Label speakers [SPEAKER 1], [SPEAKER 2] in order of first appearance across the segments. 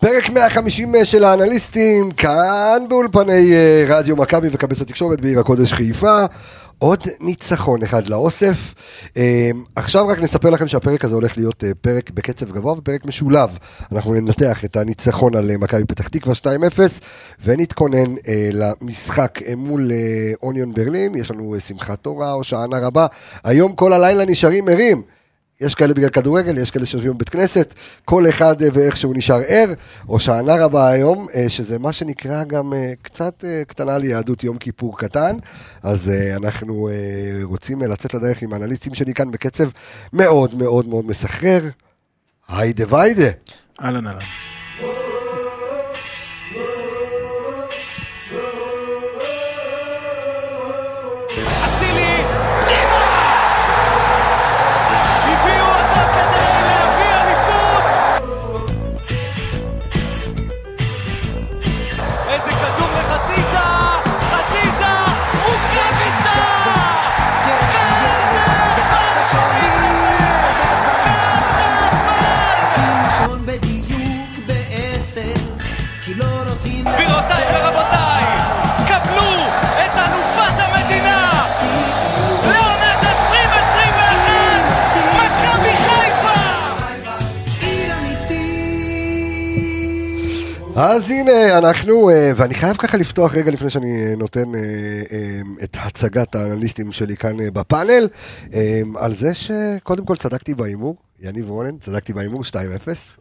[SPEAKER 1] פרק 150 של האנליסטים, כאן באולפני אה, רדיו מכבי וכבס התקשורת בעיר הקודש חיפה. עוד ניצחון אחד לאוסף. אה, עכשיו רק נספר לכם שהפרק הזה הולך להיות אה, פרק בקצב גבוה ופרק משולב. אנחנו ננתח את הניצחון על אה, מכבי פתח תקווה 2-0 ונתכונן אה, למשחק אה, מול אה, אוניון ברלין. יש לנו אה, שמחת תורה, הושענא רבה. היום כל הלילה נשארים ערים. יש כאלה בגלל כדורגל, יש כאלה שיושבים בבית כנסת, כל אחד אה, ואיך שהוא נשאר ער, או שענה רבה היום, אה, שזה מה שנקרא גם אה, קצת אה, קטנה ליהדות יום כיפור קטן, אז אה, אנחנו אה, רוצים אה, לצאת לדרך עם האנליסטים שלי כאן בקצב מאוד מאוד מאוד מסחרר. היידה ויידה.
[SPEAKER 2] אהלן אהלן.
[SPEAKER 3] אצילי, ליבה! הביאו אותו כדי להביא אליפות! איזה כדור אה? לחזיזה! חזיזה! רוקאביצה!
[SPEAKER 4] ראשון בדיוק בעשר, כי לא רוצים...
[SPEAKER 3] גבירותיי ורבותיי, קבלו את אלופת המדינה! לעונת 2021! מכבי חיפה!
[SPEAKER 4] עיר אמיתית!
[SPEAKER 1] אז הנה, אנחנו, אה, ואני חייב ככה לפתוח רגע לפני שאני אה, נותן אה, אה, את הצגת האנליסטים שלי כאן אה, בפאנל, אה, על זה שקודם כל צדקתי בהימור, יניב רונן, צדקתי בהימור 2-0.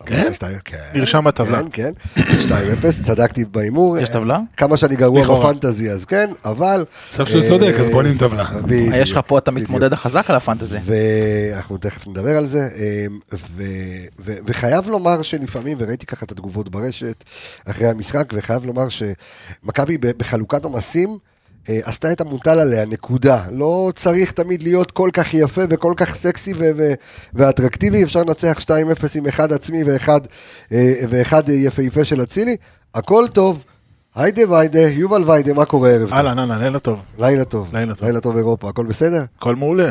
[SPEAKER 2] כן?
[SPEAKER 1] שתי- כן.
[SPEAKER 2] נרשם בטבלה.
[SPEAKER 1] כן, כן, 2-0, צדקתי בהימור. אה,
[SPEAKER 5] יש טבלה?
[SPEAKER 1] כמה שאני גרוע
[SPEAKER 2] לכאורה.
[SPEAKER 1] בפנטזי, אז כן, אבל...
[SPEAKER 2] עכשיו שהוא
[SPEAKER 1] אה,
[SPEAKER 2] צודק, אז בונים טבלה.
[SPEAKER 1] בדיוק,
[SPEAKER 5] אה, יש לך פה את
[SPEAKER 1] בדיוק.
[SPEAKER 5] המתמודד החזק על הפנטזי.
[SPEAKER 1] ואנחנו תכף נדבר על זה, אמ, ו, ו, וחייב לומר שלפעמים, וראיתי ככה את התגובות ברשת אחרי המשחק, וחייב לומר שמכבי ב- בחלוקת עומסים אה, עשתה את המוטל עליה, נקודה. לא צריך תמיד להיות כל כך יפה וכל כך סקסי ו- ו- ואטרקטיבי, אפשר לנצח 2-0 עם אחד עצמי ואחד, אה, ואחד אה, יפהפה של אצילי, הכל טוב. היידה ויידה, יובל ויידה, מה קורה ערב?
[SPEAKER 2] אהלן אהלן, לילה טוב.
[SPEAKER 1] לילה טוב.
[SPEAKER 2] אה, לילה טוב.
[SPEAKER 1] לילה טוב אירופה, הכל בסדר?
[SPEAKER 2] הכל מעולה.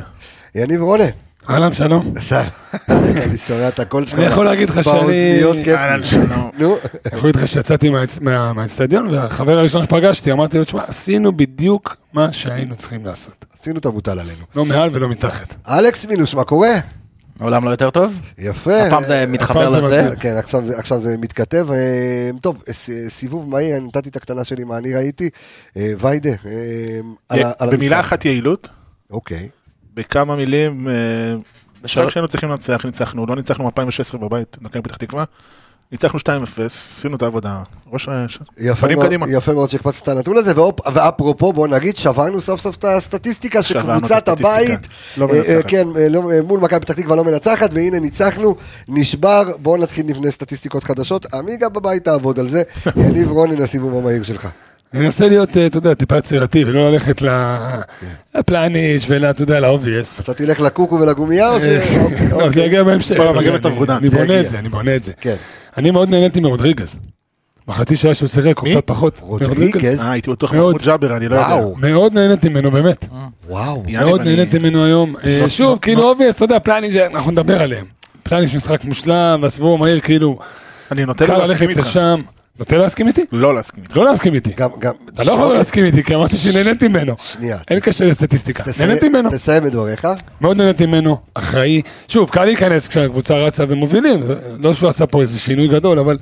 [SPEAKER 1] יניב רונה.
[SPEAKER 6] אהלן, שלום.
[SPEAKER 1] בסדר, אני שומע את הקול שלך.
[SPEAKER 6] אני יכול להגיד לך שאני-
[SPEAKER 1] באוזניות כיף.
[SPEAKER 2] אהלן, שלום.
[SPEAKER 1] נו,
[SPEAKER 6] אני יכול להגיד לך שיצאתי מהאצ- מה- מהאצטדיון, והחבר הראשון שפגשתי, אמרתי לו, תשמע, עשינו בדיוק מה שהיינו צריכים לעשות.
[SPEAKER 1] עשינו את המוטל עלינו.
[SPEAKER 6] לא מעל ולא מתחת.
[SPEAKER 1] אלכס מינוס, מה קורה?
[SPEAKER 5] מעולם לא יותר טוב?
[SPEAKER 2] אה,
[SPEAKER 1] יפה.
[SPEAKER 5] הפעם זה מתחבר
[SPEAKER 6] הפעם זה
[SPEAKER 5] לזה.
[SPEAKER 6] מתאים.
[SPEAKER 1] כן, עכשיו זה, עכשיו זה מתכתב. אה, טוב, ס- סיבוב מהיר, אני נתתי את הקטנה שלי, מה אני ראיתי. אה, ויידה, אה, על ה- על
[SPEAKER 2] במילה
[SPEAKER 1] המשחק.
[SPEAKER 2] אחת יעילות,
[SPEAKER 1] אוקיי.
[SPEAKER 2] בכמה מילים, אה,
[SPEAKER 5] בשלוש-
[SPEAKER 2] משחק שהיינו צריכים לנצח, ניצחנו, לא ניצחנו 2016 בבית, נקיים פתח תקווה. ניצחנו 2-0, עשינו את העבודה. ראש ה... ש-
[SPEAKER 1] יפה
[SPEAKER 2] פנים
[SPEAKER 1] מאוד-
[SPEAKER 2] קדימה.
[SPEAKER 1] יפה מאוד שהקפצת את הנתון הזה, ואופ- ואפרופו בוא נגיד שברנו סוף סוף את הסטטיסטיקה
[SPEAKER 2] שברנו
[SPEAKER 1] שקבוצת
[SPEAKER 2] את הסטטיסטיקה.
[SPEAKER 1] הבית,
[SPEAKER 2] לא
[SPEAKER 1] אה, אה,
[SPEAKER 2] מנצחת.
[SPEAKER 1] כן, אה, לא- אה, מול מכבי פתח תקווה לא מנצחת, והנה ניצחנו, נשבר, בואו נתחיל נבנה סטטיסטיקות חדשות, עמיגה בבית תעבוד על זה, יניב רונן הסיבוב המהיר שלך.
[SPEAKER 6] אני אנסה להיות, אה, אתה יודע, טיפה יצירתי, ולא ללכת ל-
[SPEAKER 1] כן.
[SPEAKER 6] לפלניץ' ול... אתה יודע, לאובייס.
[SPEAKER 1] אתה תלך לקוקו ולגומייה או ש... אוקיי.
[SPEAKER 6] לא, זה יגיע בהמשך.
[SPEAKER 2] כל
[SPEAKER 6] אתה יודע,
[SPEAKER 2] המגבת
[SPEAKER 6] אני-
[SPEAKER 2] הוורודן.
[SPEAKER 6] אני
[SPEAKER 1] זה
[SPEAKER 6] בונה
[SPEAKER 1] יגיע.
[SPEAKER 6] את זה, אני בונה את זה.
[SPEAKER 1] כן.
[SPEAKER 6] אני מאוד נהניתי מרודריגז. בחצי שעה שהוא שיחק, הוא
[SPEAKER 2] מי?
[SPEAKER 6] קצת פחות.
[SPEAKER 1] רודריגז?
[SPEAKER 2] אה, הייתי בטוח
[SPEAKER 6] מאוד.
[SPEAKER 2] מחמוד ג'אבר, אני לא יודע.
[SPEAKER 1] וואו,
[SPEAKER 6] מאוד נהניתי ממנו, באמת.
[SPEAKER 1] וואו.
[SPEAKER 2] יאללה,
[SPEAKER 6] מאוד
[SPEAKER 2] ואני-
[SPEAKER 6] נהניתי ממנו היום. אה, שוב, כאילו אובייס, אתה יודע, פלניג' אנחנו נדבר עליהם. פלניג' משחק מושלם, והסיבוב המהיר, כאילו,
[SPEAKER 2] אני נוטה
[SPEAKER 6] קל
[SPEAKER 2] לא
[SPEAKER 6] ללכת
[SPEAKER 2] להסכים איתך.
[SPEAKER 6] לשם. נוטה להסכים איתי?
[SPEAKER 2] לא להסכים איתך.
[SPEAKER 6] לא להסכים איתי.
[SPEAKER 1] גם, גם,
[SPEAKER 6] אתה לא יכול לא להסכים איתי, כי אמרתי שנהניתי ממנו.
[SPEAKER 1] שנייה.
[SPEAKER 6] אין קשר לסטטיסטיקה.
[SPEAKER 1] תסיים-
[SPEAKER 6] נהניתי ממנו.
[SPEAKER 1] תסיים את דבריך.
[SPEAKER 6] מאוד נהניתי ממנו, אחראי. שוב, קל להיכנס כשהקבוצה רצה ומובילים, לא שהוא עשה פה איזה שינוי גדול, אבל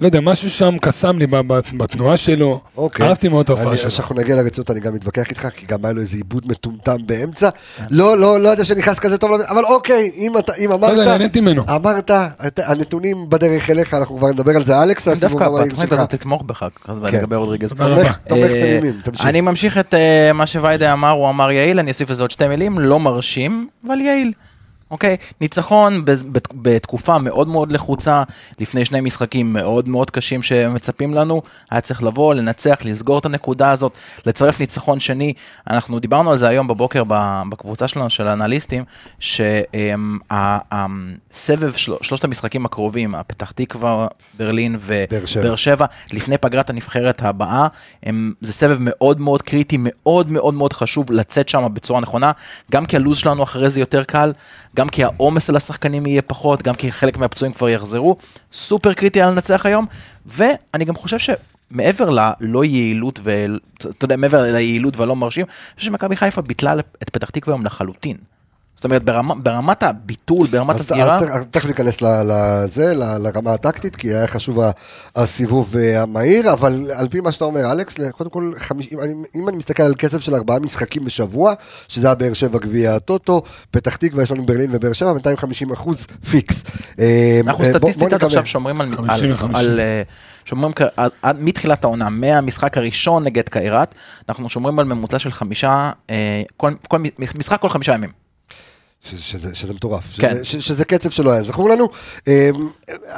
[SPEAKER 6] לא יודע, משהו שם קסם לי ב- ב- בתנועה שלו.
[SPEAKER 1] אוקיי.
[SPEAKER 6] אהבתי מאוד את ההופעה
[SPEAKER 1] אני-
[SPEAKER 6] שלו.
[SPEAKER 1] כשאנחנו נגיע לרצינות אני גם מתווכח איתך, כי גם היה לו איזה עיבוד מטומטם באמצע.
[SPEAKER 6] כן.
[SPEAKER 1] לא, לא, לא יודע שנכנס כזה טוב, למ- אבל אוקיי, אם אתה- אם
[SPEAKER 6] לא יודע,
[SPEAKER 1] אמרת,
[SPEAKER 6] נהניתי ממנו.
[SPEAKER 1] אמרת, את- הנתונים בדרך אליך, אנחנו כבר נדבר על זה. אלכס, הסיבוב
[SPEAKER 5] דווקא
[SPEAKER 1] המהיר
[SPEAKER 5] התוכנית
[SPEAKER 1] שלך.
[SPEAKER 5] הזאת תתמוך בך,
[SPEAKER 1] כן.
[SPEAKER 5] לגבי רודריגז.
[SPEAKER 6] תודה רבה.
[SPEAKER 1] תומך
[SPEAKER 5] אה,
[SPEAKER 1] תמימים, תמשיך.
[SPEAKER 5] אני ממשיך את אה, מה שוויידה אמר, הוא אמר יעיל, אני אוסיף לזה עוד שתי מילים, לא מרשים, אבל יעיל. אוקיי, ניצחון בז- בת- בתקופה מאוד מאוד לחוצה, לפני שני משחקים מאוד מאוד קשים שמצפים לנו, היה צריך לבוא, לנצח, לסגור את הנקודה הזאת, לצרף ניצחון שני. אנחנו דיברנו על זה היום בבוקר ב- בקבוצה שלנו, של האנליסטים, שהסבב, שלושת המשחקים הקרובים, הפתח תקווה, ברלין
[SPEAKER 1] באר
[SPEAKER 5] ובאר
[SPEAKER 1] שבע.
[SPEAKER 5] שבע. שבע, לפני פגרת הנבחרת הבאה. הם, זה סבב מאוד מאוד קריטי, מאוד מאוד מאוד חשוב לצאת שם בצורה נכונה, גם כי הלו"ז שלנו אחרי זה יותר קל, גם גם כי העומס על השחקנים יהיה פחות, גם כי חלק מהפצועים כבר יחזרו. סופר קריטי היה לנצח היום, ואני גם חושב שמעבר ללא יעילות, ו... אתה יודע, מעבר ליעילות והלא מרשים, אני חושב שמכבי חיפה ביטלה את פתח תקווה היום לחלוטין. זאת אומרת, ברמה, ברמת הביטול, ברמת
[SPEAKER 1] אז-
[SPEAKER 5] הסגירה...
[SPEAKER 1] אז ת- תכף ניכנס ל- לזה, ל- לרמה הטקטית, כי היה חשוב ה- הסיבוב אה, המהיר, אבל על פי מה שאתה אומר, אלכס, קודם כל, חמיש- אם אני- אם אני מסתכל על קצב של ארבעה משחקים בשבוע, שזה היה באר שבע גביע הטוטו, פתח תקווה, יש לנו ברלין ובאר שבע, בינתיים 50 אחוז פיקס. אה,
[SPEAKER 5] אנחנו
[SPEAKER 1] אה, בוא- בוא
[SPEAKER 5] סטטיסטית עד
[SPEAKER 1] נקווה.
[SPEAKER 5] עכשיו שומרים על...
[SPEAKER 6] חמישים
[SPEAKER 5] על-
[SPEAKER 6] וחמישים.
[SPEAKER 5] על, אה, שומרים כ- עד- עד- מתחילת העונה, מהמשחק הראשון נגד קיירת, אנחנו שומרים על ממוצע של חמישה, אה, כל- כל מ- משחק כל חמישה ימים.
[SPEAKER 1] ש- שזה, שזה מטורף,
[SPEAKER 5] כן.
[SPEAKER 1] שזה, ש, שזה קצב שלא היה זכור לנו. אה,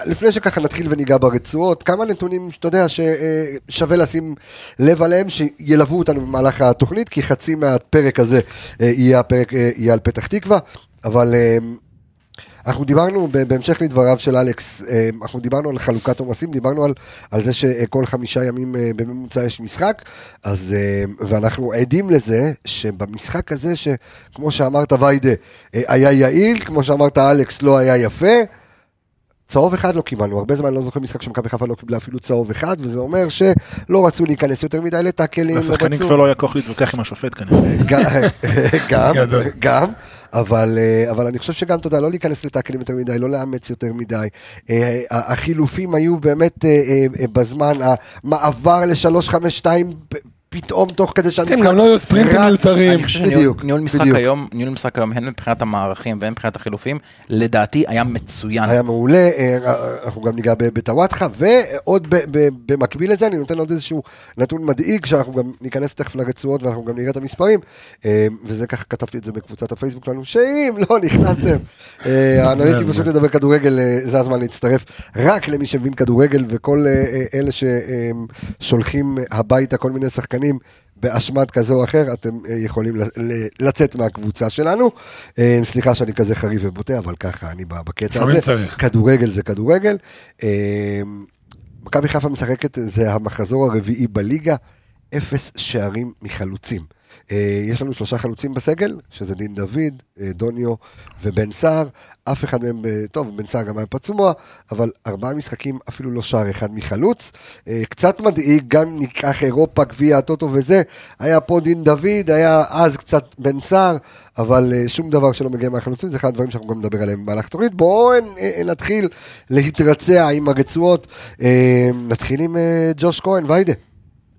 [SPEAKER 1] לפני שככה נתחיל וניגע ברצועות, כמה נתונים שאתה יודע ששווה לשים לב עליהם, שילוו אותנו במהלך התוכנית, כי חצי מהפרק הזה אה, יהיה, הפרק, אה, יהיה על פתח תקווה, אבל אה, אנחנו דיברנו, ב- בהמשך לדבריו של אלכס, אה, אנחנו דיברנו על חלוקת עומסים, דיברנו על, על זה שכל חמישה ימים אה, בממוצע יש משחק, אז, אה, ואנחנו עדים לזה שבמשחק הזה, שכמו שאמרת ויידה, אה, היה יעיל, כמו שאמרת אלכס, לא היה יפה, צהוב אחד לא קיבלנו, הרבה זמן לא זוכר משחק שמכבי חיפה לא קיבלה אפילו צהוב אחד, וזה אומר שלא רצו להיכנס יותר מדי לטאקלים, לא
[SPEAKER 2] לשחקנים
[SPEAKER 1] רצו-
[SPEAKER 2] כבר לא היה כוח להתווכח עם השופט כנראה.
[SPEAKER 1] גם, גם,
[SPEAKER 6] גדול.
[SPEAKER 1] גם, אבל, אה, אבל אני חושב שגם, אתה יודע, לא להיכנס לטאקלים יותר מדי, לא לאמץ יותר מדי. אה, ה- החילופים היו באמת אה, אה, אה, בזמן, המעבר ל-352 פתאום תוך כדי שהמשחק
[SPEAKER 6] גם לא היו ספרינטים
[SPEAKER 1] רץ.
[SPEAKER 6] מיותרים.
[SPEAKER 5] אני חושב שניהול
[SPEAKER 1] בדיוק,
[SPEAKER 5] ניהול משחק
[SPEAKER 1] בדיוק.
[SPEAKER 5] היום, ניהול משחק היום, הן מבחינת המערכים והן מבחינת החילופים, לדעתי היה מצוין.
[SPEAKER 1] היה מעולה, אה, אנחנו גם ניגע ב- בטוואטחה, ועוד ב- ב- במקביל לזה, אני נותן עוד איזשהו נתון מדאיג, שאנחנו גם ניכנס תכף לרצועות ואנחנו גם נראה את המספרים, אה, וזה ככה כתבתי את זה בקבוצת הפייסבוק שלנו, שאם לא נכנסתם, אה, האנליסטים
[SPEAKER 6] הזמן.
[SPEAKER 1] פשוט לדבר כדורגל, אה, זה הזמן להצטרף רק למי שמבין כדורגל, וכל אה, אה, אלה ששולחים הביתה כל מיני שחקנים. באשמת כזה או אחר, אתם אה, יכולים ל- ל- לצאת מהקבוצה שלנו. אה, סליחה שאני כזה חריף ובוטה, אבל ככה אני בא בקטע. הקטע
[SPEAKER 6] לפעמים
[SPEAKER 1] הזה.
[SPEAKER 6] צריך.
[SPEAKER 1] כדורגל זה כדורגל. אה, מכבי חיפה משחקת, זה המחזור הרביעי בליגה, אפס שערים מחלוצים. אה, יש לנו שלושה חלוצים בסגל, שזה דין דוד, אה, דוניו ובן סער. אף אחד מהם, אה, טוב, בן סער גם היה פצוע, אבל ארבעה משחקים, אפילו לא שער אחד מחלוץ. אה, קצת מדאיג, גם ניקח אירופה, גביע הטוטו וזה. היה פה דין דוד, היה אז קצת בן סער, אבל אה, שום דבר שלא מגיע מהחלוצים, זה אחד הדברים שאנחנו גם נדבר עליהם במהלך התוכנית. בואו נ- אה, נתחיל להתרצע עם הרצועות. אה, נתחיל עם אה, ג'וש כהן, ויידה.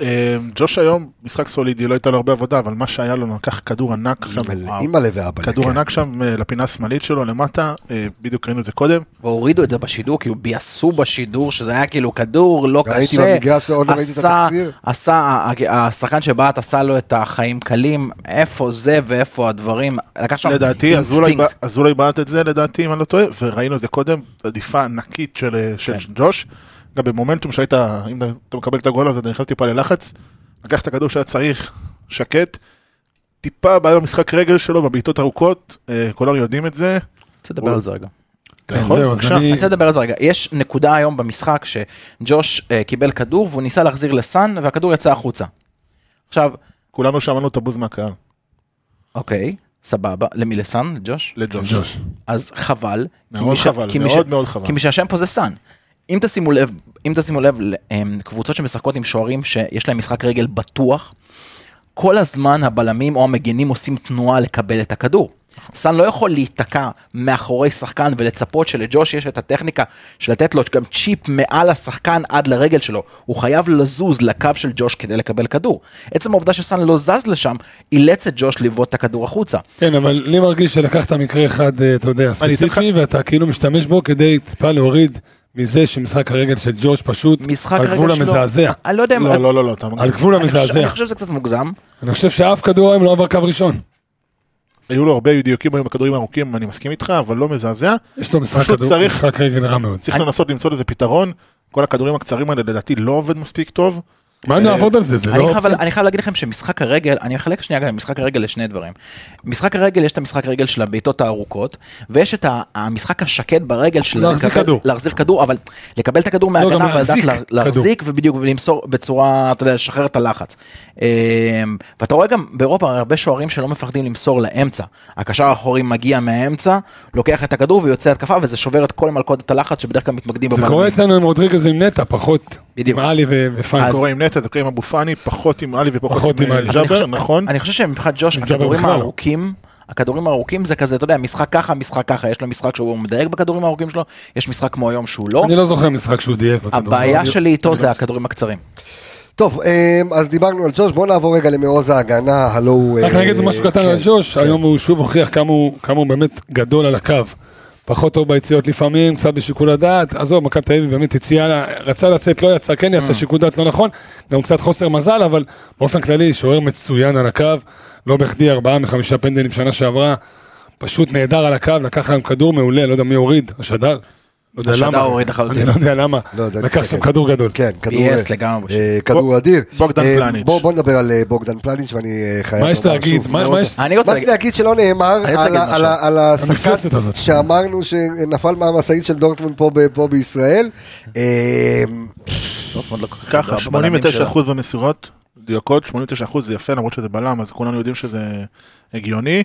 [SPEAKER 2] אה, ג'וש היום, משחק סולידי, לא הייתה לו הרבה עבודה, אבל מה שהיה לו, לקח כדור ענק שם, וואו.
[SPEAKER 1] אימא'לה ואבאלה.
[SPEAKER 2] כדור
[SPEAKER 1] כן.
[SPEAKER 2] ענק שם אה, לפינה השמאלית שלו למטה, אה, בדיוק ראינו את זה קודם.
[SPEAKER 5] והורידו את זה בשידור, כאילו ביאסו בשידור, שזה היה כאילו כדור לא קשה.
[SPEAKER 1] ראיתי במגרש, לא- עוד לא ראיתי את
[SPEAKER 5] עשה-
[SPEAKER 1] התקציר.
[SPEAKER 5] עשה, ה- ה- השחקן שבעט עשה לו את החיים קלים, איפה זה ואיפה הדברים, לקח שם
[SPEAKER 2] לדעתי, אזולאי בע- אזולאי בעט את זה, לדעתי, אם אני לא טועה, וראינו את זה קודם, עדיפה ענקית של אה, של ג'וש. גם במומנטום שהיית, אם אתה מקבל את הגול הזה, אתה נכנס טיפה ללחץ, לקח את הכדור שהיה צריך, שקט. טיפה בעיה במשחק רגל שלו, בבעיטות ארוכות, אה, כולנו יודעים את זה.
[SPEAKER 5] רוצה לדבר על זה רגע.
[SPEAKER 2] אתה יכול?
[SPEAKER 6] כן, זהו,
[SPEAKER 2] נכון,
[SPEAKER 6] אז
[SPEAKER 2] בבקשה.
[SPEAKER 6] אני-
[SPEAKER 5] אני רוצה לדבר על זה רגע. יש נקודה היום במשחק שג'וש אה, קיבל כדור והוא ניסה להחזיר לסאן והכדור יצא החוצה. עכשיו,
[SPEAKER 2] כולנו שמענו את הבוז מהקהל,
[SPEAKER 5] אוקיי, סבבה, למי לסאן? לג'וש?
[SPEAKER 2] לג'וש.
[SPEAKER 6] ג'וש.
[SPEAKER 5] אז חבל. כי
[SPEAKER 2] מאוד
[SPEAKER 5] מי ש-
[SPEAKER 2] חבל,
[SPEAKER 5] כי מי ש-
[SPEAKER 2] מאוד מאוד חבל.
[SPEAKER 5] כי מי שהשם פה זה סאן. אם תשימו לב, אם תשימו לב, אמ, קבוצות שמשחקות עם שוערים שיש להם משחק רגל בטוח, כל הזמן הבלמים או המגנים עושים תנועה לקבל את הכדור. סאן לא יכול להיתקע מאחורי שחקן ולצפות שלג'וש יש את הטכניקה של לתת לו גם צ'יפ מעל השחקן עד לרגל שלו. הוא חייב לזוז לקו של ג'וש כדי לקבל כדור. עצם העובדה שסאן לא זז לשם, אילץ את ג'וש לבעוט את הכדור החוצה.
[SPEAKER 6] כן, אבל לי מרגיש שלקחת מקרה אחד, אה, אתה יודע,
[SPEAKER 2] אתן לך-
[SPEAKER 6] ספציפי, ואתה כאילו משתמש בו כדי טיפה להוריד מזה שמשחק הרגל של ג'וש פשוט
[SPEAKER 5] משחק
[SPEAKER 6] על
[SPEAKER 5] רגל שלו...
[SPEAKER 6] גבול המזעזע.
[SPEAKER 5] אני לא יודע אם...
[SPEAKER 2] לא, לא, לא, לא, אתה
[SPEAKER 6] על גבול
[SPEAKER 5] אני חושב-
[SPEAKER 6] המזעזע.
[SPEAKER 5] אני חושב שזה קצת מוגזם.
[SPEAKER 6] אני חושב שאף כדור היום לא עבר קו ראשון.
[SPEAKER 2] היו לו הרבה דיוקים היום בכדורים ארוכים, אני מסכים איתך, אבל לא מזעזע.
[SPEAKER 6] יש לו משחק
[SPEAKER 2] פשוט
[SPEAKER 6] כדור,
[SPEAKER 2] צריך-
[SPEAKER 6] משחק רגל רע מאוד.
[SPEAKER 2] צריך לנסות למצוא לזה פתרון. כל הכדורים הקצרים האלה לדעתי לא עובד מספיק טוב.
[SPEAKER 6] מה נעבוד על זה? זה
[SPEAKER 5] אני
[SPEAKER 6] לא
[SPEAKER 5] חייב,
[SPEAKER 6] אופציה.
[SPEAKER 5] אני חייב להגיד לכם שמשחק הרגל, אני אחלק שנייה גם את משחק הרגל לשני דברים. משחק הרגל, יש את המשחק הרגל של הבעיטות הארוכות, ויש את ה- המשחק השקט ברגל של...
[SPEAKER 6] להחזיק
[SPEAKER 5] לקבל-
[SPEAKER 6] כדור. לא,
[SPEAKER 5] להחזיק כדור, אבל לקבל את הכדור
[SPEAKER 6] גם
[SPEAKER 5] מההגנה, אבל לדעת
[SPEAKER 6] להחזיק
[SPEAKER 5] לה-
[SPEAKER 6] כדור.
[SPEAKER 5] להחזיק, ובדיוק, ולמסור בצורה, אתה יודע, לשחרר את הלחץ. אמ, ואתה רואה גם באירופה הרבה שוערים שלא מפחדים למסור לאמצע. הקשר האחורי מגיע מהאמצע, לוקח את הכדור ויוצא התקפה, וזה שובר את כל מלכודת הלחץ שבדרך כלל מתמקדים
[SPEAKER 6] זה
[SPEAKER 5] בבלמים.
[SPEAKER 6] קורה אצלנו עם רודריגז ועם נטע, פחות.
[SPEAKER 5] בדיוק.
[SPEAKER 6] עם עלי ו- ופאנק.
[SPEAKER 2] קורה עם נטע, זה קורה עם אבו פאני, פחות עם עלי
[SPEAKER 6] פחות
[SPEAKER 2] ופחות
[SPEAKER 6] עם
[SPEAKER 2] עם אה,
[SPEAKER 6] עלי.
[SPEAKER 5] אז אני
[SPEAKER 2] ג'אבר,
[SPEAKER 5] חושב-
[SPEAKER 2] נכון?
[SPEAKER 5] אני חושב שמבחינת ג'וש,
[SPEAKER 6] ג'אבר
[SPEAKER 5] הכדורים
[SPEAKER 6] בכלל לא.
[SPEAKER 5] הארוכים, הכדורים הארוכים זה כזה, אתה יודע, משחק ככה, משחק ככה, יש לו משחק שהוא מדייק בכדורים הארוכים שלו, יש משחק כמו היום שהוא לא.
[SPEAKER 6] אני לא זוכר משחק שהוא דייק. בכדור.
[SPEAKER 5] הבעיה
[SPEAKER 6] אני- לא-
[SPEAKER 5] שלי איתו זה הכדורים הקצרים.
[SPEAKER 1] טוב, אמ, אז דיברנו על ג'וש, בואו נעבור רגע למעוז ההגנה, הלו הוא...
[SPEAKER 6] רק
[SPEAKER 1] אה,
[SPEAKER 6] נגיד משהו קטן
[SPEAKER 1] כן.
[SPEAKER 6] על ג'וש, היום הוא שוב הוכיח כמה הוא כמה הוא באמת גדול על הקו. פחות טוב ביציאות לפעמים, קצת בשיקול הדעת. עזוב, מכבי תל אביב באמת הציעה, לה- רצה לצאת, לא יצא, כן
[SPEAKER 1] אה.
[SPEAKER 6] יצא, שיקול דעת לא נכון. גם קצת חוסר מזל, אבל באופן כללי, שוער מצוין על הקו. לא בכדי ארבעה מחמישה פנדלים שנה שעברה. פשוט נהדר על הקו, לקח להם כדור מעולה, לא יודע מי הוריד, השדר. לא יודע
[SPEAKER 5] השדר
[SPEAKER 6] למה.
[SPEAKER 5] הוריד לחלוטין.
[SPEAKER 6] אני לא יודע למה.
[SPEAKER 1] לא יודע,
[SPEAKER 6] לקח שם
[SPEAKER 1] כן.
[SPEAKER 6] כדור גדול.
[SPEAKER 1] כן, כדור...
[SPEAKER 5] Yes,
[SPEAKER 1] אה,
[SPEAKER 5] לגמרי.
[SPEAKER 1] אה, כדור אדיר.
[SPEAKER 2] בוגדן
[SPEAKER 1] אה,
[SPEAKER 2] פלניץ'.
[SPEAKER 1] בוא- בוא נדבר על אה, בוגדן פלניץ' ואני אה, חייב...
[SPEAKER 6] מה יש
[SPEAKER 1] לומר
[SPEAKER 6] להגיד?
[SPEAKER 1] שוב,
[SPEAKER 6] מה-
[SPEAKER 1] מאוד- אה,
[SPEAKER 6] מה יש?
[SPEAKER 5] אני רוצה
[SPEAKER 1] מה יש
[SPEAKER 5] להגיד,
[SPEAKER 1] להגיד שלא נאמר
[SPEAKER 5] אני רוצה
[SPEAKER 1] על
[SPEAKER 5] להגיד
[SPEAKER 1] ה- על ה- על השחקן
[SPEAKER 6] המפלצת הזאת.
[SPEAKER 1] שאמרנו שנפל מהמשאית של דורטמונד פה ב- פה בישראל? אה,
[SPEAKER 5] טוב, לא כל כך
[SPEAKER 2] ככה,
[SPEAKER 5] גדול בבלמים שלו.
[SPEAKER 2] 89% במסירות, דיוקות, 89% זה יפה, למרות שזה בלם, אז כולנו יודעים שזה הגיוני.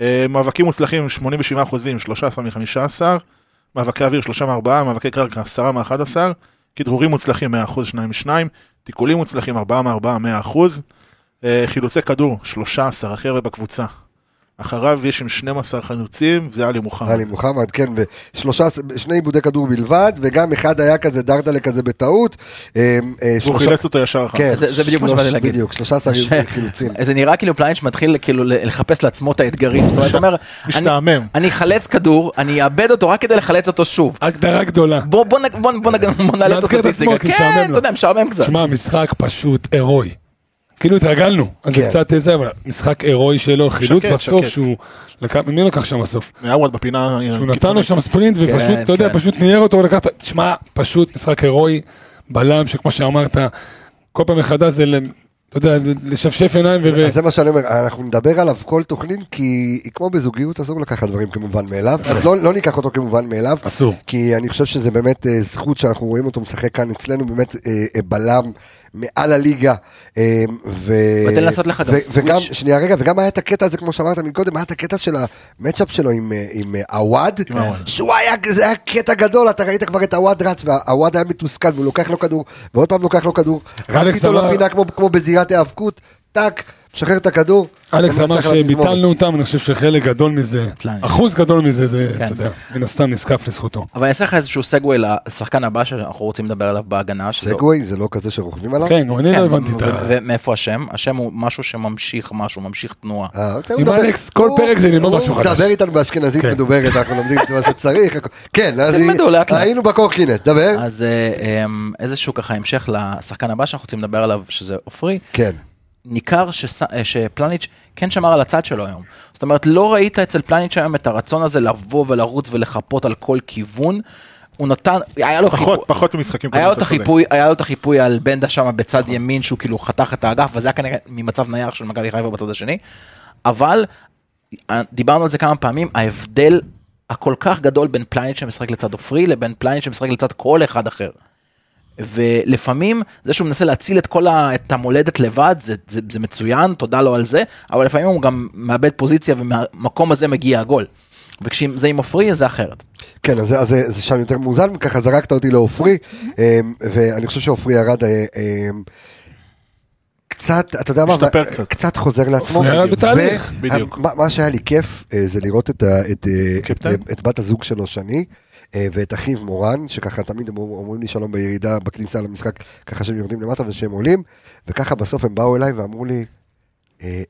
[SPEAKER 2] אה, מאבקים מוצלחים, 87%, 13 מ-15, מאבקי אוויר, 3 מ-4, מאבקי קרקע, 10 מ-11, כדרורים מוצלחים, 100%, 2 מ-2, תיקולים מוצלחים, 4 מ-4, 100%, אה, חילוצי כדור, 13, הכי הרבה בקבוצה. אחריו יש עם 12 חלוצים, זה עלי מוחמד.
[SPEAKER 1] עלי מוחמד, כן, ושלושה, שני עיבודי כדור בלבד, וגם אחד היה כזה דרדלה כזה בטעות. אה, אה,
[SPEAKER 2] והוא
[SPEAKER 1] שלושה-
[SPEAKER 2] חילץ אותו ישר אחר.
[SPEAKER 1] כן,
[SPEAKER 5] זה- זה בדיוק מה
[SPEAKER 1] שלוש-
[SPEAKER 5] שבאתי להגיד.
[SPEAKER 1] בדיוק, 13
[SPEAKER 5] ש-
[SPEAKER 1] חילוצים.
[SPEAKER 5] זה נראה כאילו פליינש מתחיל כאילו ל- לחפש לעצמו את האתגרים, זאת אומרת, הוא אומר, אני-
[SPEAKER 2] משתעמם.
[SPEAKER 5] אני אחלץ כדור, אני אאבד אותו רק כדי לחלץ אותו שוב.
[SPEAKER 6] הגדרה גדולה.
[SPEAKER 5] בוא בוא נ- בוא נ- בוא נ- בוא נעלה את
[SPEAKER 6] מאתגר את
[SPEAKER 5] הסטטיסטיקה,
[SPEAKER 6] עצמו, כי משעמם
[SPEAKER 5] כן,
[SPEAKER 6] לו.
[SPEAKER 5] אתה יודע, משעמם קצת.
[SPEAKER 6] שמע, משחק פשוט הירואי. כאילו התרגלנו, אז זה
[SPEAKER 1] כן.
[SPEAKER 6] קצת זה, אבל משחק הירואי שלו, חילוץ
[SPEAKER 2] שקט,
[SPEAKER 6] בסוף
[SPEAKER 2] שקט.
[SPEAKER 6] שהוא... לקח- מי לקח שם בסוף?
[SPEAKER 2] מעווד בפינה.
[SPEAKER 6] שהוא
[SPEAKER 2] הקיצונית.
[SPEAKER 6] נתן לו שם ספרינט ופשוט, אתה יודע,
[SPEAKER 5] אה, כן.
[SPEAKER 6] פשוט ניער אותו ולקח... את ה- שמע, פשוט משחק הירואי, בלם שכמו שאמרת, כל פעם מחדש זה, ל- אתה יודע, לשפשף עיניים ו...
[SPEAKER 1] אז זה מה שאני אומר, אנחנו נדבר עליו כל תוכנית, כי כמו בזוגיות אסור לקחת דברים כמובן מאליו, אז לא, לא ניקח אותו כמובן מאליו,
[SPEAKER 6] אסור.
[SPEAKER 1] כי אני חושב שזה באמת אה, זכות שאנחנו רואים אותו משחק כאן אצלנו, באמת אה, אה, בלם מעל הליגה. אה, ו...
[SPEAKER 5] ותן לעשות לך גם
[SPEAKER 1] ו-
[SPEAKER 5] סוויץ'.
[SPEAKER 1] וגם, שנייה רגע, וגם היה את הקטע הזה, כמו שאמרת מקודם, היה את הקטע של המצ'אפ שלו עם, אה, עם אה, עווד, שהוא היה, זה היה קטע גדול, אתה ראית כבר את עווד רץ, והעווד היה מתוסכל, והוא לוקח לו כדור, ועוד פעם לוקח לו כדור, רץ
[SPEAKER 6] אלכס
[SPEAKER 1] איתו
[SPEAKER 6] אמר-
[SPEAKER 1] לפינה כמו, כמו בזירת היאבקות, טאק, משחרר את הכדור. לא
[SPEAKER 6] אלכס אמר
[SPEAKER 1] ומנצח על
[SPEAKER 6] שביטלנו
[SPEAKER 1] התזמורת.
[SPEAKER 6] אותם, אני חושב שחלק גדול מזה,
[SPEAKER 5] טלאי.
[SPEAKER 6] אחוז גדול מזה, זה,
[SPEAKER 5] כן.
[SPEAKER 6] אתה יודע, מן הסתם נזקף לזכותו.
[SPEAKER 5] אבל אני אעשה לך איזשהו סגווי לשחקן הבא שאנחנו רוצים לדבר עליו בהגנה. שזו-
[SPEAKER 1] סגווי זה לא כזה שרוכבים עליו?
[SPEAKER 6] כן, אני
[SPEAKER 5] כן,
[SPEAKER 6] לא הבנתי את
[SPEAKER 5] ו-
[SPEAKER 6] ה...
[SPEAKER 5] ו- ומאיפה השם? השם הוא משהו שממשיך משהו, ממשיך תנועה.
[SPEAKER 1] אה, אוקיי, הוא
[SPEAKER 6] עם
[SPEAKER 1] מדבר-
[SPEAKER 6] אלכס, כל
[SPEAKER 1] הוא-
[SPEAKER 6] פרק זה ללמוד
[SPEAKER 1] הוא
[SPEAKER 6] משהו חדש.
[SPEAKER 1] מדבר איתנו באשכנזית
[SPEAKER 6] כן.
[SPEAKER 1] מדוברת, אנחנו לומדים את מה שצריך. הכל- כן, אז
[SPEAKER 5] תלמדו
[SPEAKER 1] היא-
[SPEAKER 5] לאט לאט.
[SPEAKER 1] היינו בקורקינט, דבר.
[SPEAKER 5] אז אה, אמ, איזשהו ככה המשך לשחקן הבא שאנחנו רוצים לדבר עליו, שזה עופרי.
[SPEAKER 1] כן.
[SPEAKER 5] ניכר שס- אה, שפלניץ' כן שמר על הצד שלו היום. זאת אומרת, לא ראית אצל פלניץ' היום את הרצון הזה לבוא ולרוץ ולחפות על כל כיוון. הוא נתן, היה לו
[SPEAKER 2] פחות,
[SPEAKER 5] חיפוי-
[SPEAKER 2] פחות במשחקים.
[SPEAKER 5] היה
[SPEAKER 2] קודמים,
[SPEAKER 5] לו את
[SPEAKER 2] אתה צודק.
[SPEAKER 5] החיפוי, היה לו את החיפוי על בנדה שם בצד ימין שהוא כאילו חתך את האגף, וזה היה כנראה ממצב נייח של מכבי חיפה בצד השני. אבל אה, דיברנו על זה כמה פעמים, ההבדל הכל כך גדול בין פלייניץ' שמשחק לצד עופרי לבין פלייניץ' שמשחק לצד כל אחד אחר. ולפעמים זה שהוא מנסה להציל את כל ה, את המולדת לבד זה, זה, זה מצוין תודה לו על זה אבל לפעמים הוא גם מאבד פוזיציה ומהמקום הזה מגיע הגול. וכשזה עם עופרי זה אחרת.
[SPEAKER 1] כן, אז, אז זה- זה שם יותר מאוזן, ככה זרקת אותי לעופרי, אמ, ואני חושב שעופרי ירד אה, אמ, קצת, אתה יודע מה,
[SPEAKER 2] השתפר
[SPEAKER 1] מה-
[SPEAKER 2] קצת.
[SPEAKER 1] קצת חוזר לעצמו.
[SPEAKER 6] עופרי ירד
[SPEAKER 1] בדיוק.
[SPEAKER 6] בתהליך.
[SPEAKER 1] ו- אה,
[SPEAKER 2] בדיוק.
[SPEAKER 1] מה- מה שהיה לי כיף אה, זה לראות את ה- את, אה,
[SPEAKER 2] קפטן?
[SPEAKER 1] את- את בת הזוג שלו, שני. אה, ואת אחיו מורן, שככה תמיד הם אומרים לי שלום בירידה בכניסה למשחק, ככה שהם יורדים למטה ושהם עולים, וככה בסוף הם באו אליי ואמרו לי, אה,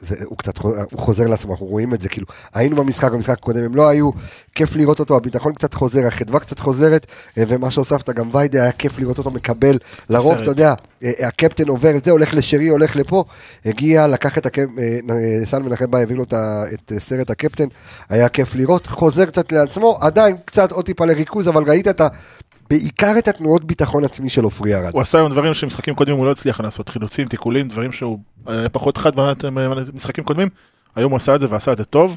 [SPEAKER 1] זה, הוא קצת חוזר, הוא חוזר לעצמו, אנחנו רואים את זה, כאילו, היינו במשחק, במשחק הקודם הם לא היו, כיף לראות אותו, הביטחון קצת חוזר, החדווה קצת חוזרת, אה, ומה שהוספת, גם ויידה, היה כיף לראות אותו מקבל, לרוב,
[SPEAKER 2] סרט.
[SPEAKER 1] אתה יודע, אה, הקפטן עובר את זה, הולך לשרי, הולך לפה, הגיע, לקח את הקפטן, אה, סן מנחם בא, הביא לו את ה- את אה, סרט הקפטן, היה כיף לראות, חוזר קצת לעצמו, עדיין קצת עוד טיפה לריכוז, אבל ראית את ה... בעיקר את התנועות ביטחון עצמי של עופרי ארד.
[SPEAKER 2] הוא עשה היום דברים שמשחקים קודמים הוא לא הצליח לעשות, חילוצים, תיקולים, דברים שהוא היה פחות חד במשחקים קודמים, היום הוא עשה את זה ועשה את זה טוב.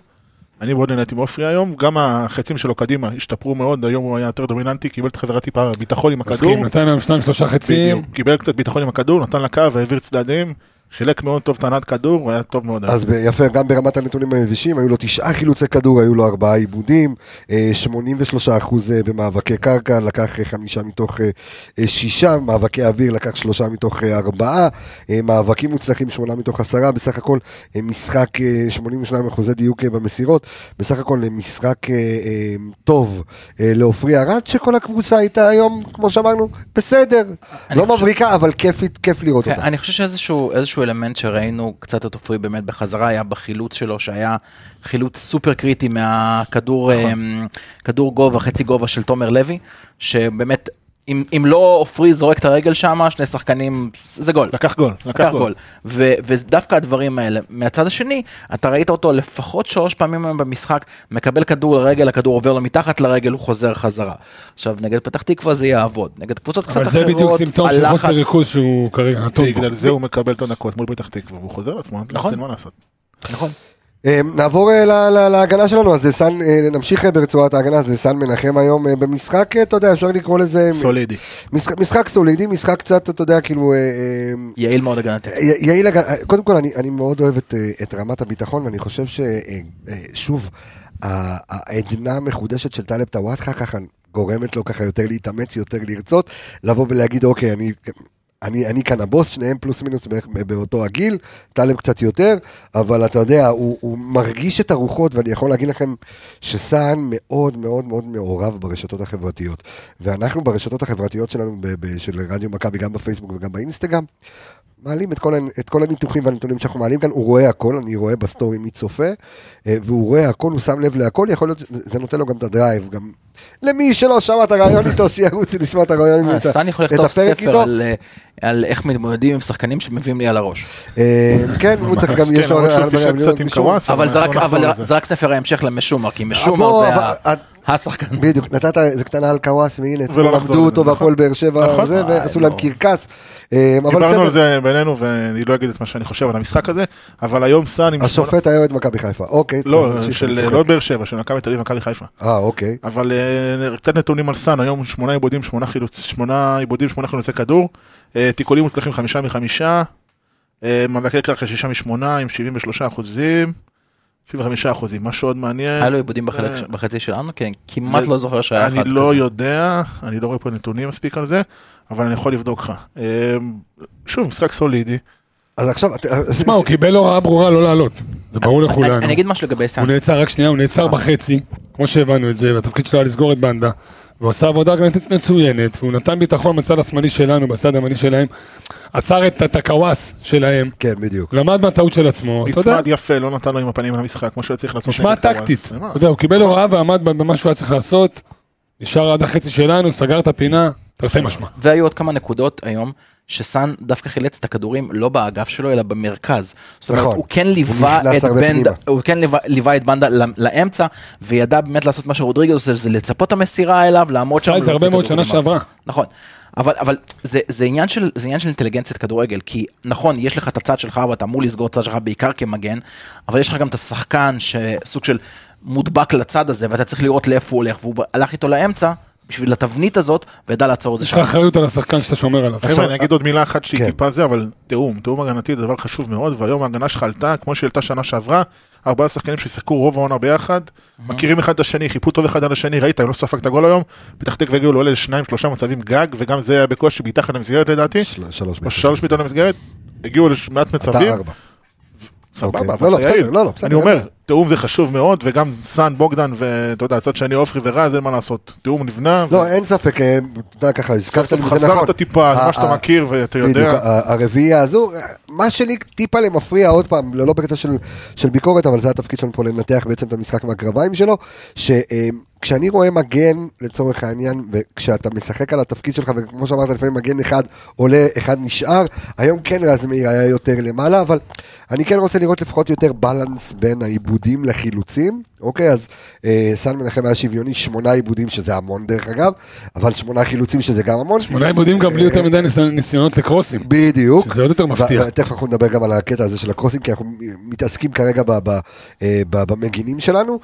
[SPEAKER 2] אני מאוד נהניתי מעופרי היום, גם החצים שלו קדימה השתפרו מאוד, היום הוא היה יותר דומיננטי, קיבל חזרה טיפה ביטחון עם הכדור.
[SPEAKER 6] מסכים, נתן להם שניים שלושה חצים.
[SPEAKER 2] בדיוק, קיבל קצת ביטחון עם הכדור, נתן לקו, העביר צדדים, חילק מאוד טוב את הנעת כדור, הוא היה טוב מאוד. היום.
[SPEAKER 1] אז ב- יפה, גם ברמת הנתונים המבישים, היו לו תשעה חילוצי כדור, היו לו ארבעה עיבודים, אה, 83 אחוז אה, במאבקי קרקע, לקח אה, חמישה מתוך אה, אה, שישה, מאבקי אוויר לקח שלושה מתוך אה, ארבעה, אה, מאבקים מוצלחים שמונה מתוך עשרה, בסך הכל אה, משחק אה, 82 אחוזי דיוק אה, במסירות, בסך הכל אה, משחק אה, אה, טוב אה, לעופרי ארד, שכל הקבוצה הייתה היום, כמו שאמרנו, בסדר,
[SPEAKER 5] אני
[SPEAKER 1] לא
[SPEAKER 5] חושב-
[SPEAKER 1] מבריקה, אבל כיפית, כיף לראות אותה.
[SPEAKER 5] כן, אני חושב שאיזשהו איזשהו אלמנט שראינו קצת את עופרי באמת בחזרה היה בחילוץ שלו, שהיה חילוץ סופר קריטי מהכדור
[SPEAKER 6] נכון.
[SPEAKER 5] אמ, כדור גובה, חצי גובה של תומר לוי, שבאמת, אם אם לא עופרי זורק את הרגל שם, שני שחקנים, זה גול.
[SPEAKER 2] לקח גול,
[SPEAKER 5] לקח גול. ו- ודווקא הדברים האלה, מהצד השני, אתה ראית אותו לפחות שלוש פעמים היום במשחק, מקבל כדור לרגל, הכדור עובר לו מתחת לרגל, הוא חוזר חזרה. עכשיו, נגד פתח תקווה זה יעבוד, נגד קבוצות קצת
[SPEAKER 6] אבל
[SPEAKER 5] אחרות,
[SPEAKER 6] זה בדיוק סימפטום של חוסר
[SPEAKER 5] הלחץ-
[SPEAKER 6] ריכוז שהוא כרגע נתון בו.
[SPEAKER 2] בגלל זה הוא מקבל את הנקות מול פתח תקווה, והוא חוזר לעצמו,
[SPEAKER 5] נכון.
[SPEAKER 2] אין מה לעשות.
[SPEAKER 5] נכון.
[SPEAKER 1] אה, נעבור אה, ל- ל- להגנה שלנו, אז זה סן, אה, נמשיך אה, ברצועת ההגנה, זה סן מנחם היום אה, במשחק, אה, אתה יודע, אפשר לקרוא לזה...
[SPEAKER 2] סולידי.
[SPEAKER 1] משחק, משחק סולידי, משחק קצת, אתה יודע, כאילו... אה, אה,
[SPEAKER 5] יעיל מאוד הגנתית.
[SPEAKER 1] י- יעיל, הגנ- קודם כל אני, אני מאוד אוהב את, אה, את רמת הביטחון ואני חושב אה, ששוב, העדנה המחודשת של טלב טוואטחה ככה גורמת לו ככה יותר להתאמץ, יותר לרצות, לבוא ולהגיד אוקיי, אני... אני, אני כאן הבוס, שניהם פלוס מינוס בערך באותו הגיל, טלב קצת יותר, אבל אתה יודע, הוא, הוא מרגיש את הרוחות, ואני יכול להגיד לכם שסאן מאוד מאוד מאוד מעורב ברשתות החברתיות. ואנחנו ברשתות החברתיות שלנו, ב, ב, של רדיו מכבי, גם בפייסבוק וגם באינסטגרם, מעלים את כל, הנ- את כל הניתוחים והנתונים שאנחנו מעלים כאן, הוא רואה הכל, אני רואה בסטורי מי צופה, אה, והוא רואה הכל, הוא שם לב להכל, יכול להיות, זה נותן לו גם את הדרייב, גם למי שלא שמע את הרעיון איתו, שירוץ לשמוע את הרעיון
[SPEAKER 5] אה,
[SPEAKER 1] איתו,
[SPEAKER 5] סן יכול
[SPEAKER 1] את
[SPEAKER 5] לכתוב
[SPEAKER 1] הפרק
[SPEAKER 5] ספר על, אה, על איך מתמודדים עם שחקנים שמביאים לי על הראש.
[SPEAKER 1] אה, כן, הוא צריך גם,
[SPEAKER 2] כן,
[SPEAKER 1] יש לו
[SPEAKER 2] למרות שהוא
[SPEAKER 1] הרבה
[SPEAKER 2] פישל
[SPEAKER 1] רעיונות
[SPEAKER 2] קצת עם
[SPEAKER 1] משום- אה,
[SPEAKER 2] קוואס,
[SPEAKER 5] אבל זה
[SPEAKER 2] אנחנו
[SPEAKER 5] רק-
[SPEAKER 2] נחזור
[SPEAKER 5] אבל
[SPEAKER 2] לזה.
[SPEAKER 5] זה רק ספר ההמשך למשומר, כי משומר
[SPEAKER 1] בוא,
[SPEAKER 5] זה ה-
[SPEAKER 1] אבל-
[SPEAKER 5] השחקן.
[SPEAKER 1] בדיוק, נתת איזה קטנה על קוואסמי, הנה, אתמול
[SPEAKER 2] ולא נחזור
[SPEAKER 1] עבדו אותו
[SPEAKER 2] לזה, נכון.
[SPEAKER 1] והפועל באר שבע,
[SPEAKER 2] נכון.
[SPEAKER 1] זה,
[SPEAKER 5] אה,
[SPEAKER 1] ועשו
[SPEAKER 5] לא.
[SPEAKER 1] להם קרקס. אה, אבל
[SPEAKER 2] דיברנו
[SPEAKER 1] בסדר,
[SPEAKER 2] על זה בינינו, ואני לא אגיד את מה שאני חושב על המשחק הזה, אבל היום סאן עם... שמונה-
[SPEAKER 1] השופט היה אוהד מכבי חיפה, אוקיי. טוב,
[SPEAKER 2] לא,
[SPEAKER 1] נמשיך,
[SPEAKER 2] של
[SPEAKER 1] אני צוחק.
[SPEAKER 2] לא באר שבע, של מכבי תל אביב ומכבי חיפה.
[SPEAKER 1] אה, אוקיי.
[SPEAKER 2] אבל אה, קצת נתונים על סאן, היום שמונה עיבודים, שמונה חילוץ, שמונה עיבודים, שמונה חילוצי כדור, אה, תיקולים מוצלחים חמישה מחמישה, אה, מאבקי קרקע שישה משמונה עם 73 אחוזים, 75 אחוזים, מה שעוד מעניין,
[SPEAKER 5] היה לו עיבודים בחלק-
[SPEAKER 2] אה,
[SPEAKER 5] בחצי שלנו, כי אני כמעט
[SPEAKER 2] זה-
[SPEAKER 5] לא זוכר שהיה אחד
[SPEAKER 2] אני לא
[SPEAKER 5] כזה.
[SPEAKER 2] יודע, אני לא רואה פה נתונים מספיק על זה, אבל אני יכול לבדוק לך. אה, שוב, משחק סולידי,
[SPEAKER 1] אז עכשיו, את-
[SPEAKER 6] שמע, הוא קיבל הוראה ברורה לא לעלות. זה ברור
[SPEAKER 5] אני-
[SPEAKER 6] לכולנו.
[SPEAKER 5] אני אגיד משהו לגבי סאן.
[SPEAKER 6] הוא נעצר, רק שנייה, הוא נעצר בחצי, כמו שהבנו את זה, והתפקיד שלו היה לסגור את בנדה. והוא עשה עבודה הגנתית מצוינת, והוא נתן ביטחון בצד השמאלי שלנו, בצד הימני שלהם. עצר את הטקוואס שלהם,
[SPEAKER 1] כן, בדיוק.
[SPEAKER 6] למד מהטעות של עצמו, אתה יודע,
[SPEAKER 2] נצמד יפה, לא נתן לו עם הפנים למשחק, כמו שצריך לעשות.
[SPEAKER 6] משמע
[SPEAKER 2] נגד קוואס.
[SPEAKER 6] טקטית.
[SPEAKER 2] זה מה?
[SPEAKER 6] אתה יודע, הוא קיבל הוראה ועמד במה שהוא היה צריך לעשות, נשאר עד החצי שלנו, סגר את הפינה, תרתי משמע.
[SPEAKER 5] והיו עוד כמה נקודות היום, שסאן דווקא חילץ את הכדורים לא באגף שלו, אלא במרכז. זאת אומרת,
[SPEAKER 1] נכון.
[SPEAKER 5] הוא כן
[SPEAKER 1] הוא
[SPEAKER 5] ליווה
[SPEAKER 1] נכנס
[SPEAKER 5] את
[SPEAKER 1] הרבה
[SPEAKER 5] בנדה,
[SPEAKER 1] פנימה.
[SPEAKER 5] הוא כן ליווה- ליווה את בנדה ל- לאמצע, וידע באמת לעשות מה שרודריגז עושה, זה לצפות את המסירה אליו, לעמוד שם.
[SPEAKER 6] עשה את זה
[SPEAKER 5] ולהוציא
[SPEAKER 6] הרבה מאוד
[SPEAKER 5] כדור
[SPEAKER 6] שנה
[SPEAKER 5] קדימה.
[SPEAKER 6] שעברה.
[SPEAKER 5] נכון. אבל, אבל זה, זה, עניין של, זה עניין של אינטליגנציית כדורגל, כי נכון, יש לך את הצד שלך ואתה אמור לסגור את הצד שלך בעיקר כמגן, אבל יש לך גם את השחקן שסוג של מודבק לצד הזה, ואתה צריך לראות לאיפה הוא הולך, והוא הלך איתו לאמצע בשביל התבנית הזאת, וידע לעצור את זה
[SPEAKER 6] יש לך אחריות על השחקן שאתה שומר עליו.
[SPEAKER 2] חבר'ה, אני אגיד עוד מילה אחת שהיא
[SPEAKER 1] כן.
[SPEAKER 2] טיפה זה, אבל תיאום, תיאום הגנתי זה דבר חשוב מאוד, והיום ההגנה שלך עלתה, כמו שהיא עלתה שנה שעברה, ארבעה שחקנים ששיחקו רוב העונה ביחד, מכירים אחד את השני, חיפו טוב אחד על השני, ראית, לא ספג את הגול היום, פתח תקווה הגיעו לעולה לשניים, שלושה מצבים גג, וגם זה היה בקושי מתחת למסגרת לדעתי,
[SPEAKER 1] של- שלוש
[SPEAKER 2] או
[SPEAKER 1] מטר.
[SPEAKER 2] שלוש בעיטות למסגרת, הגיעו למעט
[SPEAKER 1] אתה
[SPEAKER 2] מצבים,
[SPEAKER 1] ארבע. אוקיי.
[SPEAKER 2] סבבה,
[SPEAKER 1] לא, לא,
[SPEAKER 2] אבל אתה
[SPEAKER 1] בסדר,
[SPEAKER 2] יעיל.
[SPEAKER 1] לא, לא, בסדר,
[SPEAKER 2] אני
[SPEAKER 1] אין
[SPEAKER 2] אומר, תיאום זה חשוב מאוד, וגם סאן, בוגדן, ואתה יודע, הצד שני עופרי ורז, אין מה לעשות, תיאום נבנה, ו-
[SPEAKER 1] לא, אין ספק, אה, אתה יודע ככה,
[SPEAKER 2] סוף
[SPEAKER 1] הזכרת לי,
[SPEAKER 2] סוף
[SPEAKER 1] וזה נכון.
[SPEAKER 2] חזרת טיפה, על
[SPEAKER 1] ה-
[SPEAKER 2] מה שאתה
[SPEAKER 1] ה-
[SPEAKER 2] מכיר ואתה
[SPEAKER 1] בדיוק, אה,
[SPEAKER 2] יודע.
[SPEAKER 1] ה- הרביעייה הזו, מה שלי טיפה למפריע, עוד פעם, לא לא בקטע של, של ביקורת, אבל זה התפקיד שלנו פה לנתח בעצם את המשחק מהקרביים שלו, שכשאני רואה מגן, לצורך העניין, וכשאתה משחק על התפקיד שלך, וכמו שאמרת, לפעמים מגן אחד עולה, אחד נשאר, היום כן רז מאיר היה יותר למעלה, אבל אני כן רוצה לראות לפחות יותר בלנס בין העיבוד. עיבודים לחילוצים, אוקיי? אז אה, סן מנחם היה שוויוני, שמונה עיבודים, שזה המון דרך אגב, אבל שמונה חילוצים, שזה גם המון.
[SPEAKER 6] שמונה עיבודים גם בלי יותר מדי ניסיון- ניסיונות לקרוסים.
[SPEAKER 1] בדיוק.
[SPEAKER 6] שזה עוד יותר מפתיע.
[SPEAKER 1] ו- ותכף אנחנו נדבר גם על הקטע הזה של הקרוסים, כי אנחנו מתעסקים כרגע ב- ב- אה, ב- במגינים שלנו,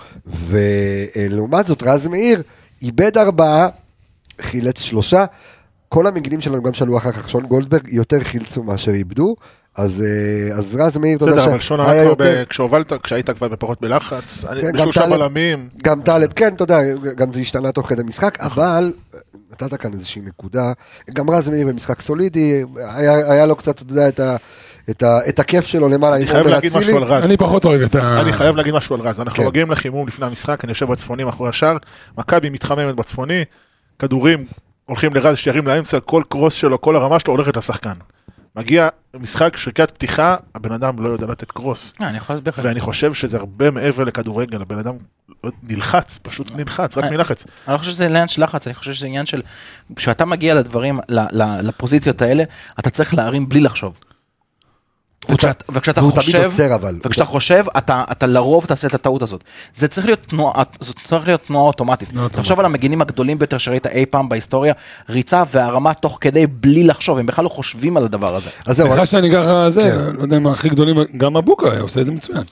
[SPEAKER 1] ולעומת זאת, רז מאיר איבד ארבעה, חילץ שלושה. כל המגינים שלנו גם שאלו אחר כך, שון גולדברג יותר חילצו מאשר איבדו, אז, אה, אז רז מאיר, אתה
[SPEAKER 2] בסדר,
[SPEAKER 1] יודע
[SPEAKER 2] אבל שון
[SPEAKER 1] שהיה
[SPEAKER 2] היה כבר,
[SPEAKER 1] יותר.
[SPEAKER 2] ב- כשהובלת, כשהיית כבר בפחות בלחץ, אני-
[SPEAKER 1] כן, גם
[SPEAKER 2] בשלושה
[SPEAKER 1] טלב-
[SPEAKER 2] בלמים,
[SPEAKER 1] גם טלב, כן, אתה יודע, גם זה השתנה תוך כדי משחק, אבל נתת כאן איזושהי נקודה. גם רז מאיר במשחק סולידי, היה, היה לו קצת, אתה יודע, את, ה, את, ה, את הכיף שלו למעלה.
[SPEAKER 2] אני
[SPEAKER 1] עם
[SPEAKER 2] חייב
[SPEAKER 1] רוברט
[SPEAKER 2] להגיד
[SPEAKER 1] אצילי.
[SPEAKER 2] משהו על רז.
[SPEAKER 6] אני פחות אוהב את ה...
[SPEAKER 2] אני חייב להגיד משהו על רז, אנחנו
[SPEAKER 1] כן.
[SPEAKER 2] מגיעים לחימום לפני המשחק, אני יושב בצפונים מאחורי השער, מכבי מתחממת בצפוני, כדורים הולכים לרז שירים לאמצע, כל קרוס שלו, כל הרמה שלו הולכת לשחקן. מגיע משחק, שריקת פתיחה, הבן אדם לא יודע לתת קרוס.
[SPEAKER 5] אה, אני יכול להסביר לך.
[SPEAKER 2] ואני חושב שזה הרבה מעבר לכדורגל, הבן אדם נלחץ, פשוט נלחץ, רק מלחץ.
[SPEAKER 5] אני לא חושב שזה עניין של לחץ, אני חושב שזה עניין של... כשאתה מגיע לדברים, ל- ל- לפוזיציות האלה, אתה צריך להרים בלי לחשוב. וכשאת- וכשאתה
[SPEAKER 1] והוא תמיד
[SPEAKER 5] חושב,
[SPEAKER 1] עוצר, אבל.
[SPEAKER 5] וכשאתה חושב, אתה אתה לרוב תעשה את הטעות הזאת. זה צריך להיות תנועה, זאת צריך להיות תנועה אוטומטית.
[SPEAKER 6] לא
[SPEAKER 5] תחשוב על המגינים הגדולים ביותר שראית אי פעם בהיסטוריה, ריצה והרמה תוך כדי בלי לחשוב, הם בכלל לא חושבים על הדבר הזה.
[SPEAKER 1] אז זהו,
[SPEAKER 6] סליחה שאני ככה זה,
[SPEAKER 1] כן.
[SPEAKER 6] לא יודע אם הכי גדולים, גם אבוקה היה עושה את זה מצוין.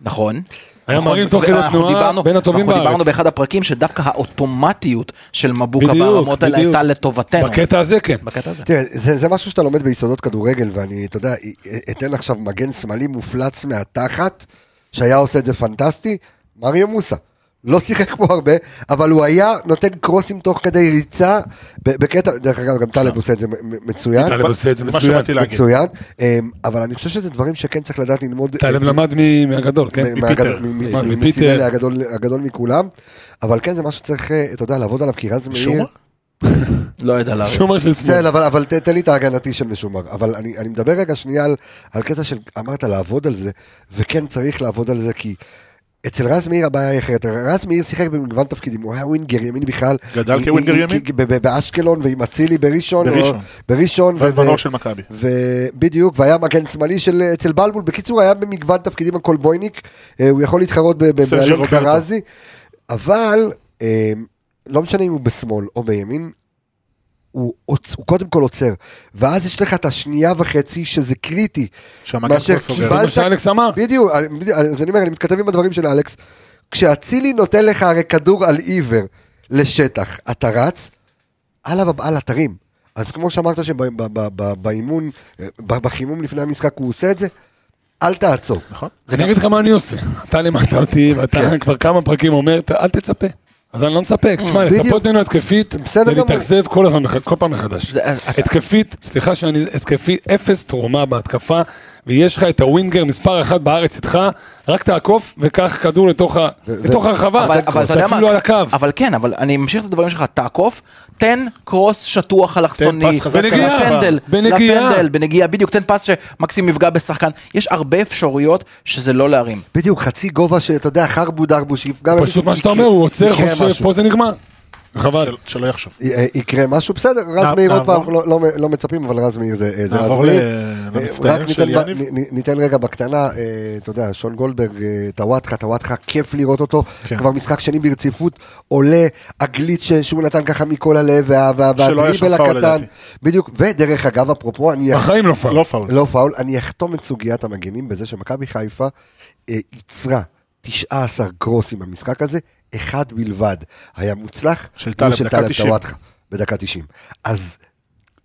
[SPEAKER 5] נכון.
[SPEAKER 6] היה
[SPEAKER 5] נכון,
[SPEAKER 6] מרים תוך
[SPEAKER 5] ו-
[SPEAKER 6] כדי
[SPEAKER 5] אנחנו
[SPEAKER 6] תנועה
[SPEAKER 5] דיברנו-
[SPEAKER 6] בין הטובים
[SPEAKER 5] אנחנו דיברנו
[SPEAKER 6] בארץ.
[SPEAKER 5] באחד הפרקים שדווקא האוטומטיות של מבוקה
[SPEAKER 6] בדיוק,
[SPEAKER 5] ברמות האלה
[SPEAKER 6] בדיוק.
[SPEAKER 5] הייתה לטובתנו.
[SPEAKER 6] בקטע הזה כן.
[SPEAKER 5] בקטע הזה.
[SPEAKER 1] תראה, זה, זה משהו שאתה לומד ביסודות כדורגל, ואני, אתה יודע, אתן עכשיו מגן שמאלי מופלץ מהתחת, שהיה עושה את זה פנטסטי, מריו מוסה. לא שיחק פה הרבה, אבל הוא היה נותן קרוסים תוך כדי ריצה, ב- בקטע, דרך אגב, גם טלב עושה את זה מ- מ- מצוין.
[SPEAKER 6] טלב עושה את זה
[SPEAKER 2] זה מה
[SPEAKER 6] מצוין.
[SPEAKER 2] שבאתי להגיד.
[SPEAKER 1] מצוין, אמ, אבל אני חושב שזה דברים שכן צריך לדעת ללמוד.
[SPEAKER 6] טלב
[SPEAKER 1] אה,
[SPEAKER 6] למד מ- מהגדול, כן?
[SPEAKER 1] מ-
[SPEAKER 2] מפיטר.
[SPEAKER 1] מהגדול- מ- מ-
[SPEAKER 6] מה,
[SPEAKER 1] מ-
[SPEAKER 6] מפיטר.
[SPEAKER 1] מסיגלי הגדול הגדול מכולם, אבל כן זה משהו שצריך, אה, אתה יודע, לעבוד עליו, כי רז מאיר...
[SPEAKER 2] משומר?
[SPEAKER 5] לא יודע למה.
[SPEAKER 6] שומר של שמאל.
[SPEAKER 1] כן, אבל, אבל ת- תן לי את ההגנתי של משומר. אבל אני, אני מדבר רגע שנייה על, על קטע של, אמרת לעבוד על זה, וכן צריך לעבוד על זה, כי אצל רז מאיר הבעיה היא אחרת. רז מאיר שיחק במגוון תפקידים, הוא היה ווינגר ימין בכלל.
[SPEAKER 2] גדל
[SPEAKER 1] עם-
[SPEAKER 2] כווינגר
[SPEAKER 1] עם-
[SPEAKER 2] ימין?
[SPEAKER 1] כי- ב- ב- באשקלון ועם אצילי בראשון.
[SPEAKER 2] בראשון.
[SPEAKER 1] או- בראשון.
[SPEAKER 2] ואז
[SPEAKER 1] ו-
[SPEAKER 2] בנוער של מכבי.
[SPEAKER 1] ובדיוק, והיה מגן שמאלי של אצל בלבול. בקיצור, היה במגוון תפקידים הקולבויניק, אה, הוא יכול להתחרות ב- ב-
[SPEAKER 2] סרג'יו
[SPEAKER 1] באלון
[SPEAKER 2] רוברטו.
[SPEAKER 1] חרזי, אבל אה, לא משנה אם הוא בשמאל או בימין, הוא, עוצ... הוא קודם כל עוצר, ואז יש לך את השנייה וחצי שזה קריטי.
[SPEAKER 2] שהמגן
[SPEAKER 1] מאשר
[SPEAKER 2] כבר סוגר.
[SPEAKER 1] קיבלת-
[SPEAKER 6] זה מה שאלכס אמר.
[SPEAKER 1] בדיוק, אני- בדיוק, אז אני אומר, אני מתכתב עם הדברים של אלכס. כשאצילי נותן לך הרי כדור על עיוור לשטח, אתה רץ, עלה בבעל אתרים. אז כמו שאמרת שבאימון, ב- בחימום לפני המשחק הוא עושה את זה, אל תעצור.
[SPEAKER 2] נכון?
[SPEAKER 6] אני אגיד לך מה אני עושה. אתה לימדת אותי, ואתה כבר כמה פרקים אומר, "ת- אל תצפה. אז אני לא מצפה, תשמע,
[SPEAKER 1] בדיוק.
[SPEAKER 6] לצפות ממנו התקפית,
[SPEAKER 1] בסדר
[SPEAKER 6] זה
[SPEAKER 1] גמור.
[SPEAKER 6] להתאכזב כל הזמן מח- כל פעם מחדש.
[SPEAKER 5] זה-
[SPEAKER 6] התקפית, סליחה שאני, התקפית, אפס תרומה בהתקפה, ויש לך את הווינגר מספר אחת בארץ איתך, רק תעקוף וקח כדור לתוך ה- לתוך הרחבה,
[SPEAKER 5] אבל, אבל
[SPEAKER 6] זה
[SPEAKER 5] אתה יודע מה,
[SPEAKER 6] אפילו על הקו.
[SPEAKER 5] אבל כן, אבל אני ממשיך את הדברים שלך, תעקוף, תן קרוס שטוח אלכסוני,
[SPEAKER 2] תן פס חזק
[SPEAKER 6] בנגיעה,
[SPEAKER 5] לפנדל,
[SPEAKER 6] בנגיעה.
[SPEAKER 5] לפנדל, בנגיעה, בדיוק, תן פס שמקסים יפגע בשחקן, יש הרבה אפשרויות שזה לא להרים.
[SPEAKER 1] בדיוק, חצי גובה שאתה יודע, חרבו דרבו שיפגע.
[SPEAKER 6] פשוט
[SPEAKER 1] במישהו,
[SPEAKER 6] מה שאתה
[SPEAKER 1] יקרה-
[SPEAKER 6] אומר, הוא עוצר,
[SPEAKER 1] יקרה
[SPEAKER 6] חושב,
[SPEAKER 1] משהו.
[SPEAKER 6] פה זה נגמר. חבל.
[SPEAKER 2] של- שלא יחשוב.
[SPEAKER 1] י- אה, יקרה משהו, בסדר, רז
[SPEAKER 2] נע-
[SPEAKER 1] מאיר עוד
[SPEAKER 2] נעבור.
[SPEAKER 1] פעם, לא- לא- לא מצפים, אבל רז מאיר זה אה, זה רז
[SPEAKER 2] נעבור
[SPEAKER 1] מאיר.
[SPEAKER 2] ל-
[SPEAKER 1] אה,
[SPEAKER 2] למצטיין
[SPEAKER 1] רק
[SPEAKER 2] של
[SPEAKER 1] ניתן ב-
[SPEAKER 2] יניב.
[SPEAKER 1] נ- נ- ניתן רגע בקטנה, אה, אתה יודע, שון גולדברג, אה, טוואטחה, טוואטחה, כיף לראות אותו,
[SPEAKER 2] כן.
[SPEAKER 1] כבר משחק שני ברציפות, עולה, הגליץ' ש- שהוא נתן ככה מכל הלב, וה- וה-
[SPEAKER 2] שלא היה
[SPEAKER 1] והדריבל
[SPEAKER 2] שם פאול,
[SPEAKER 1] הקטן,
[SPEAKER 2] לדעתי.
[SPEAKER 1] בדיוק, ודרך אגב, אפרופו, אני...
[SPEAKER 6] בחיים לא פעם.
[SPEAKER 2] לא פאול.
[SPEAKER 1] לא פאול, אני אחתום את סוגיית המגנים בזה שמכבי חיפה אה, ייצרה 19 קרוסים במשחק הזה, אחד בלבד היה מוצלח,
[SPEAKER 2] של
[SPEAKER 1] והוא
[SPEAKER 2] טלב, דקה 90.
[SPEAKER 1] טוואטחה, בדקה 90. אז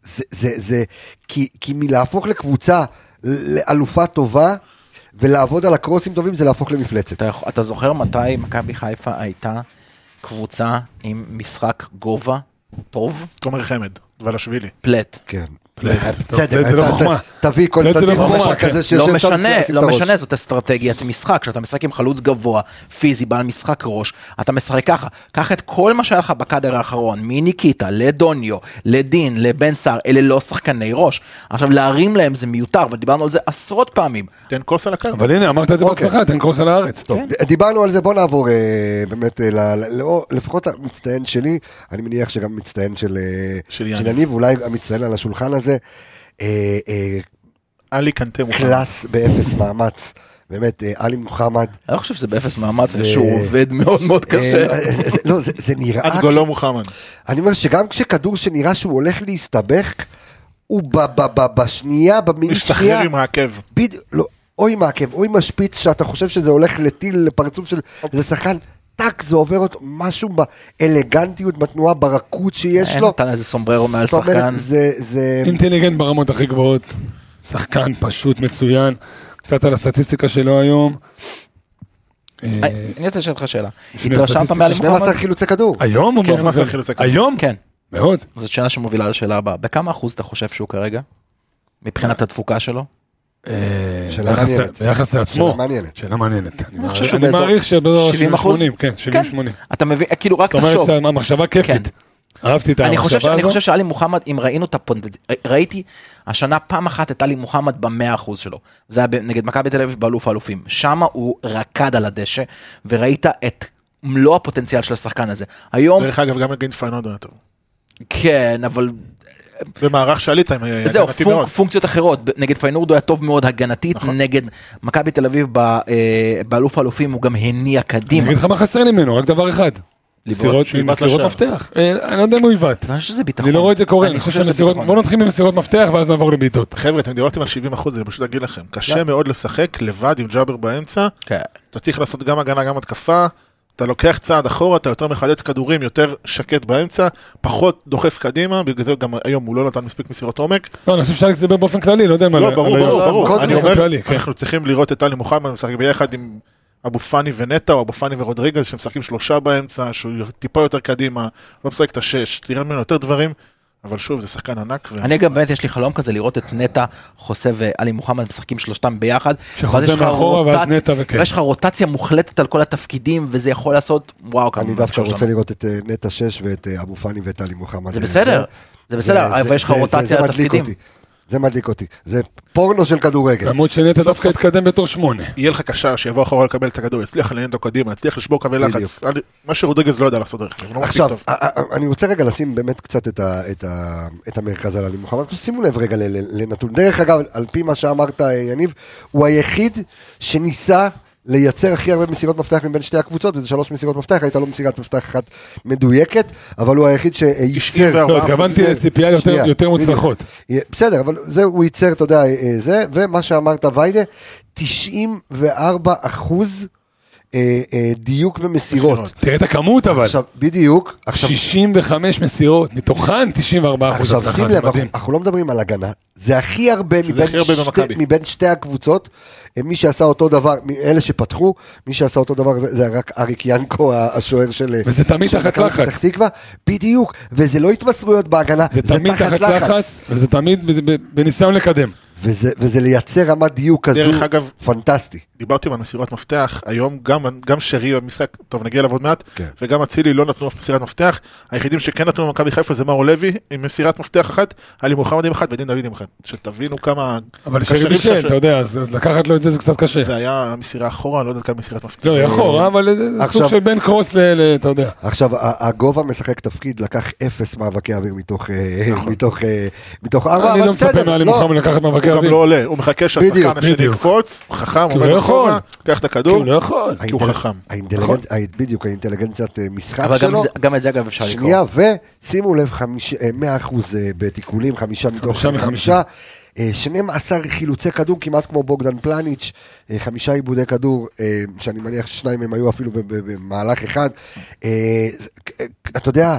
[SPEAKER 1] זה, זה, זה כי, כי מלהפוך לקבוצה לאלופה טובה ולעבוד על הקרוסים טובים זה להפוך למפלצת.
[SPEAKER 5] אתה, יכול- אתה זוכר מתי מכבי חיפה הייתה קבוצה עם משחק גובה טוב?
[SPEAKER 2] תומר חמד, ולשווילי.
[SPEAKER 5] פלט.
[SPEAKER 1] כן.
[SPEAKER 6] פלט זה לא
[SPEAKER 1] אתה-
[SPEAKER 6] חוכמה.
[SPEAKER 1] ת- תביא כל
[SPEAKER 6] פלט זה לא
[SPEAKER 1] סטטיק
[SPEAKER 6] חוכמה,
[SPEAKER 1] מורה
[SPEAKER 6] כן.
[SPEAKER 1] כזה שיושב
[SPEAKER 5] לא
[SPEAKER 1] שם
[SPEAKER 5] משנה,
[SPEAKER 1] לשים את
[SPEAKER 5] לא
[SPEAKER 1] הראש.
[SPEAKER 5] משנה, זאת אסטרטגיית משחק, כשאתה משחק עם חלוץ גבוה, פיזי, בעל משחק ראש, אתה משחק ככה, קח את כל מה שהיה לך בקאדר האחרון, מניקיטה, לדוניו, לדין, לבן סער, אלה לא שחקני ראש. עכשיו להרים להם זה מיותר, ודיברנו על זה עשרות פעמים.
[SPEAKER 2] תן כוס על הקו.
[SPEAKER 6] אבל הנה, אמרת את זה
[SPEAKER 1] אוקיי.
[SPEAKER 6] בעצמך, תן קרוס על הארץ.
[SPEAKER 1] ד- דיברנו על זה, בוא נעבור אה, באמת, אה, ל- ל- לא- לפחות המצטיין שלי, אני מניח שגם המצטיין של אה,
[SPEAKER 2] של
[SPEAKER 1] של
[SPEAKER 2] יניב.
[SPEAKER 1] יניב, אולי המצטיין על השולחן הזה, אה, אה,
[SPEAKER 2] עלי קנטה מוכן.
[SPEAKER 1] קלאס באפס מאמץ. באמת, אה, עלי מוחמד.
[SPEAKER 5] אני לא חושב שזה באפס מאמץ,
[SPEAKER 1] זה-
[SPEAKER 5] זה שהוא עובד מאוד מאוד קשה.
[SPEAKER 1] אה, זה- זה- לא, זה- זה נראה...
[SPEAKER 2] אנגולו מוחמד.
[SPEAKER 1] אני אומר שגם כשכדור שנראה שהוא הולך להסתבך, הוא ב- ב- ב- בשנייה, במיליון
[SPEAKER 2] משתחרר
[SPEAKER 1] שנייה,
[SPEAKER 2] עם העקב.
[SPEAKER 1] בדיוק, לא, או עם העקב, או עם השפיץ, שאתה חושב שזה הולך לטיל, לפרצוף של איזה שחקן, טאק, זה עובר אותו, משהו באלגנטיות, בתנועה, ברכות שיש
[SPEAKER 5] אין,
[SPEAKER 1] לו.
[SPEAKER 5] נתן איזה סומבררו מעל
[SPEAKER 1] זאת אומרת,
[SPEAKER 5] שחקן.
[SPEAKER 1] זה, זה,
[SPEAKER 6] אינטליגנט ברמות הכי גבוהות, שחקן פשוט מצוין, קצת על הסטטיסטיקה שלו היום. אה,
[SPEAKER 5] אני אני רוצה לשאול אותך שאלה.
[SPEAKER 6] לפני
[SPEAKER 5] התרשמת
[SPEAKER 6] הסטטיסטיקה,
[SPEAKER 5] מעלי
[SPEAKER 1] 12
[SPEAKER 5] מוחמד?
[SPEAKER 1] חילוצי כדור.
[SPEAKER 6] היום או
[SPEAKER 2] כן,
[SPEAKER 6] באופן
[SPEAKER 2] מה זה
[SPEAKER 6] כללי?
[SPEAKER 2] חילוצי כדור?
[SPEAKER 6] היום?
[SPEAKER 5] כן.
[SPEAKER 6] מאוד.
[SPEAKER 5] זאת שאלה שמובילה לשאלה הבאה. בכמה אחוז אתה חושב שהוא כרגע? מבחינת התפוקה שלו?
[SPEAKER 6] אה,
[SPEAKER 1] שאלה
[SPEAKER 6] ביחס-
[SPEAKER 1] מעניינת.
[SPEAKER 6] ביחס
[SPEAKER 1] שאלה
[SPEAKER 6] לעצמו.
[SPEAKER 1] מעניינת.
[SPEAKER 6] שאלה מעניינת. אני
[SPEAKER 5] חושב
[SPEAKER 6] מעריך-
[SPEAKER 5] שהוא
[SPEAKER 6] אני
[SPEAKER 5] באזור
[SPEAKER 6] מעריך שבאזור
[SPEAKER 5] 70 אחוז?
[SPEAKER 6] 70-80, כן, 70-80.
[SPEAKER 5] אתה מבין, כאילו רק
[SPEAKER 6] זאת אומרת,
[SPEAKER 5] תחשוב.
[SPEAKER 6] זה המחשבה כיפית. אהבתי את
[SPEAKER 5] אני חושב, ש-
[SPEAKER 6] המחשבה
[SPEAKER 5] אני
[SPEAKER 6] הזאת.
[SPEAKER 5] חושב שאלי מוחמד, אם ראינו את הפונדד, ראיתי השנה פעם אחת את עלי מוחמד במאה אחוז שלו. זה היה ב- נגד מכבי תל אביב באלוף האלופים. שמה הוא רקד על הדשא, וראית את מלוא הפוטנציאל של השחקן הזה. היום,
[SPEAKER 2] דרך אגב, גם נגד פיינוד היה טוב.
[SPEAKER 5] כן, אבל
[SPEAKER 2] במערך שעלית הם היה
[SPEAKER 5] זהו,
[SPEAKER 2] הגנתי
[SPEAKER 5] פונק-
[SPEAKER 2] מאוד.
[SPEAKER 5] פונקציות אחרות. ב- נגד פיינורד הוא היה טוב מאוד הגנתית,
[SPEAKER 6] נכון.
[SPEAKER 5] נגד מכבי תל אביב ב- אה, באלוף האלופים הוא גם הניע
[SPEAKER 6] אני
[SPEAKER 5] קדימה.
[SPEAKER 6] אגיד לך מה חסר לי ממנו, רק דבר אחד. מסירות
[SPEAKER 2] שהוא יבעט
[SPEAKER 6] מסירות
[SPEAKER 2] לשער.
[SPEAKER 6] מפתח. אה, אני לא יודע אם הוא יבעט.
[SPEAKER 5] אני חושב שזה ביטחון.
[SPEAKER 6] אני לא רואה את זה קורה, אני חושב
[SPEAKER 5] נכון. שזה נכון.
[SPEAKER 6] שמסירות...
[SPEAKER 5] ביטחון.
[SPEAKER 6] בוא נתחיל ממסירות מפתח ואז נעבור לבעיטות.
[SPEAKER 2] חבר'ה, אתם דיברתם על 70 אחוז, אני פשוט אגיד לכם, קשה מאוד לשחק לבד עם ג'אבר באמצע,
[SPEAKER 5] כן.
[SPEAKER 2] אתה צריך לעשות גם הגנה, גם התקפה, אתה לוקח צעד אחורה, אתה יותר מחלץ כדורים, יותר שקט באמצע, פחות דוחף קדימה, בגלל זה גם היום הוא לא נתן מספיק מסירות עומק.
[SPEAKER 6] לא, אני חושב שאלכס דיבר באופן כללי, לא יודע מה...
[SPEAKER 2] לא, ברור, ברור, ברור.
[SPEAKER 1] קודם
[SPEAKER 2] אני
[SPEAKER 1] כל
[SPEAKER 2] אומר,
[SPEAKER 6] כללי, כן.
[SPEAKER 2] אנחנו צריכים לראות את טלי מוחמד משחק ביחד עם אבו פאני ונטע, או אבו פאני ורודריגז, שמשחקים שלושה באמצע, שהוא טיפה יותר קדימה, לא משחק את השש, תראה ממנו יותר דברים, אבל שוב, זה שחקן ענק. ו-
[SPEAKER 5] אני גם באמת יש לי חלום כזה לראות את נטע, חוסה ועלי מוחמד משחקים שלושתם ביחד.
[SPEAKER 6] שחוזר
[SPEAKER 5] ואז יש לך
[SPEAKER 6] מאחורה, ואז
[SPEAKER 5] רוטציה-
[SPEAKER 6] נטע וכן.
[SPEAKER 5] ויש לך רוטציה מוחלטת על כל התפקידים וזה יכול לעשות וואו כמה.
[SPEAKER 1] אני דווקא
[SPEAKER 5] משהו
[SPEAKER 1] רוצה
[SPEAKER 5] שם.
[SPEAKER 1] לראות את אה, נטע שש ואת אה, אבו פאני ואת טלי מוחמד.
[SPEAKER 5] זה בסדר, זה בסדר,
[SPEAKER 1] זה-
[SPEAKER 5] אבל יש לך
[SPEAKER 1] זה- זה-
[SPEAKER 5] רוטציה
[SPEAKER 1] זה
[SPEAKER 5] על
[SPEAKER 1] מדליק
[SPEAKER 5] התפקידים.
[SPEAKER 1] אותי. זה מדליק אותי, זה פורנו של כדורגל.
[SPEAKER 6] למרות שנטע דווקא התקדם בתור שמונה.
[SPEAKER 2] יהיה לך קשר שיבוא אחורה לקבל את הכדור, יצליח לנהל אותו קדימה, יצליח לשבור קווי לחץ. אני- מה שרודריגז לא יודע לעשות דרך אגב, הוא לא מספיק
[SPEAKER 1] עכשיו,
[SPEAKER 2] טוב.
[SPEAKER 1] א- א- א- אני רוצה רגע לשים באמת קצת את, ה, את, ה, את המרכז על עלי מוחמד. שימו לב רגע ל- ל- לנתון. דרך אגב, על פי מה שאמרת, אה, יניב, הוא היחיד שניסה לייצר הכי הרבה מסירות מפתח מבין שתי הקבוצות, וזה שלוש מסירות מפתח, הייתה לו מסירת מפתח אחת מדויקת, אבל הוא היחיד שייצר.
[SPEAKER 2] 94.
[SPEAKER 6] לא, התכוונתי
[SPEAKER 1] זה-
[SPEAKER 6] לציפייה יותר-
[SPEAKER 1] שנייה,
[SPEAKER 6] יותר
[SPEAKER 1] בדיוק.
[SPEAKER 6] מוצלחות.
[SPEAKER 1] אה, בסדר, אבל זה הוא ייצר, אתה יודע, אה, זה, ומה שאמרת ויידה, 94 אחוז אה, דיוק במסירות.
[SPEAKER 2] מסירות.
[SPEAKER 6] תראה את הכמות אבל.
[SPEAKER 1] עכשיו, בדיוק, עכשיו,
[SPEAKER 6] 65 מסירות, מתוכן 94 אחוז
[SPEAKER 1] עכשיו שים
[SPEAKER 6] הצלחה, זה
[SPEAKER 1] לב, אנחנו-
[SPEAKER 6] מדהים.
[SPEAKER 1] אנחנו לא מדברים על הגנה, זה הכי הרבה
[SPEAKER 2] שזה הכי
[SPEAKER 1] מבין
[SPEAKER 2] הרבה
[SPEAKER 1] שתי-
[SPEAKER 2] במכבי.
[SPEAKER 1] מבין שתי הקבוצות, מי שעשה אותו דבר, מ- אלה שפתחו, מי שעשה אותו דבר זה- זה רק אריק ינקו ה- השוער של...
[SPEAKER 6] וזה תמיד
[SPEAKER 1] של
[SPEAKER 6] תחת
[SPEAKER 1] מכבי
[SPEAKER 6] לחץ.
[SPEAKER 1] פתח תקווה, בדיוק, וזה לא התמסרויות בהגנה,
[SPEAKER 6] זה תמיד תחת לחץ, וזה תמיד ב- ב- בניסיון לקדם.
[SPEAKER 1] וזה וזה לייצר רמת דיוק כזו,
[SPEAKER 2] דרך אגב-
[SPEAKER 1] פנטסטי.
[SPEAKER 2] דיברתי על מסירת מפתח, היום גם, גם שרי במשחק, טוב נגיע אליו עוד מעט,
[SPEAKER 1] כן.
[SPEAKER 2] וגם אצילי לא נתנו אף מסירת מפתח, היחידים שכן נתנו במכבי חיפה זה מאור לוי עם מסירת מפתח אחת, היה לי מוחמד עם אחת ודין דוד עם אחת, שתבינו כמה...
[SPEAKER 6] אבל
[SPEAKER 2] קשרים
[SPEAKER 6] שרי בישל,
[SPEAKER 2] קשה.
[SPEAKER 6] אתה יודע, אז אז לקחת לו את זה זה קצת קשה.
[SPEAKER 2] זה היה מסירה אחורה, אני לא יודע כמה מסירת מפתח.
[SPEAKER 6] כן. לא, יכול, אה, אבל זה סוג
[SPEAKER 1] עכשיו-
[SPEAKER 6] של בין קרוס ל... ל- אתה יודע.
[SPEAKER 1] עכשיו, ה- הגובה משחק תפקיד, לקח אפס מאבקי אוויר מתוך אה, מתוך, אה, מתוך ארבע,
[SPEAKER 6] נכון. אני
[SPEAKER 1] אבל
[SPEAKER 6] לא מצפה
[SPEAKER 1] בסדר,
[SPEAKER 6] מעלי
[SPEAKER 1] לא,
[SPEAKER 6] מוחמד לקחת מאבקי
[SPEAKER 2] הוא גם
[SPEAKER 6] אוויר.
[SPEAKER 2] לא עולה, הוא מחכה
[SPEAKER 1] בדיוק,
[SPEAKER 2] שהשחקן השני
[SPEAKER 6] בדיוק.
[SPEAKER 2] יקפוץ, הוא חכם,
[SPEAKER 6] כי הוא לא
[SPEAKER 2] עומד אחורה,
[SPEAKER 6] יכול.
[SPEAKER 2] קח את
[SPEAKER 6] כי הוא נכון.
[SPEAKER 2] הכדור,
[SPEAKER 6] לא יכול.
[SPEAKER 2] כי הוא
[SPEAKER 1] האינטליגנ-
[SPEAKER 2] חכם.
[SPEAKER 1] האינטליגנט- האינ- בדיוק, האינטליגנציית אה, משחק
[SPEAKER 5] אבל גם
[SPEAKER 1] שלו.
[SPEAKER 5] זה- גם את זה אגב אפשר לקרוא.
[SPEAKER 1] שנייה, ושימו לב, חמיש- אה, 100% אה, בתיקולים, חמישה מתוך
[SPEAKER 6] חמישה
[SPEAKER 1] חמישה. אה, 12 חילוצי כדור, כמעט כמו בוגדן פלניץ', אה, חמישה עיבודי כדור, אה, שאני מניח ששניים מהם היו אפילו ב- ב- במהלך אחד. אה, זה- אה, אתה יודע,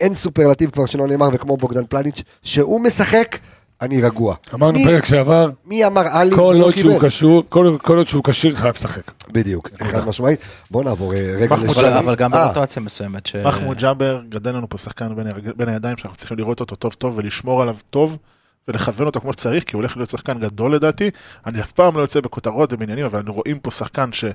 [SPEAKER 1] אין סופרלטיב כבר שלא נאמר, וכמו בוגדן פלניץ', שהוא משחק, אני רגוע.
[SPEAKER 6] אמרנו
[SPEAKER 1] מי-
[SPEAKER 6] פרק שעבר,
[SPEAKER 1] מי אמר עלי?
[SPEAKER 6] כל
[SPEAKER 1] הוא לא
[SPEAKER 6] עוד שהוא
[SPEAKER 1] קיבל.
[SPEAKER 6] קשור, כל כל עוד שהוא כשיר חייב לשחק.
[SPEAKER 1] בדיוק, חד משמעית. בוא נעבור אה, רגע
[SPEAKER 2] מחמוד
[SPEAKER 5] אבל-
[SPEAKER 2] שרי.
[SPEAKER 5] אבל גם
[SPEAKER 1] אה,
[SPEAKER 5] ברוטציה מסוימת. ש-
[SPEAKER 2] מחמוד ג'אבר גדל לנו פה שחקן בין הרג- בין הידיים שאנחנו צריכים לראות אותו טוב טוב ולשמור עליו טוב ולכוון אותו כמו שצריך כי הוא הולך להיות שחקן גדול לדעתי. אני אף פעם לא יוצא בכותרות ובעניינים אבל אנחנו רואים פה שחקן שבא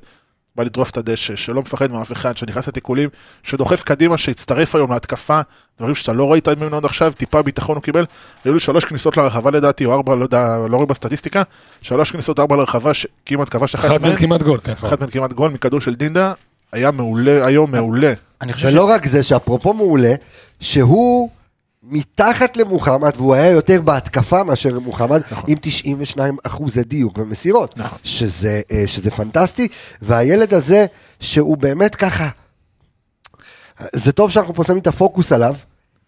[SPEAKER 2] לדרוף את הדשא, שלא מפחד מאף אחד, שנכנס לתיקולים, שדוחף קדימה, שהצטרף היום להתקפה, דברים שאתה לא ראית ממנו עד עכשיו, טיפה ביטחון הוא קיבל. היו לי שלוש כניסות לרחבה לדעתי או ארבע, לא יודע, לא רואה בסטטיסטיקה, שלוש כניסות ארבע לרחבה שכמעט כבש אחת
[SPEAKER 6] אחת
[SPEAKER 2] מהן,
[SPEAKER 6] מהן כמעט גול, כן.
[SPEAKER 2] אחת מהן כמעט גול מכדור של דינדה. היה מעולה, היום מעולה.
[SPEAKER 1] לא
[SPEAKER 5] אני חושב
[SPEAKER 1] ולא רק זה, שאפרופו מעולה, שהוא מתחת למוחמד, והוא היה יותר בהתקפה מאשר מוחמד,
[SPEAKER 2] נכון.
[SPEAKER 1] עם 92 אחוזי דיוק במסירות, שזה, אה, שזה פנטסטי, והילד הזה, שהוא באמת ככה, זה טוב שאנחנו פה שמים את הפוקוס עליו,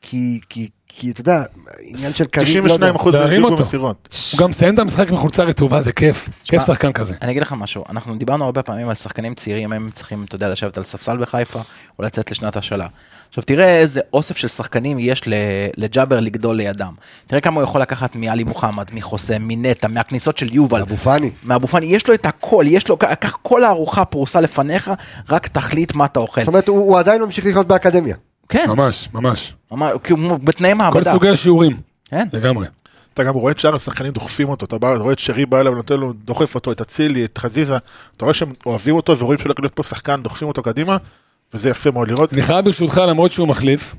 [SPEAKER 1] כי, כי, כי אתה יודע, עניין של קריב, לא יודע.
[SPEAKER 2] 92 אחוז
[SPEAKER 6] להרים אותו.
[SPEAKER 2] במסירות.
[SPEAKER 6] הוא גם מסיים את המשחק עם חולצה רטובה, זה כיף. כיף שחקן כזה.
[SPEAKER 5] אני אגיד לך משהו, אנחנו דיברנו הרבה פעמים על שחקנים צעירים, הם צריכים, אתה יודע, לשבת על ספסל בחיפה, או לצאת לשנת השאלה. עכשיו תראה איזה אוסף של שחקנים יש ל- לג'אבר לגדול לידם. תראה כמה הוא יכול לקחת מעלי מוחמד, מחוסה, מנטע, מהכניסות של יובל.
[SPEAKER 1] אבו פאני.
[SPEAKER 2] כן.
[SPEAKER 5] מאבו פאני, יש לו את הכל, יש לו, קח כל הארוחה פרוסה לפניך, רק תחליט מה אתה אוכל.
[SPEAKER 1] זאת אומרת, הוא, הוא עדיין ממשיך לחיות באקדמיה.
[SPEAKER 5] כן,
[SPEAKER 6] ממש, ממש.
[SPEAKER 5] ממש, כאילו, בתנאי
[SPEAKER 6] כל
[SPEAKER 5] מעבדה.
[SPEAKER 6] סוגי השיעורים.
[SPEAKER 5] כן.
[SPEAKER 6] לגמרי.
[SPEAKER 2] אתה גם רואה את שאר השחקנים דוחפים אותו, אתה בא- רואה את שרי בא אליו, נותן לו, דוחף אותו, את אצילי, את חזיזה, אתה רואה שהם אוהבים אותו ורואים שהולך להיות פה שחקן, דוחפים אותו קדימה, וזה יפה מאוד לראות.
[SPEAKER 6] אני חייב ברשותך, למרות שהוא מחליף,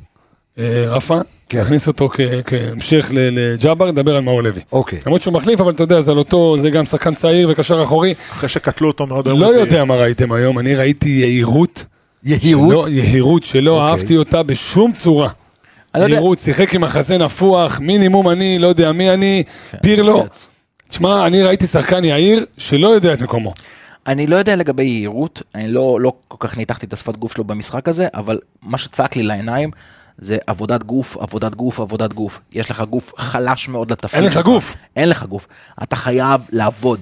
[SPEAKER 6] אה, רפה,
[SPEAKER 5] כן.
[SPEAKER 6] להכניס אותו כ- כהמשך ל- לג'אבר, נדבר על מאור לוי.
[SPEAKER 1] אוקיי.
[SPEAKER 6] למרות שהוא מחליף, אבל אתה יודע, זה על אותו, זה גם שחקן צעיר וקשר אחורי.
[SPEAKER 2] אחרי שקטלו אותו מאוד היום.
[SPEAKER 6] לא
[SPEAKER 2] זה-
[SPEAKER 6] יודע מה ראיתם היום, אני ראיתי יהירות.
[SPEAKER 1] יהירות.
[SPEAKER 6] שלא- יהירות, שלא
[SPEAKER 1] אוקיי.
[SPEAKER 6] אהבתי אותה בשום צורה.
[SPEAKER 5] אני לא יודע-
[SPEAKER 6] יהירות, שיחק עם החזה נפוח, מינימום אני, לא יודע מי אני,
[SPEAKER 5] כן,
[SPEAKER 6] פירלו.
[SPEAKER 5] פוסקץ.
[SPEAKER 6] תשמע, אני ראיתי שחקן יהיר שלא יודע את מקומו.
[SPEAKER 5] אני לא יודע לגבי יהירות, אני לא, לא כל כך ניתחתי את השפת גוף שלו במשחק הזה, אבל מה שצעק לי לעיניים זה עבודת גוף, עבודת גוף, עבודת גוף. יש לך גוף חלש מאוד לתפקיד.
[SPEAKER 6] אין לך
[SPEAKER 5] שלך.
[SPEAKER 6] גוף.
[SPEAKER 5] אין לך גוף. אתה חייב לעבוד.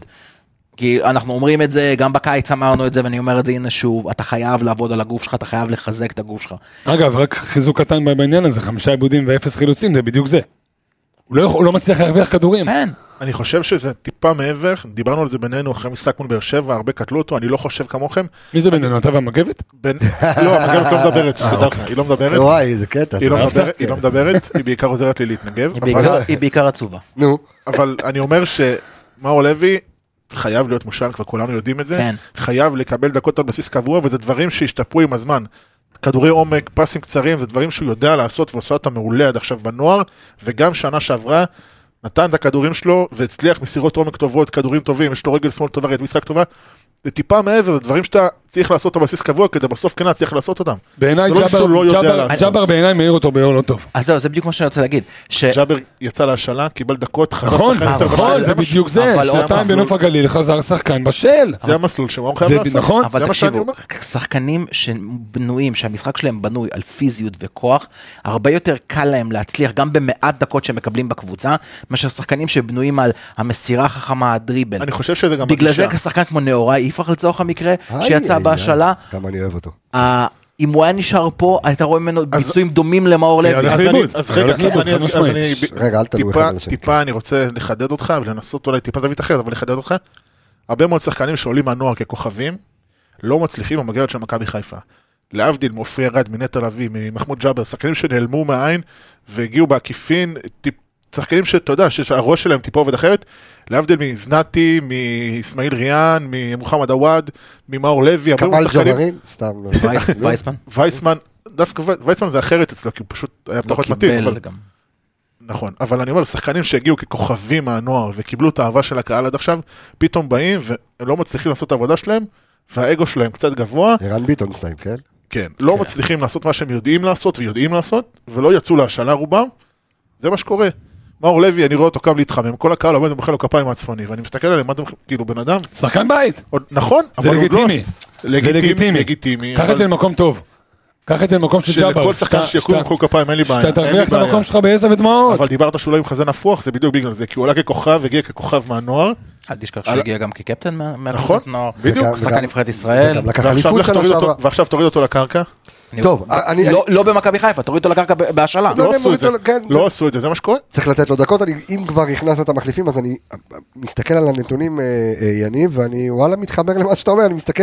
[SPEAKER 5] כי אנחנו אומרים את זה, גם בקיץ אמרנו את זה, ואני אומר את זה הנה שוב, אתה חייב לעבוד על הגוף שלך, אתה חייב לחזק את הגוף שלך.
[SPEAKER 6] אגב, רק חיזוק קטן בעניין הזה, חמישה עיבודים ואפס חילוצים, זה בדיוק זה. הוא לא, יכול- הוא לא מצליח להרוויח כדורים.
[SPEAKER 5] אין.
[SPEAKER 2] אני חושב שזה טיפה מעבר, דיברנו על זה בינינו אחרי משחק מול באר שבע, הרבה קטלו אותו, אני לא חושב כמוכם.
[SPEAKER 6] מי זה בינינו, אתה והמגבת?
[SPEAKER 2] בין... לא, המגבת לא מדברת, שתדע
[SPEAKER 1] אוקיי.
[SPEAKER 2] לך, היא לא מדברת,
[SPEAKER 1] וואי, זה קטע.
[SPEAKER 2] היא לא
[SPEAKER 6] אהבת?
[SPEAKER 2] מדברת, היא לא מדברת, היא בעיקר עוזרת לי להתנגב.
[SPEAKER 5] היא בעיקר- היא בעיקר עצובה.
[SPEAKER 1] נו.
[SPEAKER 2] אבל אני אומר שמאור לוי חייב להיות מושל, כבר כולנו יודעים את זה.
[SPEAKER 5] כן.
[SPEAKER 2] חייב לקבל דקות על בסיס קבוע, וזה דברים שהשתפרו עם הזמן. כדורי עומק, פסים קצרים, זה דברים שהוא יודע לעשות ועושה אותם מעולה עד עכשיו בנוער, וגם שנה שעברה נתן את הכדורים שלו והצליח מסירות עומק טובות, כדורים טובים, יש לו רגל שמאל טובה, ראיית משחק טובה. זה טיפה מעבר, זה דברים שאתה צריך לעשות אותם בסיס קבוע, כדי בסוף כן להצליח לעשות אותם.
[SPEAKER 6] בעיניי
[SPEAKER 2] זה לא
[SPEAKER 6] ג'אבר,
[SPEAKER 2] שהוא לא יודע
[SPEAKER 6] ג'אבר,
[SPEAKER 2] לעשות.
[SPEAKER 6] ג'אבר בעיניי מאיר אותו באור לא טוב.
[SPEAKER 5] אז זהו, זה בדיוק מה שאני רוצה להגיד. ש-
[SPEAKER 2] ג'אבר יצא להשאלה, קיבל דקות, חזר
[SPEAKER 6] נכון,
[SPEAKER 2] שחקן יותר
[SPEAKER 6] נכון,
[SPEAKER 2] בשל,
[SPEAKER 6] זה
[SPEAKER 2] מה ש-
[SPEAKER 6] בדיוק זה.
[SPEAKER 5] אבל עוד
[SPEAKER 6] שנתיים
[SPEAKER 2] מסלול.
[SPEAKER 6] בנוף הגליל חזר שחקן בשל.
[SPEAKER 2] זה המסלול שמאור
[SPEAKER 6] זה
[SPEAKER 2] חייב לעשות.
[SPEAKER 6] נכון,
[SPEAKER 5] אבל
[SPEAKER 2] זה מה שאני
[SPEAKER 5] תקשיבו,
[SPEAKER 2] אומר.
[SPEAKER 5] שחקנים שבנויים, שהמשחק שלהם בנוי על פיזיות וכוח, הרבה יותר קל להם להצליח גם במעט דקות שהם מקבלים בקבוצה, מאשר שחקנים שבנויים על המסירה החכמה, הדריבל.
[SPEAKER 2] אני חושב שזה גם
[SPEAKER 5] בגלל זה
[SPEAKER 2] הגישה.
[SPEAKER 5] שחקן כמו נאורי יפרח לצורך המקרה,
[SPEAKER 1] היי,
[SPEAKER 5] שיצא
[SPEAKER 1] היי,
[SPEAKER 5] בהשאלה,
[SPEAKER 1] היי. כמה אני אוהב אותו.
[SPEAKER 5] ה- אם הוא היה נשאר פה, היית רואה ממנו ביצועים דומים למאור לוי.
[SPEAKER 6] הולך
[SPEAKER 2] כן, אז אני-
[SPEAKER 6] לאיבוד.
[SPEAKER 2] אז
[SPEAKER 6] זה הולך
[SPEAKER 2] רגע,
[SPEAKER 6] לאיבוד,
[SPEAKER 2] אז אני-
[SPEAKER 6] חד
[SPEAKER 2] אז
[SPEAKER 6] משמעית.
[SPEAKER 2] אני-
[SPEAKER 1] רגע, אל תלו
[SPEAKER 2] טיפה-
[SPEAKER 1] אחד על השני.
[SPEAKER 2] טיפה אני רוצה לחדד אותך ולנסות אולי טיפה זווית אחרת, אבל לחדד אותך. הרבה מאוד שחקנים שעולים מהנוער ככוכבים, לא מצליחים במגרת של מכבי חיפה. להבדיל מעופרי ארד, מנטע לביא, ממחמוד ג'אבר, שחקנים שנעלמו מהעין והגיעו בעקיפין, טיפ- שחקנים שאתה יודע, שהראש שלהם טיפה עובד אחרת, להבדיל מזנתי, מאסמאעיל ריאן, ממוחמד עוואד, ממאור לוי, הרבה מאוד
[SPEAKER 1] כמאל
[SPEAKER 2] שחקנים,
[SPEAKER 1] ג'בארין? סתם. לא.
[SPEAKER 5] וייס- וייסמן?
[SPEAKER 2] וייסמן, דווקא וייס- וייסמן זה אחרת אצלו, כי הוא פשוט היה
[SPEAKER 5] לא
[SPEAKER 2] פחות מתאים. אבל-
[SPEAKER 5] קיבל גם.
[SPEAKER 2] נכון, אבל אני אומר, שחקנים שהגיעו ככוכבים מהנוער וקיבלו את האהבה של הקהל עד עכשיו, פתאום באים והם לא מצליחים לעשות את העבודה שלהם, והאגו שלהם קצת גבוה,
[SPEAKER 1] ערן ביטונסטיין, כן?
[SPEAKER 2] כן, לא מצליחים לעשות מה שהם יודעים לעשות ויודעים לעשות, ולא יצאו להשאלה רובם, זה מה שקורה. מאור לוי, אני רואה אותו קם להתחמם, כל הקהל עומד ומחא לו כפיים עצפני, ואני מסתכל עליהם, מה אתה מחא, כאילו בן אדם,
[SPEAKER 6] שחקן בית.
[SPEAKER 2] עוד, נכון,
[SPEAKER 6] זה
[SPEAKER 2] אבל עוד לא-
[SPEAKER 6] לגיטימי. זה
[SPEAKER 2] לגיטימי,
[SPEAKER 6] לגיטימי.
[SPEAKER 2] לגיטימי,
[SPEAKER 6] קח את
[SPEAKER 2] אבל
[SPEAKER 6] זה למקום טוב. קח את זה למקום של ג'אבר.
[SPEAKER 2] שלכל שחקן
[SPEAKER 6] שאתה-
[SPEAKER 2] שיקום
[SPEAKER 6] שאתה-
[SPEAKER 2] ימחאו כפיים, אין לי בעיה,
[SPEAKER 6] שאתה
[SPEAKER 2] אין לי
[SPEAKER 6] תרוויח את
[SPEAKER 2] בעיה.
[SPEAKER 6] המקום שלך בעשר ודמעות.
[SPEAKER 2] אבל דיברת שהוא לא עם חזה נפוח, זה בדיוק בגלל זה, כי הוא עלה ככוכב, הגיע ככוכב מהנוער,
[SPEAKER 5] אל תשכח
[SPEAKER 2] על-
[SPEAKER 5] שהוא הגיע גם כקפטן מה-
[SPEAKER 2] נכון,
[SPEAKER 5] מהקבוצת נוער.
[SPEAKER 2] בדיוק.
[SPEAKER 1] וגם-
[SPEAKER 5] שחקן
[SPEAKER 1] וגם-
[SPEAKER 5] נבחרת ישראל.
[SPEAKER 1] וגם לקח
[SPEAKER 2] ועכשיו
[SPEAKER 1] אליפות
[SPEAKER 2] לך
[SPEAKER 1] שנה
[SPEAKER 2] תוריד אותו-
[SPEAKER 1] שעברה.
[SPEAKER 2] ועכשיו תוריד אותו לקרקע?
[SPEAKER 1] לא
[SPEAKER 5] אני-
[SPEAKER 1] טוב, אני-
[SPEAKER 5] לא- לא במכבי חיפה, תוריד אותו לקרקע ב- בהשאלה.
[SPEAKER 1] לא
[SPEAKER 2] לא
[SPEAKER 1] יודע אם
[SPEAKER 2] עשו את זה,
[SPEAKER 1] הורידו לו, כן, זה-
[SPEAKER 2] לא עשו את זה, זה מה שקורה.
[SPEAKER 1] צריך לתת לו דקות, אני, אם כבר הכנסת את המחליפים, אז אני אה, אה, מסתכל על הנתונים, אה, אה, יניב, ואני וואלה מתחבר למה שאתה אומר, אני מסתכל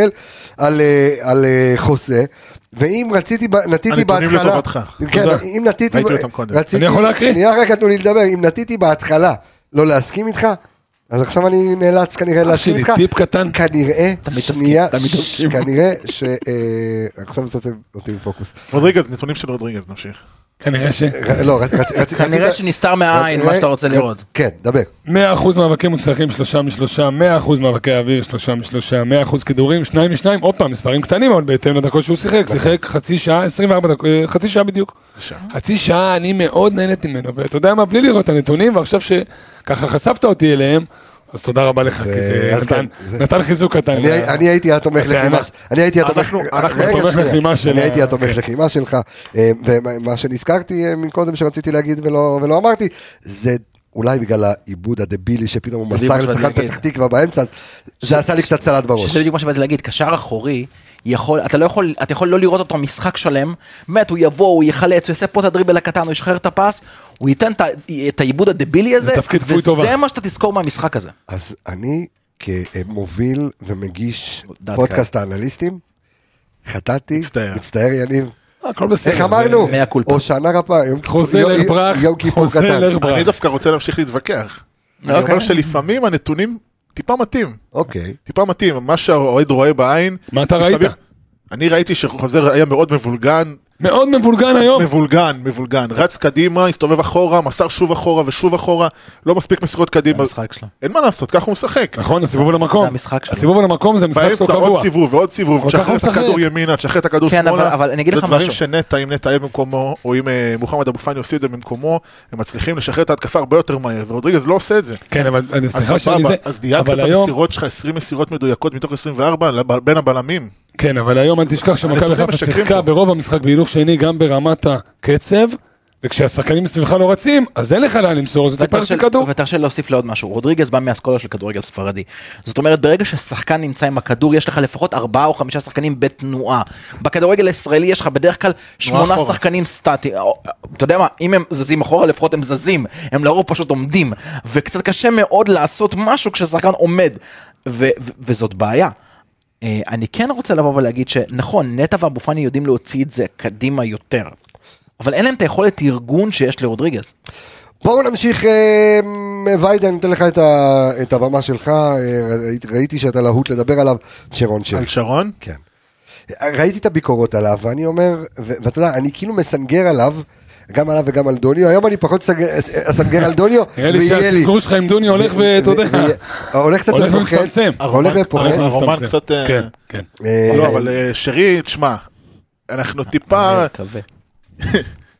[SPEAKER 1] על, אה, על אה, חוזה, ואם רציתי, ב- נטיתי
[SPEAKER 2] הנתונים
[SPEAKER 1] בהתחלה,
[SPEAKER 2] לטובתך.
[SPEAKER 1] אם כן,
[SPEAKER 6] תודה.
[SPEAKER 1] אם נטיתי,
[SPEAKER 2] ראיתי
[SPEAKER 1] ב-
[SPEAKER 2] אותם קודם.
[SPEAKER 1] רציתי,
[SPEAKER 6] אני יכול להקריא?
[SPEAKER 1] שנייה רגע, תנו לי לדבר, אם נטיתי בהתחלה לא להסכים איתך, אז עכשיו אני נאלץ כנראה להסכים
[SPEAKER 6] שלי,
[SPEAKER 1] איתך.
[SPEAKER 6] טיפ קטן.
[SPEAKER 1] כנראה,
[SPEAKER 5] תמיד תסכים,
[SPEAKER 1] שנייה,
[SPEAKER 5] תמיד
[SPEAKER 1] ש-
[SPEAKER 5] תסכים.
[SPEAKER 1] כנראה ש... אה, עכשיו נתתם אותי מפוקוס.
[SPEAKER 2] רודריגז, נתונים של רודריגז, נמשיך.
[SPEAKER 6] כנראה ש...
[SPEAKER 1] ר- לא, רצ- רצ- רצ-
[SPEAKER 5] כנראה
[SPEAKER 1] רצית-
[SPEAKER 5] שנסתר מהעין מה שאתה רוצה
[SPEAKER 1] כן,
[SPEAKER 5] לראות.
[SPEAKER 1] כן, דבר.
[SPEAKER 6] 100% מאבקים מוצלחים, שלושה משלושה, 100% מאבקי אוויר, שלושה משלושה, 100% כדורים, שניים משניים, עוד פעם, מספרים קטנים, אבל בהתאם לדקות שהוא שיחק, שיחק חצי שעה, 24 דקות, אה, חצי שעה בדיוק. חצי שעה, אני מאוד נהנית ממנו, ואתה יודע מה, בלי לראות את הנתונים, ועכשיו שככה חשפת אותי אליהם, אז תודה רבה לך, כי זה
[SPEAKER 1] אז
[SPEAKER 6] נתן-
[SPEAKER 1] כן, זה-
[SPEAKER 6] נתן חיזוק קטן.
[SPEAKER 1] אני-
[SPEAKER 6] ל-
[SPEAKER 1] אני הייתי התומך
[SPEAKER 6] אתה יודע
[SPEAKER 1] לחימה,
[SPEAKER 6] מה?
[SPEAKER 1] אני הייתי התומך,
[SPEAKER 2] אנחנו- אנחנו
[SPEAKER 1] רגע,
[SPEAKER 6] התומך
[SPEAKER 1] שנייה.
[SPEAKER 6] לחימה של
[SPEAKER 1] אני
[SPEAKER 6] ה-
[SPEAKER 1] הייתי התומך לחימה שלך, אה, ומה שנזכרתי אה, מקודם שרציתי להגיד ולא ולא אמרתי, זה אולי בגלל העיבוד הדבילי שפתאום הוא
[SPEAKER 5] בדיוק מה
[SPEAKER 1] מסר
[SPEAKER 5] שבאתי
[SPEAKER 1] לשחקן
[SPEAKER 5] להגיד.
[SPEAKER 1] פתח תקווה באמצע, אז זה עשה לי קצת סלט בראש.
[SPEAKER 5] שזה בדיוק מה שבאתי להגיד, קשר אחורי, יכול, אתה לא יכול, אתה יכול לא לראות אותו משחק שלם, באמת, הוא יבוא, הוא יחלץ, הוא יעשה פה את הדריבל הקטן, הוא ישחרר את הפס, הוא ייתן את ה- את העיבוד הדבילי הזה,
[SPEAKER 6] תפקיד כפוי
[SPEAKER 5] וזה
[SPEAKER 6] טובה.
[SPEAKER 5] מה שאתה תזכור מהמשחק הזה.
[SPEAKER 1] אז אני כמוביל ומגיש
[SPEAKER 5] דעת
[SPEAKER 1] פודקאסט האנליסטים, חטאתי,
[SPEAKER 2] מצטער.
[SPEAKER 1] מצטער יניב.
[SPEAKER 6] הכל בסדר.
[SPEAKER 1] איך אמרנו?
[SPEAKER 5] מאה קולפה.
[SPEAKER 1] או שנה רפה, יום כיפור-
[SPEAKER 6] חוזה
[SPEAKER 1] יום-
[SPEAKER 6] לרברח,
[SPEAKER 1] יום כיפור
[SPEAKER 6] חוזה
[SPEAKER 1] קטן.
[SPEAKER 6] לרברח.
[SPEAKER 2] אני דווקא רוצה להמשיך להתווכח. אני
[SPEAKER 5] אוקיי.
[SPEAKER 2] אומר שלפעמים הנתונים טיפה מתאים.
[SPEAKER 1] אוקיי.
[SPEAKER 2] טיפה מתאים, מה שהאוהד רואה בעין.
[SPEAKER 6] מה אתה
[SPEAKER 2] לפעמים-
[SPEAKER 6] ראית?
[SPEAKER 2] אני ראיתי שחוזר היה מאוד מבולגן,
[SPEAKER 6] מאוד מבולגן היום.
[SPEAKER 2] מבולגן, מבולגן. רץ קדימה, הסתובב אחורה, מסר שוב אחורה ושוב אחורה, לא מספיק מסירות קדימה.
[SPEAKER 5] המשחק שלו.
[SPEAKER 2] אין מה לעשות, ככה הוא משחק.
[SPEAKER 6] נכון, הסיבוב על המקום.
[SPEAKER 5] זה המשחק שלו.
[SPEAKER 6] הסיבוב על המקום זה משחק שלו
[SPEAKER 2] באמצע עוד
[SPEAKER 6] קבוע.
[SPEAKER 2] סיבוב ועוד סיבוב,
[SPEAKER 6] אבל ככה
[SPEAKER 2] תשחרר
[SPEAKER 6] הוא
[SPEAKER 2] את
[SPEAKER 6] משחק.
[SPEAKER 2] הכדור ימינה, תשחרר את הכדור
[SPEAKER 5] כן,
[SPEAKER 2] שמאלה.
[SPEAKER 5] אבל- אבל אני אגיד
[SPEAKER 2] זה
[SPEAKER 5] לך
[SPEAKER 2] דברים
[SPEAKER 5] משהו.
[SPEAKER 2] שנטע, אם נטע יהיה במקומו, או אם אה, מוחמד אבו פאני עושה את זה במקומו, הם מצליחים לשחרר את ההתקפה הרבה יותר מהר, ורודריגז לא עושה את זה.
[SPEAKER 6] כן, אבל אני-
[SPEAKER 2] אז
[SPEAKER 6] סליחה שאני
[SPEAKER 2] סבבה,
[SPEAKER 6] זה,
[SPEAKER 2] אז דייקת את
[SPEAKER 6] אבל היום,
[SPEAKER 2] המסירות שלך 20 מסירות מדויקות מתוך 24 לב- בין הבלמים.
[SPEAKER 6] כן, אבל היום אל תשכח שמכבי
[SPEAKER 2] הנתונים
[SPEAKER 6] חיפה
[SPEAKER 2] משקרים
[SPEAKER 6] שיחקה
[SPEAKER 2] פה.
[SPEAKER 6] ברוב המשחק בהילוך שני גם ברמת הקצב, וכשהשחקנים מסביבך לא רצים, אז אין לך לאן למסור, זה טיפה של כדור.
[SPEAKER 5] ותרשה לי להוסיף לעוד משהו, רודריגז בא מאסכולה של כדורגל ספרדי. זאת אומרת, ברגע ששחקן נמצא עם הכדור, יש לך לפחות ארבעה או חמישה שחקנים בתנועה. בכדורגל הישראלי יש לך בדרך כלל שמונה
[SPEAKER 2] אחורה.
[SPEAKER 5] שחקנים סטטיים. אתה יודע מה, אם הם זזים אחורה, לפחות הם זזים. הם לרוב פשוט עומדים. וקצת קשה מאוד לעשות משהו כששחקן עומד. ו- ו- וזאת בעיה. אה, אני כן רוצה לבוא ולהגיד שנכון, נטע ואבו פאני יודעים להוציא את זה קדימה יותר. אבל אין להם את היכולת ארגון שיש לרודריגז.
[SPEAKER 1] בואו נמשיך, אה, ויידה, אני אתן לך את ה- את הבמה שלך, אה, ראיתי- ראיתי שאתה להוט לדבר עליו, צ'רון שרי.
[SPEAKER 2] על שרון?
[SPEAKER 1] כן. ראיתי את הביקורות עליו, ואני אומר, ו- ואתה יודע, אני כאילו מסנגר עליו, גם עליו וגם על דוניו, היום אני פחות סנג- אסנגר על דוניו,
[SPEAKER 6] נראה לי
[SPEAKER 1] ויהיה לי.
[SPEAKER 6] שהסיפור שלך עם דוני הולך ואתה יודע,
[SPEAKER 1] ו- הולך קצת
[SPEAKER 6] הולך
[SPEAKER 1] ופוחת.
[SPEAKER 6] ומצטמצם.
[SPEAKER 1] הולך ופוחת.
[SPEAKER 2] הרומן
[SPEAKER 6] מסתמצם.
[SPEAKER 2] קצת, אה,
[SPEAKER 6] כן, כן.
[SPEAKER 1] אה,
[SPEAKER 2] לא, אבל אה, שרי, תשמע, אנחנו טיפה,
[SPEAKER 5] מקווה.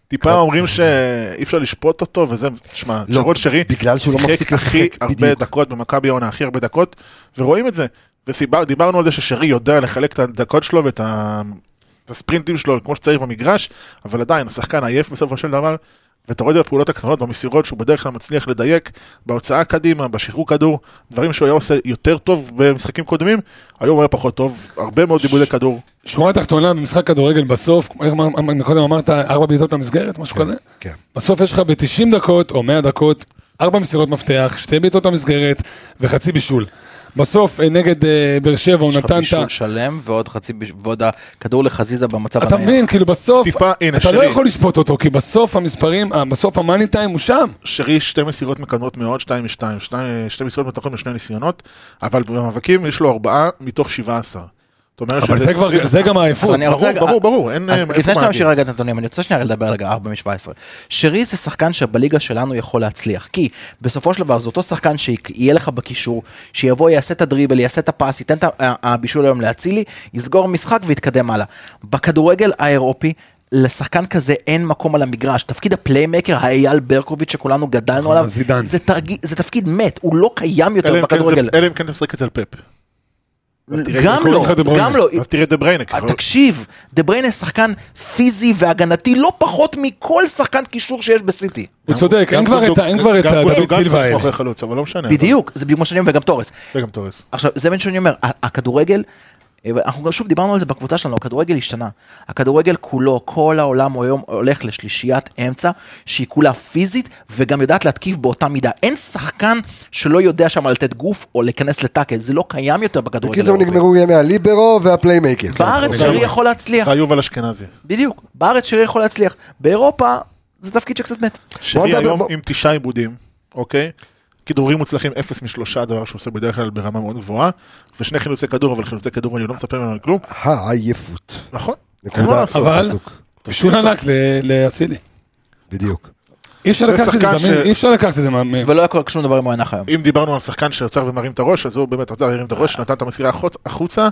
[SPEAKER 2] טיפה אומרים שאי אפשר לשפוט אותו, וזה, תשמע,
[SPEAKER 1] כן. לא,
[SPEAKER 2] שרון שרי,
[SPEAKER 1] בגלל שהוא לא
[SPEAKER 2] שיחק
[SPEAKER 1] מפסיק לשחק,
[SPEAKER 2] הכי הרבה
[SPEAKER 1] בדיוק.
[SPEAKER 2] דקות במכבי העונה, הכי הרבה דקות, ורואים את זה. ודיברנו על זה ששרי יודע לחלק את הדקות שלו ואת ה- את הספרינטים שלו כמו שצריך במגרש, אבל עדיין, השחקן עייף בסופו של דבר, ואתה רואה את זה בפעולות הקטנות, במסירות שהוא בדרך כלל מצליח לדייק, בהוצאה קדימה, בשחרור כדור, דברים שהוא היה עושה יותר טוב במשחקים קודמים, היום הוא היה פחות טוב, הרבה מאוד עיבודי כדור.
[SPEAKER 6] שורה תחתונה במשחק כדורגל בסוף, איך אמר- אמר- קודם אמרת ארבע בעיטות למסגרת, משהו כזה?
[SPEAKER 1] כן.
[SPEAKER 6] בסוף יש לך ב-90 דקות או 100 דקות, ארבע מסירות מפתח, שתי בעיטות למסגרת וחצי בישול. בסוף אה, נגד אה, באר שבע הוא
[SPEAKER 5] יש לך
[SPEAKER 6] נתן את ה...
[SPEAKER 5] בישול שלם ועוד חצי בישול, ועוד הכדור לחזיזה במצב
[SPEAKER 6] אתה
[SPEAKER 5] הנייח.
[SPEAKER 6] מבין, כאילו בסוף,
[SPEAKER 2] טיפה, הנה,
[SPEAKER 6] אתה לא
[SPEAKER 2] שרי.
[SPEAKER 6] יכול לשפוט אותו, כי בסוף המספרים, אה, בסוף המאני טיים הוא שם.
[SPEAKER 2] שרי שתי מסירות מקנות מאוד, שתיים משתיים, שתי- שתי מסירות מתוכן בשני ניסיונות, אבל במאבקים יש לו ארבעה מתוך 17. זאת אומרת
[SPEAKER 6] אבל
[SPEAKER 2] שזה
[SPEAKER 6] זה כבר,
[SPEAKER 2] 20
[SPEAKER 6] זה גם העייפות.
[SPEAKER 5] אני רוצה-
[SPEAKER 2] ברור, ברור, ברור, אין,
[SPEAKER 5] אז
[SPEAKER 2] אה, איפה
[SPEAKER 5] לפני שאתה
[SPEAKER 2] מעגל.
[SPEAKER 5] ממשיך רגע את הנתונים, אני רוצה שנייה לדבר רגע 4 מ-17. שרי זה שחקן שבליגה שלנו יכול להצליח, כי בסופו של דבר זה אותו שחקן שיהיה לך בקישור, שיבוא, יעשה את הדריבל, יעשה את הפס, ייתן את ה- הבישול היום לאצילי, יסגור משחק ויתקדם הלאה. בכדורגל האירופי, לשחקן כזה אין מקום על המגרש, תפקיד הפליימקר, האייל ברקוביץ' שכולנו גדלנו עליו,
[SPEAKER 6] זידן.
[SPEAKER 5] זה תרגיל- זה תפקיד מת, הוא לא קיים
[SPEAKER 2] נכון, אלא
[SPEAKER 5] יותר
[SPEAKER 2] אם כן זה-
[SPEAKER 5] בכדורגל.
[SPEAKER 2] אלא אם כן אתה משחק אצל פפ.
[SPEAKER 5] גם
[SPEAKER 6] קוראים
[SPEAKER 5] לא,
[SPEAKER 6] לך דה בריינה.
[SPEAKER 5] גם לא,
[SPEAKER 2] אז תראה את דה בריינה. כבר.
[SPEAKER 5] תקשיב, דה בריינה שחקן פיזי והגנתי לא פחות מכל שחקן קישור שיש בסיטי.
[SPEAKER 6] הוא צודק,
[SPEAKER 2] גם
[SPEAKER 6] אין כבר
[SPEAKER 2] גונדוג-
[SPEAKER 6] את ה- אין כבר את
[SPEAKER 2] גם
[SPEAKER 6] הדוד
[SPEAKER 2] גונדוג
[SPEAKER 6] סילבה
[SPEAKER 2] גם
[SPEAKER 6] האלה.
[SPEAKER 2] שחק מאחורי חלוץ, אבל לא משנה.
[SPEAKER 6] נכון.
[SPEAKER 5] בדיוק, זה בדיוק מה שאני אומר, וגם תורס.
[SPEAKER 2] אבל- וגם תורס.
[SPEAKER 5] עכשיו, זה מה שאני אומר, ה- הכדורגל, אה, אנחנו גם שוב דיברנו על זה בקבוצה שלנו, הכדורגל השתנה. הכדורגל כולו, כל העולם היום הולך לשלישיית אמצע, שהיא כולה פיזית, וגם יודעת להתקיף באותה מידה. אין שחקן שלא יודע שם לתת גוף או להיכנס לטאקל, זה לא קיים יותר בכדורגל.
[SPEAKER 1] בקיצור
[SPEAKER 5] האירופי.
[SPEAKER 1] נגמרו ימי הליברו כן, אוקיי. והפליימייקר.
[SPEAKER 5] בארץ שרי יכול להצליח,
[SPEAKER 2] זה היובל אשכנזי.
[SPEAKER 5] בדיוק, בארץ שרי יכול להצליח, באירופה זה תפקיד שקצת מת.
[SPEAKER 2] שרי
[SPEAKER 1] נדבר-
[SPEAKER 2] היום
[SPEAKER 1] בוא-
[SPEAKER 2] עם תשעה עיבודים, אוקיי? כידורים מוצלחים אפס משלושה, דבר שהוא עושה בדרך כלל ברמה מאוד גבוהה, ושני חילוצי כדור, אבל חילוצי כדור אני לא מצפה ממנו לכלום.
[SPEAKER 1] העייפות.
[SPEAKER 2] נכון. אין מה
[SPEAKER 1] נקודה.
[SPEAKER 2] לעשות.
[SPEAKER 6] אבל,
[SPEAKER 1] פסוק.
[SPEAKER 6] בישול ענק ל- לאצילי.
[SPEAKER 1] בדיוק.
[SPEAKER 6] אי אפשר
[SPEAKER 2] זה
[SPEAKER 6] לקחת את זה,
[SPEAKER 2] שחקן
[SPEAKER 6] תמיד,
[SPEAKER 2] ש-
[SPEAKER 6] אי אפשר לקחת את זה מה... מה-
[SPEAKER 5] ולא היה שום דבר עם מוענח היום.
[SPEAKER 2] אם דיברנו על שחקן שיוצר ומרים את הראש, אז הוא באמת עוצר והרים את
[SPEAKER 6] אה.
[SPEAKER 2] הראש, נתן את המסירה החוצ- החוצה,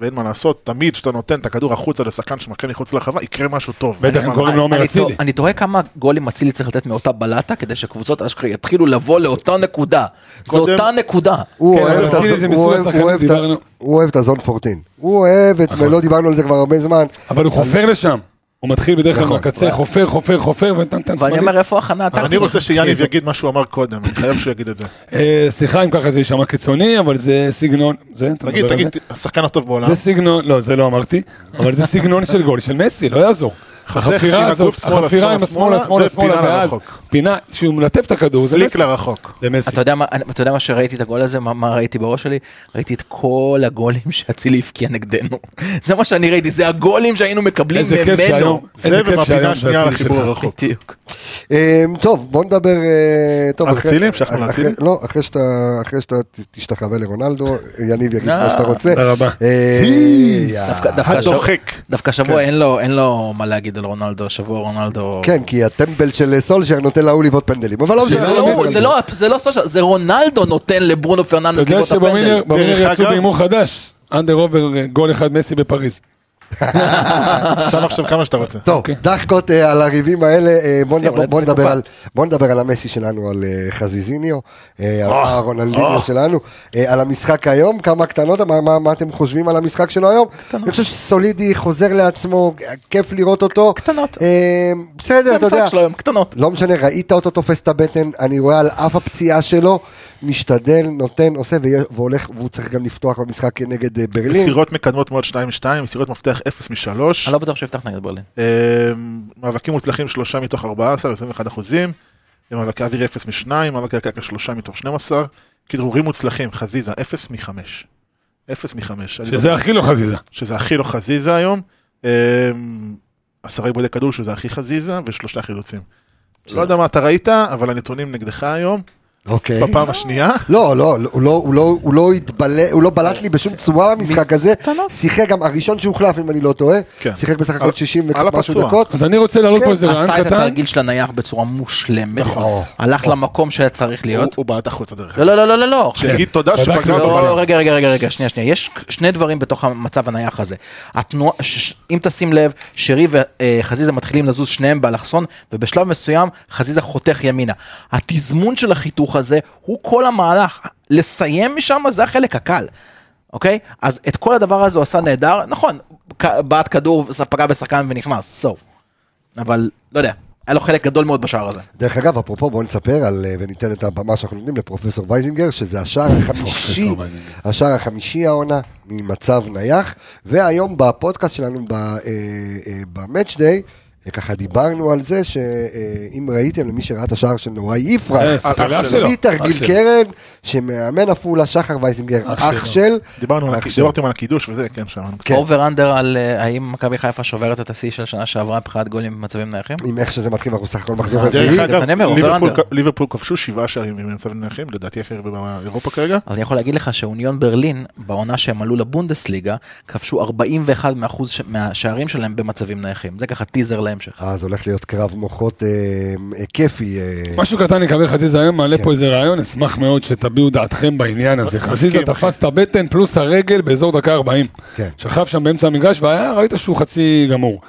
[SPEAKER 2] ואין מה לעשות, תמיד כשאתה נותן את הכדור החוצה לשחקן שמכה מחוץ לרחבה, יקרה משהו טוב.
[SPEAKER 6] בטח,
[SPEAKER 2] אין
[SPEAKER 6] הם
[SPEAKER 2] מה
[SPEAKER 6] קוראים לו
[SPEAKER 2] לעשות.
[SPEAKER 6] עומר
[SPEAKER 5] אני
[SPEAKER 6] אצילי.
[SPEAKER 5] תוה- אני תוהה כמה גולים אצילי צריך לתת מאותה בלטה כדי שקבוצות אשכרה יתחילו לבוא לאותה נקודה. זו
[SPEAKER 2] קודם-
[SPEAKER 5] אותה נקודה.
[SPEAKER 1] הוא
[SPEAKER 6] כן,
[SPEAKER 1] אוהב
[SPEAKER 6] אבל
[SPEAKER 1] את
[SPEAKER 6] אצילי
[SPEAKER 1] הז-
[SPEAKER 6] זה
[SPEAKER 1] הוא
[SPEAKER 6] מסוג
[SPEAKER 1] אוהב-
[SPEAKER 6] השחקנים, נכון.
[SPEAKER 1] הוא אוהב את ה-
[SPEAKER 6] דיברנו.
[SPEAKER 1] הוא אוהב את הזון פורטין. הוא אוהב את, ולא דיברנו על זה כבר הרבה זמן.
[SPEAKER 6] אבל הוא חופר לשם. הוא מתחיל בדרך כלל
[SPEAKER 1] נכון.
[SPEAKER 6] מהקצה, חופר, חופר, חופר, ונתן את
[SPEAKER 5] ואני
[SPEAKER 6] עצמני.
[SPEAKER 5] אומר, איפה הכנה
[SPEAKER 2] אבל אני
[SPEAKER 5] הטקטית?
[SPEAKER 2] רוצה שיאניב יגיד מה שהוא אמר קודם, אני חייב שהוא יגיד את זה.
[SPEAKER 6] אה, סליחה אם ככה זה יישמע קיצוני, אבל זה סגנון... זה, אתה
[SPEAKER 2] תגיד,
[SPEAKER 6] מדבר על
[SPEAKER 2] תגיד,
[SPEAKER 6] זה?
[SPEAKER 2] השחקן הטוב בעולם.
[SPEAKER 6] זה סגנון, לא, זה לא אמרתי, אבל זה סגנון של גול של מסי, לא יעזור.
[SPEAKER 2] חותך עם
[SPEAKER 6] החפירה
[SPEAKER 2] הגוף
[SPEAKER 6] הזאת,
[SPEAKER 2] שמאלה,
[SPEAKER 6] החפירה עם
[SPEAKER 2] שמאלה,
[SPEAKER 6] השמאלה, שמאלה,
[SPEAKER 2] ופינה
[SPEAKER 6] שמאלה, ואז
[SPEAKER 2] לרחוק.
[SPEAKER 6] פינה, שהוא מלטף את הכדור, זה
[SPEAKER 2] סליק
[SPEAKER 6] מסי.
[SPEAKER 2] לרחוק.
[SPEAKER 6] זה מסי.
[SPEAKER 5] אתה יודע מה- אתה יודע מה שראיתי את הגול הזה? מה- מה ראיתי בראש שלי? ראיתי את כל הגולים שאצילי הבקיע נגדנו. זה מה שאני ראיתי, זה הגולים שהיינו מקבלים
[SPEAKER 6] איזה כיף
[SPEAKER 5] ממנו.
[SPEAKER 6] שהיום,
[SPEAKER 2] זה
[SPEAKER 6] איזה כיף
[SPEAKER 2] ובפינה
[SPEAKER 6] שהיום זה
[SPEAKER 2] השנייה על
[SPEAKER 6] הסילי
[SPEAKER 2] החיבור
[SPEAKER 6] שלך.
[SPEAKER 2] הרחוק.
[SPEAKER 5] בדיוק.
[SPEAKER 1] אמ, טוב, בוא נדבר... אה, טוב,
[SPEAKER 2] על
[SPEAKER 1] אחרי-
[SPEAKER 2] אצילי? המשכנו
[SPEAKER 1] אחרי-
[SPEAKER 2] לאצילי?
[SPEAKER 1] לא, אחרי שאתה- אחרי שאתה ת- תשתחווה לרונלדו, יניב יגיד מה
[SPEAKER 5] אה,
[SPEAKER 1] שאתה רוצה.
[SPEAKER 6] תודה רבה.
[SPEAKER 1] אה,
[SPEAKER 6] צי.
[SPEAKER 1] יא.
[SPEAKER 5] דווקא- דווקא השבוע-
[SPEAKER 2] הדוחק.
[SPEAKER 5] דווקא שבוע אין לו אין לו מה להגיד על רונלדו, שבוע רונלדו...
[SPEAKER 1] כן, כי הטמבל של סולשייר נותן להוא לבעוט פנדלים. אבל לא
[SPEAKER 5] זה
[SPEAKER 1] משנה.
[SPEAKER 5] לא-
[SPEAKER 1] נדבר על
[SPEAKER 5] זה לא- זה לא סושיאל, זה רונלדו נותן לברונו
[SPEAKER 6] אתה
[SPEAKER 5] פרננדס
[SPEAKER 6] יודע
[SPEAKER 5] לבעוט את הפנדל.
[SPEAKER 6] שבמינר
[SPEAKER 2] דרך
[SPEAKER 6] יצאו
[SPEAKER 2] אגב-
[SPEAKER 6] בהימור חדש, אנדר עובר אה, גול אחד מסי בפריז. אה.
[SPEAKER 2] שם עכשיו כמה שאתה רוצה.
[SPEAKER 1] טוב,
[SPEAKER 6] אוקיי.
[SPEAKER 1] דחקות אה, על הריבים האלה, אה, בוא
[SPEAKER 5] שים,
[SPEAKER 1] נדבר-
[SPEAKER 5] אולי
[SPEAKER 1] בוא
[SPEAKER 5] תשימו
[SPEAKER 1] נדבר
[SPEAKER 5] פת.
[SPEAKER 1] על- בוא נדבר על המסי שלנו, על אה, חזיזיניו, אה, על הרונלדיניו שלנו, אה, על המשחק היום, כמה קטנות, מה- מה- מה אתם חושבים על המשחק שלו היום? אני חושב שסולידי חוזר לעצמו, כיף לראות אותו.
[SPEAKER 5] קטנות.
[SPEAKER 1] אה,
[SPEAKER 5] זה
[SPEAKER 1] בסדר, אתה יודע.
[SPEAKER 5] המשחק שלו היום, קטנות.
[SPEAKER 1] לא משנה, ראית אותו תופס את הבטן, אני רואה על אף הפציעה שלו, משתדל, נותן, עושה ויה- והולך, והוא צריך גם לפתוח במשחק נגד אה, ברלין.
[SPEAKER 2] מסירות מקדמות מאוד 2-2, מסירות מפתח 0 מ-3.
[SPEAKER 5] אני לא בטוח שיפתח נגד ברלין.
[SPEAKER 2] מאבקים מוצלחים 3 מתוך 14, 21 אחוזים. מאבקי אוויר 0 מ-2, מאבקי הקרקע 3 מתוך 12. כדרורים מוצלחים, חזיזה 0 מ-5. 0 מ-5.
[SPEAKER 6] שזה הכי לא חזיזה.
[SPEAKER 2] שזה הכי לא חזיזה היום. אמ, עשרה עיבודי כדור שזה הכי חזיזה ושלושה חילוצים. לא יודע מה אתה ראית, אבל הנתונים נגדך היום,
[SPEAKER 1] אוקיי.
[SPEAKER 2] בפעם השנייה.
[SPEAKER 1] לא, לא, הוא לא, הוא לא, הוא לא התבלט, הוא לא בלט לי בשום צורה במשחק הזה.
[SPEAKER 6] לא?
[SPEAKER 1] שיחק גם הראשון שהוחלף, אם אני לא טועה.
[SPEAKER 2] כן.
[SPEAKER 1] שיחק בסך הכל
[SPEAKER 2] על-
[SPEAKER 1] 60
[SPEAKER 2] על
[SPEAKER 1] ומשהו
[SPEAKER 2] הפצוע.
[SPEAKER 1] דקות.
[SPEAKER 6] אז אני רוצה להעלות
[SPEAKER 1] כן,
[SPEAKER 6] פה איזה
[SPEAKER 5] אוקיי. עשה
[SPEAKER 6] רעיון
[SPEAKER 5] את
[SPEAKER 6] קטן.
[SPEAKER 5] התרגיל של הנייח בצורה מושלמת.
[SPEAKER 1] נכון.
[SPEAKER 5] הלך למקום שהיה צריך
[SPEAKER 2] הוא-
[SPEAKER 5] להיות.
[SPEAKER 2] הוא כן. בעט החוצה דרך
[SPEAKER 5] לא,
[SPEAKER 2] אגב.
[SPEAKER 5] לא, לא, לא, לא, לא. עכשיו,
[SPEAKER 2] שיגיד תודה
[SPEAKER 6] בדקנו,
[SPEAKER 2] שפגעת
[SPEAKER 6] לא,
[SPEAKER 5] לא,
[SPEAKER 2] בנו.
[SPEAKER 5] רגע, רגע, רגע, רגע, שנייה, שנייה. יש שני דברים בתוך המצב הנייח הזה. התנועה, ש- ש- אם תשים לב, שרי וחזיזה מתחילים לזוז שניהם באלכסון, ובשלב מסוים חזיזה חותך ימינה. התזמון של החיתוך הזה הוא כל המהלך. לסיים משם זה החלק הקל. אוקיי? אז את כל הדבר הזה הוא עשה נהדר, נכון, כ- בעט כדור, פגע בשחקן ונכנס, so. אבל, לא יודע, היה לו חלק גדול מאוד בשער הזה.
[SPEAKER 1] דרך אגב, אפרופו, בואו נספר על, אה, וניתן את הבמה שאנחנו נותנים לפרופסור וייזינגר, שזה השער החמישי,
[SPEAKER 6] וייזינגר.
[SPEAKER 1] השער החמישי העונה ממצב נייח, והיום בפודקאסט שלנו, ב- אה, אה, ב-Match Day, אה, ככה דיברנו על זה, שאם ראיתם, למי שראה את השער של נוראי
[SPEAKER 6] אה,
[SPEAKER 1] יפרח,
[SPEAKER 6] סיפר
[SPEAKER 2] אח
[SPEAKER 6] אח
[SPEAKER 2] שלו.
[SPEAKER 6] שלו.
[SPEAKER 1] בלי
[SPEAKER 6] אח
[SPEAKER 1] תרגיל
[SPEAKER 6] שלו.
[SPEAKER 1] קרן, שמאמן עפולה, שחר וייזינגר,
[SPEAKER 6] אח
[SPEAKER 1] אח
[SPEAKER 6] שלו.
[SPEAKER 1] של...
[SPEAKER 2] דיברנו
[SPEAKER 1] אח
[SPEAKER 2] על הכ-
[SPEAKER 1] שלו.
[SPEAKER 2] דיברתם על הקידוש וזה, כן, שמענו.
[SPEAKER 1] כן.
[SPEAKER 5] אובר אנדר על אה, האם מכבי חיפה שוברת את השיא של שנה שעברה מבחינת גולים במצבים נייחים?
[SPEAKER 1] עם איך שזה מתחיל, אנחנו סך הכל מחזור
[SPEAKER 5] דרך
[SPEAKER 1] רביעי.
[SPEAKER 2] דרך
[SPEAKER 5] אז
[SPEAKER 2] אגב,
[SPEAKER 5] אני אומר,
[SPEAKER 2] ליברפול
[SPEAKER 5] אובר-אנדר.
[SPEAKER 2] כ- ליברפול כבשו שבעה שערים במצב נכים, לדעתי הכי הרבה באירופה כרגע.
[SPEAKER 5] אז אני יכול להגיד לך שאוניון ברלין, בעונה שהם עלו לבונדסליגה, כבשו 41% מהאחוז- מהשערים שלהם במצבים נייחים. זה ככה טיזר להמשך.
[SPEAKER 1] אז הולך להיות קרב מוחות אה, אה, כיפי. אה,
[SPEAKER 6] משהו קטן לגבי חזיזה היום, מעלה
[SPEAKER 1] כן.
[SPEAKER 6] פה איזה רעיון, אשמח מאוד שתביעו דעתכם בעניין הזה.
[SPEAKER 2] מסכים,
[SPEAKER 6] חזיזה
[SPEAKER 2] אחי.
[SPEAKER 6] תפס את הבטן פלוס הרגל באזור דקה 40.
[SPEAKER 1] כן.
[SPEAKER 6] שכב שם באמצע המגרש והיה, ראית שהוא חצי גמור.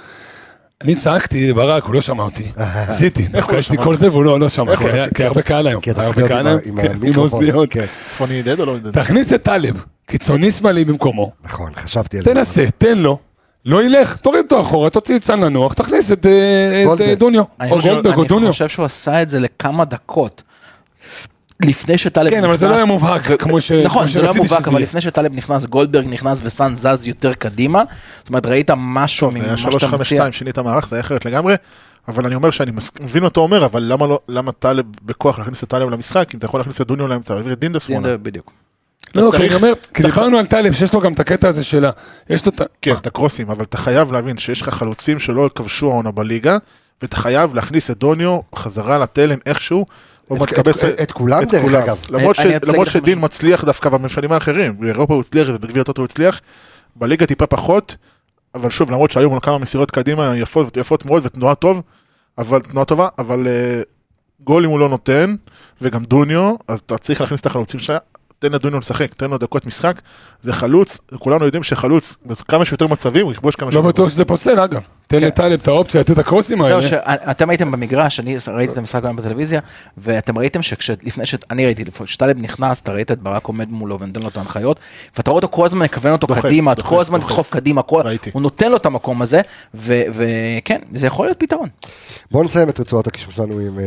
[SPEAKER 6] אני צעקתי לברק, הוא לא שמע אותי. עשיתי, דווקא יש לי כל זה והוא לא לא שמע, כי היה- כי הרבה קהל היום.
[SPEAKER 1] כי אתה
[SPEAKER 6] היה
[SPEAKER 1] צריך
[SPEAKER 6] הרבה
[SPEAKER 1] להיות
[SPEAKER 6] קהל
[SPEAKER 1] עם ה-
[SPEAKER 6] היום,
[SPEAKER 1] עם
[SPEAKER 6] כן,
[SPEAKER 1] המיקרופון.
[SPEAKER 6] אוזניות.
[SPEAKER 1] כן,
[SPEAKER 2] צפוני עודד או לא עודד?
[SPEAKER 6] תכניס את טלב, קיצוני שמאלי במקומו,
[SPEAKER 1] נכון, חשבתי על זה.
[SPEAKER 6] תנסה, תן לו, לא ילך, תוריד אותו אחורה, תוציא צאן לנוח, תכניס את אה, את,
[SPEAKER 1] גולדברג.
[SPEAKER 6] אה, דוניו,
[SPEAKER 5] אני
[SPEAKER 6] או
[SPEAKER 5] חושב-
[SPEAKER 6] גולדברג או
[SPEAKER 5] אני
[SPEAKER 6] דוניו.
[SPEAKER 5] חושב שהוא עשה את זה לכמה דקות. לפני שטלב נכנס...
[SPEAKER 6] כן, אבל זה לא היה מובהק, כמו ש-
[SPEAKER 5] נכון,
[SPEAKER 6] כמו
[SPEAKER 5] זה לא היה
[SPEAKER 6] שרציתי
[SPEAKER 5] מובהק,
[SPEAKER 6] שזה
[SPEAKER 5] אבל
[SPEAKER 6] יהיה.
[SPEAKER 5] לפני שטלב נכנס, גולדברג נכנס וסאן זז יותר קדימה. זאת אומרת, ראית משהו
[SPEAKER 2] זה היה
[SPEAKER 5] ממה שאתה מציע.
[SPEAKER 2] 3-5-2, שינית מערך, זה היה אחרת לגמרי. אבל אני אומר שאני מס- מבין מה אתה אומר, אבל למה לא, למה טלב בכוח להכניס את טלב למשחק, אם אתה יכול להכניס את דוניו לאמצע, להעביר את דינדה שמאלה.
[SPEAKER 5] בדיוק.
[SPEAKER 6] לא,
[SPEAKER 2] אתה
[SPEAKER 6] כי אני
[SPEAKER 2] צריך-
[SPEAKER 6] אומר, כי דיברנו על טלב, שיש לו גם את הקטע הזה של ה... יש לו את ה...
[SPEAKER 2] כן, את הקרוסים, אבל אתה חייב להבין שיש לך חלוצים שלא כבשו העונה בליגה, ואתה חייב להכניס את דוניו חזרה לתלם איכשהו. עוד מעט
[SPEAKER 1] את-
[SPEAKER 2] תקבל-
[SPEAKER 1] את- את כולם,
[SPEAKER 2] את
[SPEAKER 1] דרך
[SPEAKER 2] כולם.
[SPEAKER 1] אגב.
[SPEAKER 2] למרות
[SPEAKER 5] אני-
[SPEAKER 2] ש-
[SPEAKER 5] אני אצליח
[SPEAKER 2] למרות
[SPEAKER 5] לכם
[SPEAKER 2] שדין
[SPEAKER 5] משהו.
[SPEAKER 2] מצליח דווקא במפעלים האחרים, באירופה הוא הצליח ובגביע הטוטו הוא הצליח, בליגה טיפה פחות, אבל שוב, למרות שהיו לו כמה מסירות קדימה יפות יפות מאוד ותנועה טוב, אבל תנועה טובה, אבל אה, גולים הוא לא נותן, וגם דוניו, אז אתה צריך להכניס את החלוצים שלך, תן לדוניו לשחק, תן לו דקות משחק, זה חלוץ, כולנו יודעים שחלוץ, כמה שיותר מצבים, הוא יכבוש כמה
[SPEAKER 6] לא
[SPEAKER 2] שיותר.
[SPEAKER 6] בטוח שזה פוסל, אגב. תן לטלב את האופציה לתת את הקרוסים האלה.
[SPEAKER 5] זהו, שאתם הייתם במגרש, אני ראיתי את המשחק היום בטלוויזיה, ואתם ראיתם שכשלפני ש... אני ראיתי, לפני שטלב נכנס, אתה ראית את ברק עומד מולו ונותן לו את ההנחיות, ואתה רואה אותו כל הזמן מכוון אותו
[SPEAKER 2] דוחף,
[SPEAKER 5] קדימה, אתה
[SPEAKER 2] דוחף,
[SPEAKER 5] כל הזמן
[SPEAKER 2] דוחף.
[SPEAKER 5] תדחוף קדימה, כל...
[SPEAKER 2] ראיתי.
[SPEAKER 5] הוא נותן לו את המקום הזה, ו- וכן, זה יכול להיות פתרון.
[SPEAKER 2] כן.
[SPEAKER 1] בואו נסיים את רצועת הקישור שלנו עם, אה,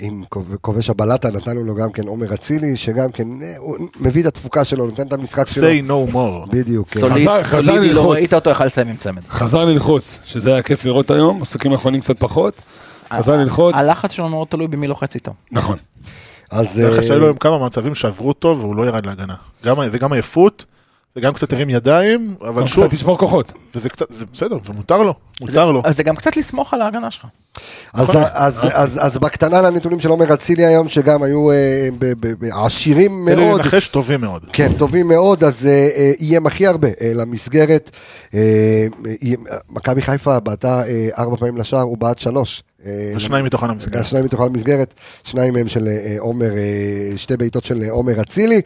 [SPEAKER 1] עם כוב- כובש הבלטה, נתנו לו גם כן עומר אצילי, שגם כן אה, הוא מביא את התפוקה שלו, נותן את המשחק שלו.
[SPEAKER 2] say no more.
[SPEAKER 1] בדיוק. כן.
[SPEAKER 5] סוליד,
[SPEAKER 6] חזר- חזר
[SPEAKER 5] סולידי, לא
[SPEAKER 6] ללחוץ.
[SPEAKER 5] ראית אותו, יכל לסיים עם צמד.
[SPEAKER 6] חזר ללחוץ, שזה היה כיף לראות היום, עסקים האחרונים קצת פחות. חזר ללחוץ,
[SPEAKER 5] הלחץ שלו מאוד תלוי במי לוחץ איתו.
[SPEAKER 6] נכון.
[SPEAKER 1] אז
[SPEAKER 2] דרך
[SPEAKER 1] אה,
[SPEAKER 2] אגב, שהיו לו היום כמה מצבים שעברו אותו והוא לא ירד להגנה. גם- זה גם עייפות, זה גם קצת הרים ידיים, אבל שוב,
[SPEAKER 6] קצת תשמור כוחות.
[SPEAKER 2] וזה קצת, זה בסדר, ומותר לו, מותר לו.
[SPEAKER 5] אז זה גם קצת לסמוך על ההגנה שלך.
[SPEAKER 1] אז-
[SPEAKER 2] נכון.
[SPEAKER 1] אז- אז- אז בקטנה לנתונים של עומר אצילי היום, שגם היו אה, ב- ב- ב- עשירים
[SPEAKER 2] תן לי
[SPEAKER 1] מאוד.
[SPEAKER 2] לנחש טובים מאוד.
[SPEAKER 1] כן, טובים מאוד, אז אה, אה, איים הכי הרבה אה, למסגרת. אה, איים- אה, מכבי חיפה בעטה אה, ארבע פעמים לשער, הוא בעט שלוש. אה,
[SPEAKER 2] ושניים מתוכן
[SPEAKER 1] אה,
[SPEAKER 2] המסגרת.
[SPEAKER 1] שניים מתוך המסגרת, שניים מהם של אה, עומר, אה, שתי בעיטות של אה, עומר אצילי,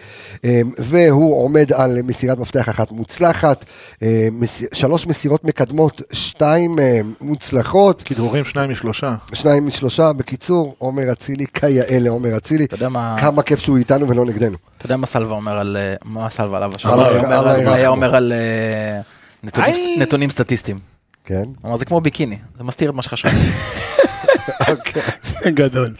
[SPEAKER 1] אה, והוא עומד על מסירת מפתח אחת מוצלחת, אה, מס- שלוש מסירות מקדמות, שתיים מהם מוצלחות,
[SPEAKER 2] כן. כדרורים שניים משלושה.
[SPEAKER 1] שניים משלושה, בקיצור, עומר אצילי, כיאה לעומר אצילי,
[SPEAKER 5] אתה יודע מה-
[SPEAKER 1] כמה כיף שהוא איתנו ולא נגדנו.
[SPEAKER 5] אתה יודע מה סלווה אומר על... אה, מה סלווה עליו
[SPEAKER 1] עליי-
[SPEAKER 5] השאלה?
[SPEAKER 1] עליי רחמו.
[SPEAKER 5] היה אומר על אה, נתונים- נתונים סטטיסטיים.
[SPEAKER 1] כן,
[SPEAKER 5] הוא אמר, זה כמו ביקיני, זה מסתיר את מה שחשוב.
[SPEAKER 6] גדול.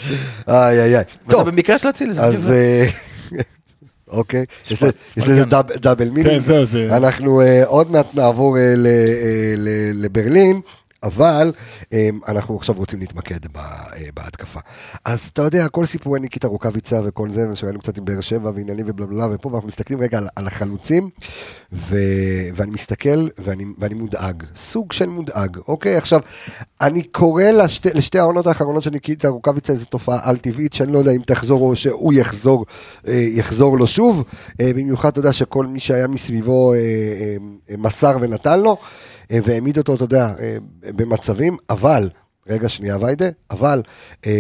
[SPEAKER 1] איי איי איי.
[SPEAKER 5] וזה
[SPEAKER 1] טוב,
[SPEAKER 5] במקרה של אצילי, זה בדיוק
[SPEAKER 1] אז...
[SPEAKER 5] זה.
[SPEAKER 1] אה, אוקיי, יש לזה- יש לזה דאב- דאבל מינינג.
[SPEAKER 6] כן, זהו, זה-
[SPEAKER 1] אנחנו אה, עוד מעט נעבור אה, ל- אה, ל- לברלין. אבל אה, אנחנו עכשיו רוצים להתמקד ב- אה, בהתקפה. אז אתה יודע, כל סיפורי ניקיטה רוקאביצה וכל זה, שראינו קצת עם באר שבע ועניינים ובלבלה ופה, ואנחנו מסתכלים רגע על, על החלוצים, ו, ואני מסתכל ואני, ואני מודאג, סוג של מודאג, אוקיי? עכשיו, אני קורא לשתי, לשתי העונות האחרונות של ניקיטה רוקאביצה איזו תופעה על-טבעית, שאני לא יודע אם תחזור או שהוא יחזור, אה, יחזור לו שוב, אה, במיוחד, אתה יודע, שכל מי שהיה מסביבו אה, אה, אה, מסר ונתן לו. אה, והעמיד אותו, אתה יודע, אה, במצבים, אבל, רגע שנייה ויידה, אבל אה,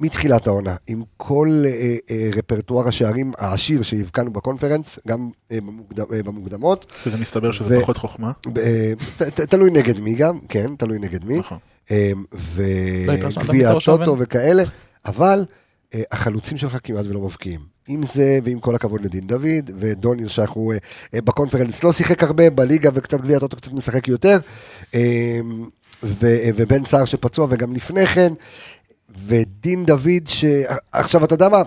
[SPEAKER 1] מתחילת העונה, עם כל אה, אה, רפרטואר השערים העשיר שהבקענו בקונפרנס, גם אה, במוקד- אה, במוקדמות,
[SPEAKER 2] שזה מסתבר שזה
[SPEAKER 1] ו-
[SPEAKER 2] פחות חוכמה.
[SPEAKER 1] ב- אה, ת- ת- תלוי נגד מי גם, כן, תלוי נגד מי,
[SPEAKER 2] נכון.
[SPEAKER 1] אה,
[SPEAKER 5] לא היית שם
[SPEAKER 1] וגביע
[SPEAKER 5] בתור
[SPEAKER 1] הטוטו
[SPEAKER 5] שובן?
[SPEAKER 1] וכאלה, אבל אה, החלוצים שלך כמעט ולא מבקיעים. עם זה, ועם כל הכבוד לדין דוד, ודוניר שאנחנו אה, אה, בקונפרנס לא שיחק הרבה, בליגה וקצת גביע הטוטו קצת משחק יותר, אה, ו- אה, ובן סער שפצוע וגם לפני כן, ודין דוד ש... עכשיו, אתה יודע מה?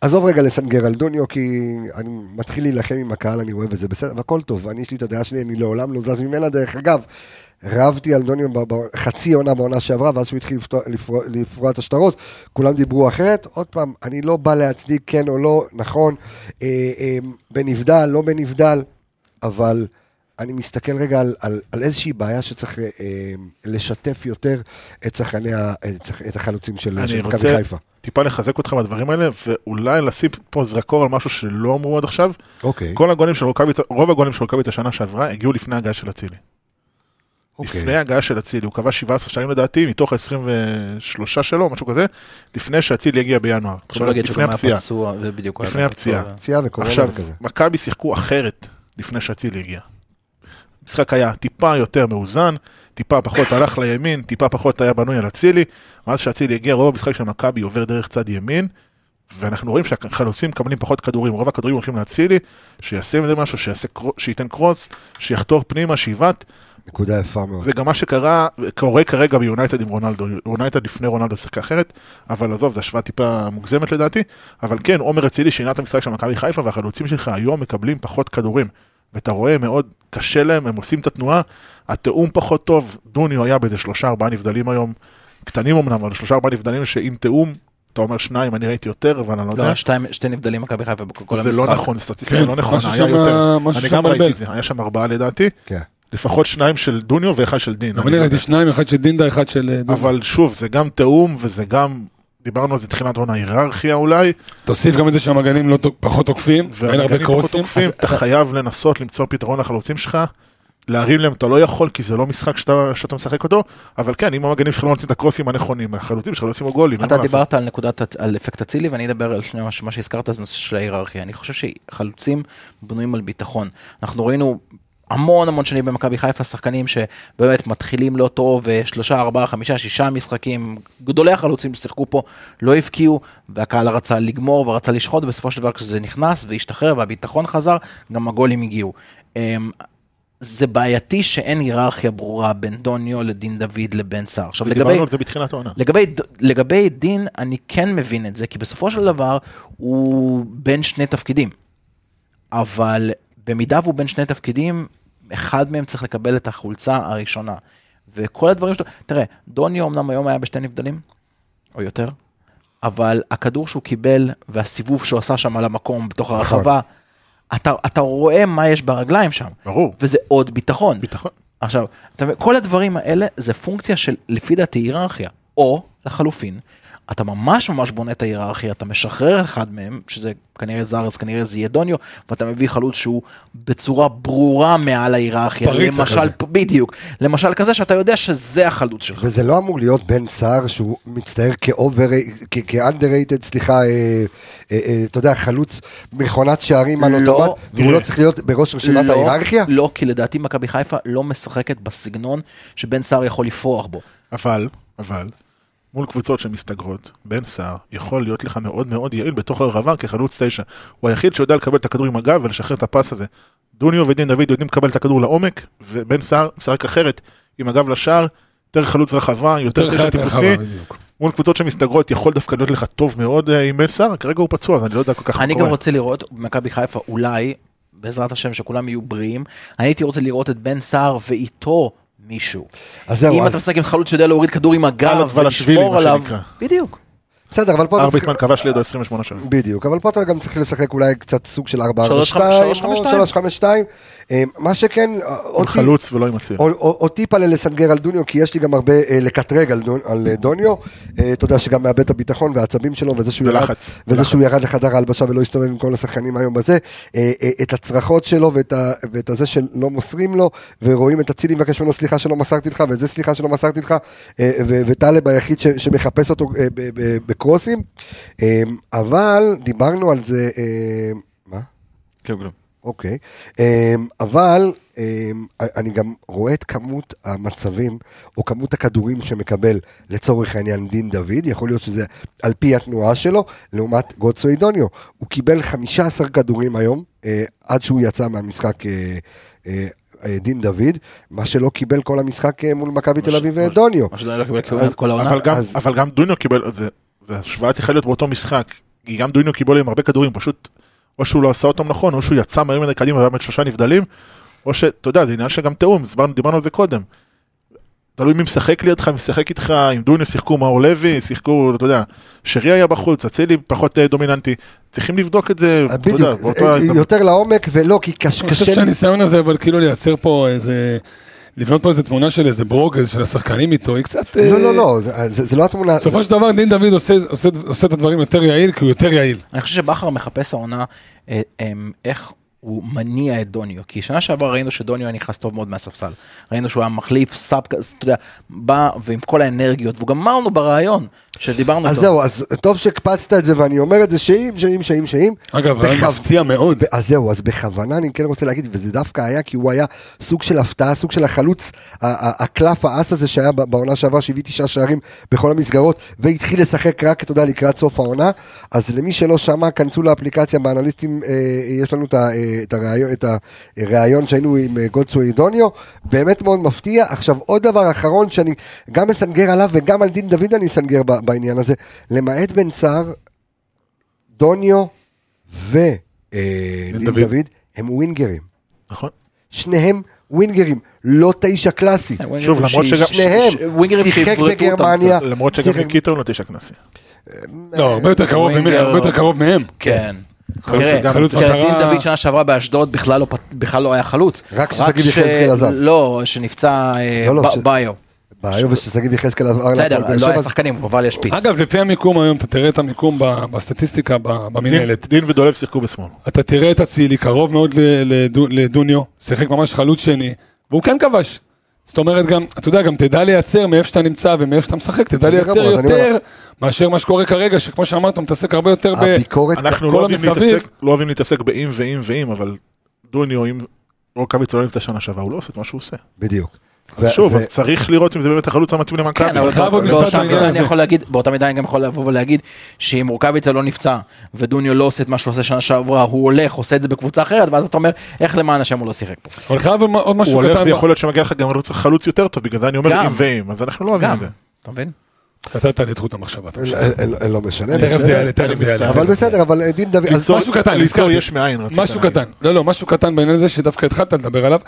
[SPEAKER 1] עזוב רגע לסנגר על דוניו, כי אני מתחיל להילחם עם הקהל, אני אוהב את זה בסדר, והכל טוב, אני יש לי את הדעה שלי, אני לעולם לא זז ממנה, דרך אגב, רבתי על דוניו ב- ב- חצי עונה בעונה שעברה, ואז שהוא התחיל לפתוח- לפרוע- לפרוע את השטרות, כולם דיברו אחרת, עוד פעם, אני לא בא להצדיק כן או לא, נכון, אה, אה, בנבדל, לא בנבדל, אבל אני מסתכל רגע על, על, על איזושהי בעיה שצריך אה, אה, לשתף יותר את שחקני, ה- את, שח- את החלוצים של
[SPEAKER 2] אני
[SPEAKER 1] של
[SPEAKER 2] רוצה
[SPEAKER 1] מכבי חיפה.
[SPEAKER 2] טיפה לחזק אותך בדברים האלה, ואולי לשים פה זרקור על משהו שלא אמרו עד עכשיו.
[SPEAKER 1] אוקיי,
[SPEAKER 2] כל הגולים של רוקאביצה, רוב הגולים של רוקאביצה שנה שעברה הגיעו לפני הגעה של אצילי.
[SPEAKER 1] אוקיי.
[SPEAKER 2] לפני ההגעה של אצילי, הוא קבע 17 שערים לדעתי, מתוך ה-23 שלו, משהו כזה, לפני שאצילי הגיע בינואר.
[SPEAKER 5] אפשר
[SPEAKER 2] כלומר,
[SPEAKER 5] להגיד שהוא
[SPEAKER 2] לפני
[SPEAKER 5] גם היה
[SPEAKER 2] הפציעה.
[SPEAKER 5] פצוע, זה בדיוק. הוא היה
[SPEAKER 2] לפני
[SPEAKER 5] גם פצוע,
[SPEAKER 2] הפציעה.
[SPEAKER 1] פציעה וקורונה
[SPEAKER 2] עכשיו,
[SPEAKER 1] וכזה.
[SPEAKER 2] מכבי שיחקו אחרת לפני שאצילי הגיע. המשחק היה טיפה יותר מאוזן, טיפה פחות הלך לימין, טיפה פחות היה בנוי על אצילי, ואז שאצילי הגיע, רוב המשחק של מכבי עובר דרך צד ימין, ואנחנו רואים שהחלוצים מקבלים פחות כדורים, רוב הכדורים הולכים לאצילי, שיעשה עם זה משהו, שיעשה, קרו- שייתן קרוס, שיחתור פנימה, שיבעט,
[SPEAKER 1] נקודה יפה מאוד.
[SPEAKER 2] זה גם מה שקרה, קורה כרגע ביונייטד עם רונלדו. יונייטד לפני רונלדו שיחקה אחרת, אבל עזוב, זו השוואה טיפה מוגזמת לדעתי. אבל כן, עומר אצילי שינה את המשחק של מכבי חיפה, והחלוצים שלך היום מקבלים פחות כדורים. ואתה רואה, מאוד קשה להם, הם עושים את התנועה, התיאום פחות טוב. דוניו היה באיזה שלושה ארבעה נבדלים היום, קטנים אמנם, אבל שלושה ארבעה נבדלים שעם תיאום, אתה אומר שניים, אני ראיתי יותר, אבל אני לא
[SPEAKER 5] לא,
[SPEAKER 2] יודע.
[SPEAKER 5] היה שתיים- שתי נבדלים מכבי חיפה בכל
[SPEAKER 2] זה
[SPEAKER 5] המשחק.
[SPEAKER 2] לא נכון, סטטיסטיקה
[SPEAKER 6] כן,
[SPEAKER 2] לא נכונה,
[SPEAKER 6] משהו
[SPEAKER 2] היה
[SPEAKER 6] שם- אה,
[SPEAKER 2] יותר.
[SPEAKER 6] משהו
[SPEAKER 2] אני
[SPEAKER 6] שם
[SPEAKER 2] גם ראיתי
[SPEAKER 6] מבלבל.
[SPEAKER 2] את זה, היה שם ארבעה לדעתי,
[SPEAKER 1] כן.
[SPEAKER 2] לפחות שניים של דוניו ואחד של דין.
[SPEAKER 6] גם
[SPEAKER 2] אני
[SPEAKER 6] אני
[SPEAKER 2] לא
[SPEAKER 6] ראיתי
[SPEAKER 2] יודע.
[SPEAKER 6] שניים, אחד של דינדה, אחד של אה, דודו.
[SPEAKER 2] אבל שוב, זה גם תיאום וזה גם, דיברנו על זה תחילת עונה היררכיה אולי,
[SPEAKER 6] תוסיף גם את זה שהמגנים לא תוק- פחות תוקפים, אין הרבה
[SPEAKER 2] והמגנים פחות
[SPEAKER 6] קרוסים.
[SPEAKER 2] תוקפים,
[SPEAKER 6] אז-
[SPEAKER 2] אתה חייב לנסות למצוא פתרון לחלוצים שלך, להרים להם אתה לא יכול, כי זה לא משחק שאתה, שאתה משחק אותו, אבל כן, אם המגנים שלך לא נותנים את הקרוסים הנכונים, החלוצים שלך לא ישימו גולים. אין
[SPEAKER 5] אתה
[SPEAKER 2] מה לעשות.
[SPEAKER 5] דיברת על נקודת, הצ- על אפקט אצילי, ואני אדבר על שני, מה ש- מה שהזכרת, זה נושא של ההיררכיה. אני חושב שחלוצים בנויים על ביטחון. אנחנו ראינו המון המון שנים במכבי חיפה, שחקנים שבאמת מתחילים לא טוב, ושלושה, ארבעה, חמישה, שישה משחקים, גדולי החלוצים ששיחקו פה, לא הבקיעו, והקהל רצה לגמור ורצה לשחוט, ובסופו של דבר כשזה נכנס והשתחרר והביטחון חזר, גם הגולים הגיעו. אמ, זה בעייתי שאין היררכיה ברורה בין דוניו לדין דוד לבן סער. עכשיו לגבי...
[SPEAKER 2] דיברנו על זה בתחילת העונה.
[SPEAKER 5] לגבי, ד- לגבי דין, אני כן מבין את זה, כי בסופו של דבר הוא בין שני תפקידים. אבל במידה והוא בין שני תפקידים, אחד מהם צריך לקבל את החולצה הראשונה. וכל הדברים שלו, תראה, דוניו אמנם היום היה בשתי נבדלים, או יותר, אבל הכדור שהוא קיבל והסיבוב שהוא עשה שם על המקום
[SPEAKER 2] נכון.
[SPEAKER 5] בתוך הרחבה, אתה, אתה רואה מה יש ברגליים שם.
[SPEAKER 2] ברור.
[SPEAKER 5] וזה עוד ביטחון.
[SPEAKER 2] ביטחון.
[SPEAKER 5] עכשיו, אתה מבין, כל הדברים האלה זה פונקציה של לפי דעתי היררכיה, או לחלופין, אתה ממש ממש בונה את ההיררכיה, אתה משחרר אחד מהם, שזה כנראה זארס, כנראה זה יהיה דוניו, ואתה מביא חלוץ שהוא בצורה ברורה מעל ההיררכיה,
[SPEAKER 6] פריצה
[SPEAKER 5] למשל, כזה. בדיוק, למשל כזה שאתה יודע שזה החלוץ שלך.
[SPEAKER 1] וזה לא אמור להיות בן סער שהוא מצטייר כאובר, כ- כ-underrated, סליחה, אה, אה, אה, אתה יודע, חלוץ מכונת שערים על
[SPEAKER 5] לא.
[SPEAKER 1] אוטומט, והוא
[SPEAKER 2] תראה.
[SPEAKER 1] לא צריך להיות בראש רשימת
[SPEAKER 5] לא,
[SPEAKER 1] ההיררכיה?
[SPEAKER 5] לא, כי לדעתי מכבי חיפה לא משחקת בסגנון שבן סער יכול לפרוח בו.
[SPEAKER 2] אבל, אבל, מול קבוצות שמסתגרות, בן סער יכול להיות לך מאוד מאוד יעיל בתוך הרחבה כחלוץ תשע. הוא היחיד שיודע לקבל את הכדור עם הגב ולשחרר את הפס הזה. דוניו ודין דוד יודעים לקבל את הכדור לעומק, ובן סער משחק אחרת, עם הגב לשער, יותר חלוץ רחבה, יותר
[SPEAKER 6] יותר
[SPEAKER 2] תשע
[SPEAKER 6] יותר
[SPEAKER 2] טיפוסי.
[SPEAKER 6] רחבה, בדיוק.
[SPEAKER 2] מול קבוצות שמסתגרות יכול דווקא להיות לך טוב מאוד אה, עם בן סער, כרגע הוא פצוע, אז אני לא יודע כל כך
[SPEAKER 5] אני
[SPEAKER 2] מה
[SPEAKER 5] גם
[SPEAKER 2] קורה.
[SPEAKER 5] רוצה לראות במכבי חיפה אולי, בעזרת השם שכולם יהיו בריאים, אני הייתי רוצה לראות את בן סער ואיתו מישהו.
[SPEAKER 1] אז זהו,
[SPEAKER 5] אם
[SPEAKER 1] אז-
[SPEAKER 5] אתה משחק עם חלוץ שיודע להוריד כדור עם הגב
[SPEAKER 2] ולשבילי,
[SPEAKER 5] ולשמור
[SPEAKER 2] מה
[SPEAKER 5] עליו,
[SPEAKER 2] שנקרא.
[SPEAKER 5] בדיוק.
[SPEAKER 1] בסדר, אבל פה אתה צריך...
[SPEAKER 2] ארביטמן כבש לידו 28 שנה.
[SPEAKER 1] בדיוק, אבל פה אתה גם צריך לשחק אולי קצת סוג של 4-4-2
[SPEAKER 5] 3-5-2.
[SPEAKER 1] או 3-5-2. אה, מה שכן,
[SPEAKER 2] עם
[SPEAKER 1] אותי-
[SPEAKER 2] חלוץ ולא עם הציר.
[SPEAKER 1] או- או או טיפה ללסנגר על דוניו, כי יש לי גם הרבה אה, לקטרג על דון- על אה, דוניו. אה, אתה יודע שגם מאבד את הביטחון והעצבים שלו, וזה שהוא ירד-
[SPEAKER 2] ולחץ,
[SPEAKER 1] וזה שהוא
[SPEAKER 2] ולחץ.
[SPEAKER 1] ירד לחדר ההלבשה ולא הסתובב עם כל השחקנים היום בזה. אה, אה, את הצרחות שלו ואת ה- ואת הזה שלא מוסרים לו, ורואים את אצילי מבקש ממנו סליחה שלא מסרתי לך, וזה סליחה שלא מסרתי לך, אה, ו- וטלב היחיד ש- שמחפש אותו אה, ב- ב- בקרוסים. אה, אבל דיברנו על זה, אה, מה? אוקיי, um, אבל um, אני גם רואה את כמות המצבים, או כמות הכדורים שמקבל לצורך העניין דין דוד, יכול להיות שזה על פי התנועה שלו, לעומת גוטסו אידוניו. הוא קיבל 15 כדורים היום, uh, עד שהוא יצא מהמשחק uh, uh, uh, דין דוד, מה שלא קיבל כל המשחק uh, מול מכבי תל אביב ואידוניו.
[SPEAKER 5] מה שדוניו לא קיבל כלום כל העונה.
[SPEAKER 2] אבל גם,
[SPEAKER 1] אז-
[SPEAKER 2] אבל גם דוניו קיבל, זה, זה השוואה צריכה להיות באותו משחק. כי גם דוניו קיבל עם הרבה כדורים, פשוט או שהוא לא עשה אותם נכון, או שהוא יצא מהר מדי קדימה והיה באמת שלושה נבדלים, או שאתה יודע, זה עניין שגם תיאום, דיברנו, דיברנו על זה קודם. תלוי מי משחק לידך, מי משחק איתך, עם דוניו שיחקו מאור לוי, שיחקו, אתה יודע, שרי היה בחוץ, אצילי פחות אה, דומיננטי, צריכים לבדוק את זה, אתה יודע,
[SPEAKER 1] בדיוק,
[SPEAKER 2] באותה
[SPEAKER 1] אה,
[SPEAKER 2] הזדמנות.
[SPEAKER 1] יותר לעומק, ולא, כי קש-
[SPEAKER 6] אני חושב
[SPEAKER 1] קשה לי...
[SPEAKER 6] שהניסיון הזה, אבל כאילו לייצר פה איזה... לבנות פה איזה תמונה של איזה ברוגז של השחקנים איתו, היא קצת... אה,
[SPEAKER 1] לא, לא, לא, זה- זה זה לא התמונה...
[SPEAKER 6] בסופו של דבר דין דוד עושה- עושה- עושה את הדברים יותר יעיל, כי הוא יותר יעיל.
[SPEAKER 5] אני חושב שבכר מחפש העונה אה, אמ, איך הוא מניע את דוניו, כי שנה שעברה ראינו שדוניו היה נכנס טוב מאוד מהספסל. ראינו שהוא היה מחליף סאב, כזה, אתה יודע, בא ועם כל האנרגיות, וגם אמרנו ברעיון שדיברנו
[SPEAKER 1] אז זהו, אז טוב שהקפצת את זה, ואני אומר את זה שאם, שאם, שאם, שאם.
[SPEAKER 6] אגב, רעיון
[SPEAKER 1] בכו-
[SPEAKER 6] מפתיע מאוד.
[SPEAKER 1] אז זהו, אז בכוונה אני כן רוצה להגיד, וזה דווקא היה כי הוא היה סוג של הפתעה, סוג של החלוץ, ה- ה- הקלף האס הזה שהיה ב- בעונה שעברה, שהביא תשעה שערים בכל המסגרות, והתחיל לשחק רק, אתה יודע, לקראת סוף העונה. אז למי שלא שמע, כנסו לאפליקציה, באנליסטים, אה, יש לנו את ה- אה, את הראיון- את הראיון שהיינו עם אה, גולדסו אידוניו, באמת מאוד מפתיע. עכשיו, עוד דבר אחרון שאני גם אסנגר עליו וגם על דין דוד אני אסנגר ב- בעניין הזה, למעט בן סער, דוניו ודין
[SPEAKER 2] דוד.
[SPEAKER 1] דוד הם ווינגרים.
[SPEAKER 2] נכון.
[SPEAKER 1] שניהם ווינגרים, לא תשע קלאסי.
[SPEAKER 2] שוב, למרות שגם-
[SPEAKER 1] שניהם שיחק בגרמניה.
[SPEAKER 2] למרות שגם
[SPEAKER 1] שיחק-
[SPEAKER 2] קיטון לא תשע כנסי.
[SPEAKER 6] לא, הרבה יותר קרוב ממני,
[SPEAKER 5] ווינגר.
[SPEAKER 6] הרבה יותר קרוב מהם.
[SPEAKER 5] כן.
[SPEAKER 2] חלוץ
[SPEAKER 5] תראה,
[SPEAKER 2] גם-
[SPEAKER 6] חלוץ
[SPEAKER 5] תראה,
[SPEAKER 6] מטרה.
[SPEAKER 5] דין דוד שנה שעברה באשדוד בכלל לא פת- בכלל לא היה חלוץ.
[SPEAKER 1] רק ששגיב יחזקאל
[SPEAKER 5] ש-
[SPEAKER 1] עזב.
[SPEAKER 5] לא, שנפצע אה,
[SPEAKER 1] לא, לא,
[SPEAKER 5] ב-
[SPEAKER 1] ש-
[SPEAKER 5] ביו.
[SPEAKER 1] בעיה וששגיב יחזקאל עבר
[SPEAKER 5] בסדר,
[SPEAKER 1] להפועל באר
[SPEAKER 5] לא היה
[SPEAKER 1] שבע.
[SPEAKER 5] שחקנים, הוא אבל יש פיץ.
[SPEAKER 6] אגב, לפי המיקום היום, אתה תראה את המיקום ב- בסטטיסטיקה, ב- במינהלת.
[SPEAKER 2] דין ודולב שיחקו בשמאל.
[SPEAKER 6] אתה תראה את אצילי קרוב מאוד ל- לדו- לדוניו, שיחק ממש חלוץ שני, והוא כן כבש. זאת אומרת גם, אתה יודע, גם תדע לייצר מאיפה שאתה נמצא ומאיפה שאתה משחק, תדע
[SPEAKER 1] בסדר
[SPEAKER 6] לייצר
[SPEAKER 1] גמור, אז אני
[SPEAKER 6] יותר
[SPEAKER 1] אומר-
[SPEAKER 6] מאשר מה שקורה כרגע, שכמו שאמרת, הוא מתעסק הרבה יותר ב...
[SPEAKER 1] הביקורת...
[SPEAKER 2] אנחנו
[SPEAKER 6] כל
[SPEAKER 2] לא אוהבים
[SPEAKER 6] המסביב.
[SPEAKER 2] להתעסק- לא אוהבים להתעסק באם ואם ואם, אבל דוניו, אם רוקאביץ לא אוהב את השנה שעברה, הוא לא עושה את מה שהוא עושה.
[SPEAKER 1] בדיוק.
[SPEAKER 2] אז
[SPEAKER 1] ו-
[SPEAKER 2] שוב,
[SPEAKER 1] ו-
[SPEAKER 2] אז צריך לראות אם זה באמת החלוץ המתאים למכבי.
[SPEAKER 5] כן, אבל
[SPEAKER 6] חייב עוד משפט
[SPEAKER 5] באותה
[SPEAKER 6] בעניין
[SPEAKER 5] מידה
[SPEAKER 6] הזה.
[SPEAKER 5] אני יכול להגיד, באותה מידה אני גם יכול לבוא ולהגיד שאם רוקאביצה לא נפצע ודוניו לא עושה את מה שהוא עושה שנה שעברה, הוא הולך, עושה את זה בקבוצה אחרת, ואז אתה אומר, איך למען השם הוא לא שיחק פה.
[SPEAKER 6] אבל חייב עוד- עוד משהו
[SPEAKER 2] הוא הולך
[SPEAKER 6] קטן,
[SPEAKER 2] ויכול להיות שמגיע לך גם חלוץ יותר טוב, בגלל זה אני אומר
[SPEAKER 5] גם.
[SPEAKER 2] אם ואם, אז אנחנו לא אוהבים
[SPEAKER 5] גם,
[SPEAKER 2] את זה.
[SPEAKER 5] אתה מבין?
[SPEAKER 6] נתת לי את חוט המחשבה, אתה חושב.
[SPEAKER 1] אה, אה, לא משנה,
[SPEAKER 6] תכף זה
[SPEAKER 1] בסדר.
[SPEAKER 6] יעלה, תכף זה יעלה.
[SPEAKER 1] אבל בסדר, אבל אה, דין דוד... אז
[SPEAKER 2] ליצור-
[SPEAKER 6] משהו קטן,
[SPEAKER 2] ליצור
[SPEAKER 6] נזכרתי.
[SPEAKER 2] יש מאין, רצית
[SPEAKER 6] משהו
[SPEAKER 2] להגיד.
[SPEAKER 6] קטן, לא, לא, משהו קטן בעניין הזה שדווקא התחלת לדבר עליו.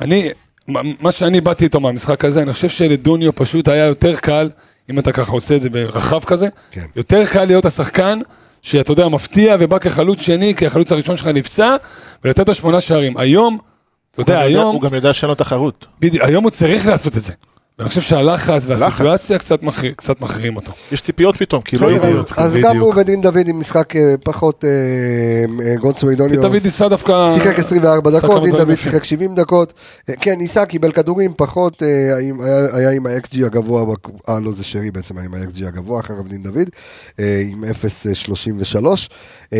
[SPEAKER 6] אני, מ- מה שאני באתי איתו מהמשחק הזה, אני חושב שלדוניו פשוט היה יותר קל, אם אתה ככה עושה את זה ברחב כזה,
[SPEAKER 1] כן.
[SPEAKER 6] יותר קל להיות השחקן שאתה יודע, מפתיע ובא כחלוץ שני, כי החלוץ הראשון שלך נפצע, ולתת שמונה שערים. היום, אתה
[SPEAKER 2] הוא גם
[SPEAKER 6] יודע,
[SPEAKER 2] יודע-
[SPEAKER 6] היום,
[SPEAKER 2] הוא גם יודע שאין לו תחרות.
[SPEAKER 6] בדיוק, היום הוא צריך לעשות את זה. ואני חושב שהלחץ והסיטואציה קצת מחר- קצת מחרים אותו.
[SPEAKER 2] יש ציפיות פתאום, כי לא
[SPEAKER 1] בסדר,
[SPEAKER 2] יודעים.
[SPEAKER 1] כן, אז- אז גם הוא ודין דוד עם משחק אה, פחות אה, אה, גונסו אידוניו.
[SPEAKER 6] דוד ניסה דווקא...
[SPEAKER 1] שיחק 24
[SPEAKER 6] עשה כמה
[SPEAKER 1] דקות, דין
[SPEAKER 6] דברים
[SPEAKER 1] דוד
[SPEAKER 6] יפים.
[SPEAKER 1] שיחק 70 דקות. אה, כן, ניסה, קיבל כדורים, פחות אה, עם- היה- היה עם ה-XG הגבוה, בק- אה, לא, זה שרי בעצם היה עם ה-XG הגבוה, אחריו דין דוד, אה, עם 0.33. אה,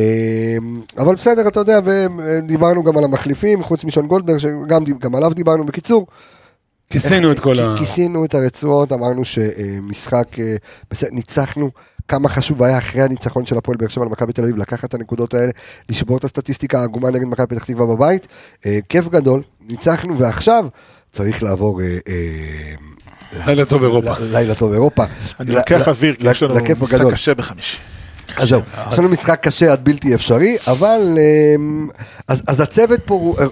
[SPEAKER 1] אבל בסדר, אתה יודע, ודיברנו גם על המחליפים, חוץ משון גולדברג, שגם גם עליו דיברנו. בקיצור,
[SPEAKER 6] כיסינו
[SPEAKER 2] אה,
[SPEAKER 6] את כל
[SPEAKER 1] כי-
[SPEAKER 6] ה...
[SPEAKER 1] כיסינו את הרצועות, אמרנו שמשחק, אה, ניצחנו, כמה חשוב היה אחרי הניצחון של הפועל באר שבע על מכבי תל אביב, לקחת את הנקודות האלה, לשבור את הסטטיסטיקה העגומה נגד מכבי פתח תקווה בבית, אה, כיף גדול, ניצחנו, ועכשיו צריך לעבור... אה, אה,
[SPEAKER 6] לילה טוב אירופה.
[SPEAKER 1] ל- לילה טוב אירופה.
[SPEAKER 2] אני
[SPEAKER 1] ל-
[SPEAKER 2] לוקח
[SPEAKER 1] ל-
[SPEAKER 2] אוויר, כי
[SPEAKER 1] ל-
[SPEAKER 2] יש לנו
[SPEAKER 1] לכיף
[SPEAKER 2] משחק
[SPEAKER 1] הגדול.
[SPEAKER 2] קשה בחמישי.
[SPEAKER 1] אז זהו, יש לנו משחק קשה עד בלתי אפשרי, אבל אמ, אז אז הצוות פה, אה,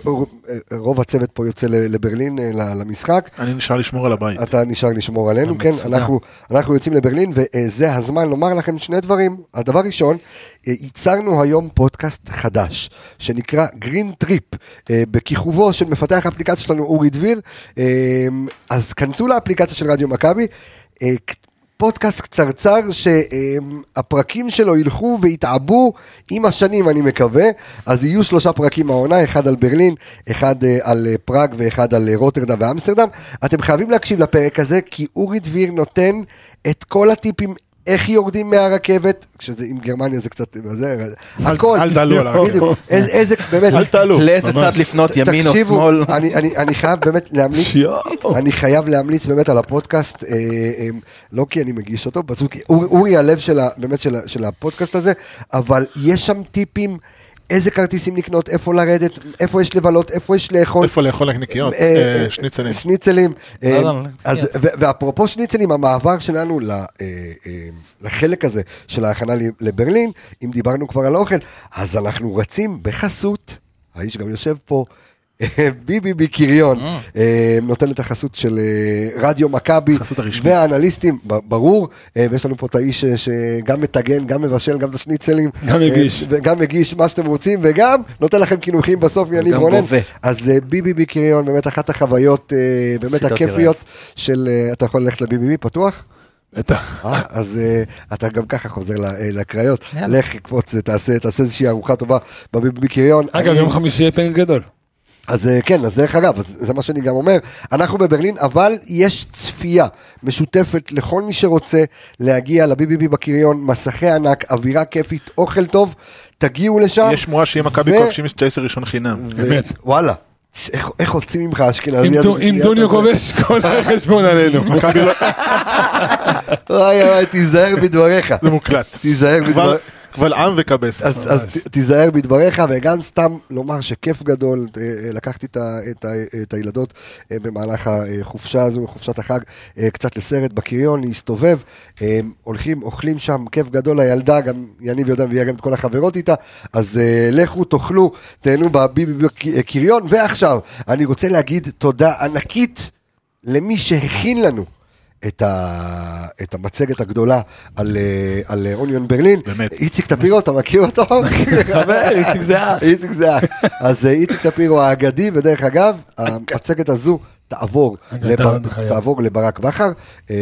[SPEAKER 1] רוב הצוות פה יוצא ל- לברלין, אה, ל- למשחק,
[SPEAKER 2] אני נשאר לשמור על הבית.
[SPEAKER 1] אתה נשאר לשמור עלינו, כן,
[SPEAKER 5] מצוין.
[SPEAKER 1] אנחנו, אנחנו יוצאים לברלין, וזה הזמן לומר לכם שני דברים. הדבר ראשון, אה, ייצרנו היום פודקאסט חדש, שנקרא גרין טריפ, אה, בכיכובו של מפתח האפליקציה שלנו אורי דביר, אה, אז כנסו לאפליקציה של רדיו מכבי. אה, ק- פודקאסט קצרצר שהפרקים שלו ילכו ויתעבו עם השנים אני מקווה אז יהיו שלושה פרקים העונה אחד על ברלין אחד אה, על אה, פראג ואחד על אה, רוטרדם ואמסטרדם אתם חייבים להקשיב לפרק הזה כי אורי דביר נותן את כל הטיפים איך יורדים מהרכבת כשזה עם גרמניה זה קצת אה, זה הכל
[SPEAKER 2] אל תעלו על הרכבת.
[SPEAKER 1] בדיוק. איזה- איזה באמת
[SPEAKER 2] אל תעלו.
[SPEAKER 5] לאיזה צד לפנות, ימין או
[SPEAKER 1] תקשיבו,
[SPEAKER 5] שמאל?
[SPEAKER 1] אני, אני, אני חייב באמת להמליץ, אני חייב להמליץ באמת על הפודקאסט, אה, אה, לא כי אני מגיש אותו, פשוט כי אורי, אורי הלב של, ה, באמת של, ה- של הפודקאסט הזה, אבל יש שם טיפים. איזה כרטיסים לקנות, איפה לרדת, איפה יש לבלות, איפה יש לאכול.
[SPEAKER 2] איפה לאכול נקניקיות?
[SPEAKER 1] אה, אה,
[SPEAKER 2] שניצלים.
[SPEAKER 1] שניצלים. אה,
[SPEAKER 5] לא, לא, לא,
[SPEAKER 1] אז- ו- ואפרופו שניצלים, המעבר שלנו ל- אה, אה, לחלק הזה של ההכנה ל- לברלין, אם דיברנו כבר על האוכל, אז אנחנו רצים בחסות, האיש גם יושב פה. אה, ביבי בקריון אה, נותן את החסות של אה, רדיו מכבי
[SPEAKER 2] החסות הרשמית.
[SPEAKER 1] והאנליסטים, ב- ברור, אה, ויש לנו פה את האיש אה, שגם מטגן, גם מבשל, גם את השניצלים,
[SPEAKER 6] גם
[SPEAKER 1] אה,
[SPEAKER 6] מגיש.
[SPEAKER 1] וגם מגיש מה שאתם רוצים וגם נותן לכם קינוחים בסוף מיניב
[SPEAKER 5] גם
[SPEAKER 1] רונן,
[SPEAKER 5] גובה.
[SPEAKER 1] אז אה, ביבי בקריון באמת אחת החוויות אה, באמת
[SPEAKER 5] עשית אותי
[SPEAKER 1] הכיפיות של אה, אתה יכול ללכת לביבי פתוח?
[SPEAKER 6] בטח.
[SPEAKER 1] אה, אז אה, אתה גם ככה חוזר ל- אה, לקריות,
[SPEAKER 5] יאללה.
[SPEAKER 1] לך קפוץ, אה, תעשה תעשה איזושהי ארוחה טובה בביבי בקריון.
[SPEAKER 6] אגב,
[SPEAKER 1] אני-
[SPEAKER 6] יום חמישי יהיה פרק גדול.
[SPEAKER 1] אז אה, כן, אז דרך אגב, אז זה מה שאני גם אומר. אנחנו בברלין, אבל יש צפייה משותפת לכל מי שרוצה להגיע לביביבי בקריון, מסכי ענק, אווירה כיפית, אוכל טוב, תגיעו לשם.
[SPEAKER 2] יש שמועה שיהיה מכבי
[SPEAKER 1] אה, ו-
[SPEAKER 2] כובשים את צ'ייסר ראשון חינם.
[SPEAKER 1] ו-
[SPEAKER 6] אמת.
[SPEAKER 1] וואלה, ש- איך- איך הוציא ממך
[SPEAKER 6] אם
[SPEAKER 1] האשכנזי הזה?
[SPEAKER 6] דו- אם
[SPEAKER 1] בשנייה,
[SPEAKER 6] דוניו
[SPEAKER 1] אתה יודע.
[SPEAKER 6] כובש, כל החשבון עלינו.
[SPEAKER 1] וואי וואי, תיזהר בדבריך.
[SPEAKER 2] זה מוקלט.
[SPEAKER 1] תיזהר
[SPEAKER 2] קבל-
[SPEAKER 1] בדבריך.
[SPEAKER 2] קבל עם וכבש.
[SPEAKER 1] אז, אז ת- תיזהר בדבריך, וגם סתם לומר שכיף גדול, אה, אה, לקחתי את, ה, את, ה, את הילדות אה, במהלך החופשה הזו, חופשת החג, אה, קצת לסרט בקריון, להסתובב, אה, הולכים, אוכלים שם, כיף גדול לילדה, גם יניב יודע ויהיה גם את כל החברות איתה, אז אה, לכו, תאכלו, תהנו בביבי בקריון, ועכשיו, אני רוצה להגיד תודה ענקית למי שהכין לנו. את, ה... את המצגת הגדולה על, אה, על אה, אוניון ברלין.
[SPEAKER 2] באמת.
[SPEAKER 1] איציק טפירו, אתה מכיר אותו?
[SPEAKER 6] חבר, איציק זהב.
[SPEAKER 1] איציק זה אז אה, איציק טפירו האגדי, ודרך אגב, המצגת הזו תעבור,
[SPEAKER 6] אגדה
[SPEAKER 1] לבר-
[SPEAKER 6] בחייו.
[SPEAKER 1] תעבור לברק בכר. אה,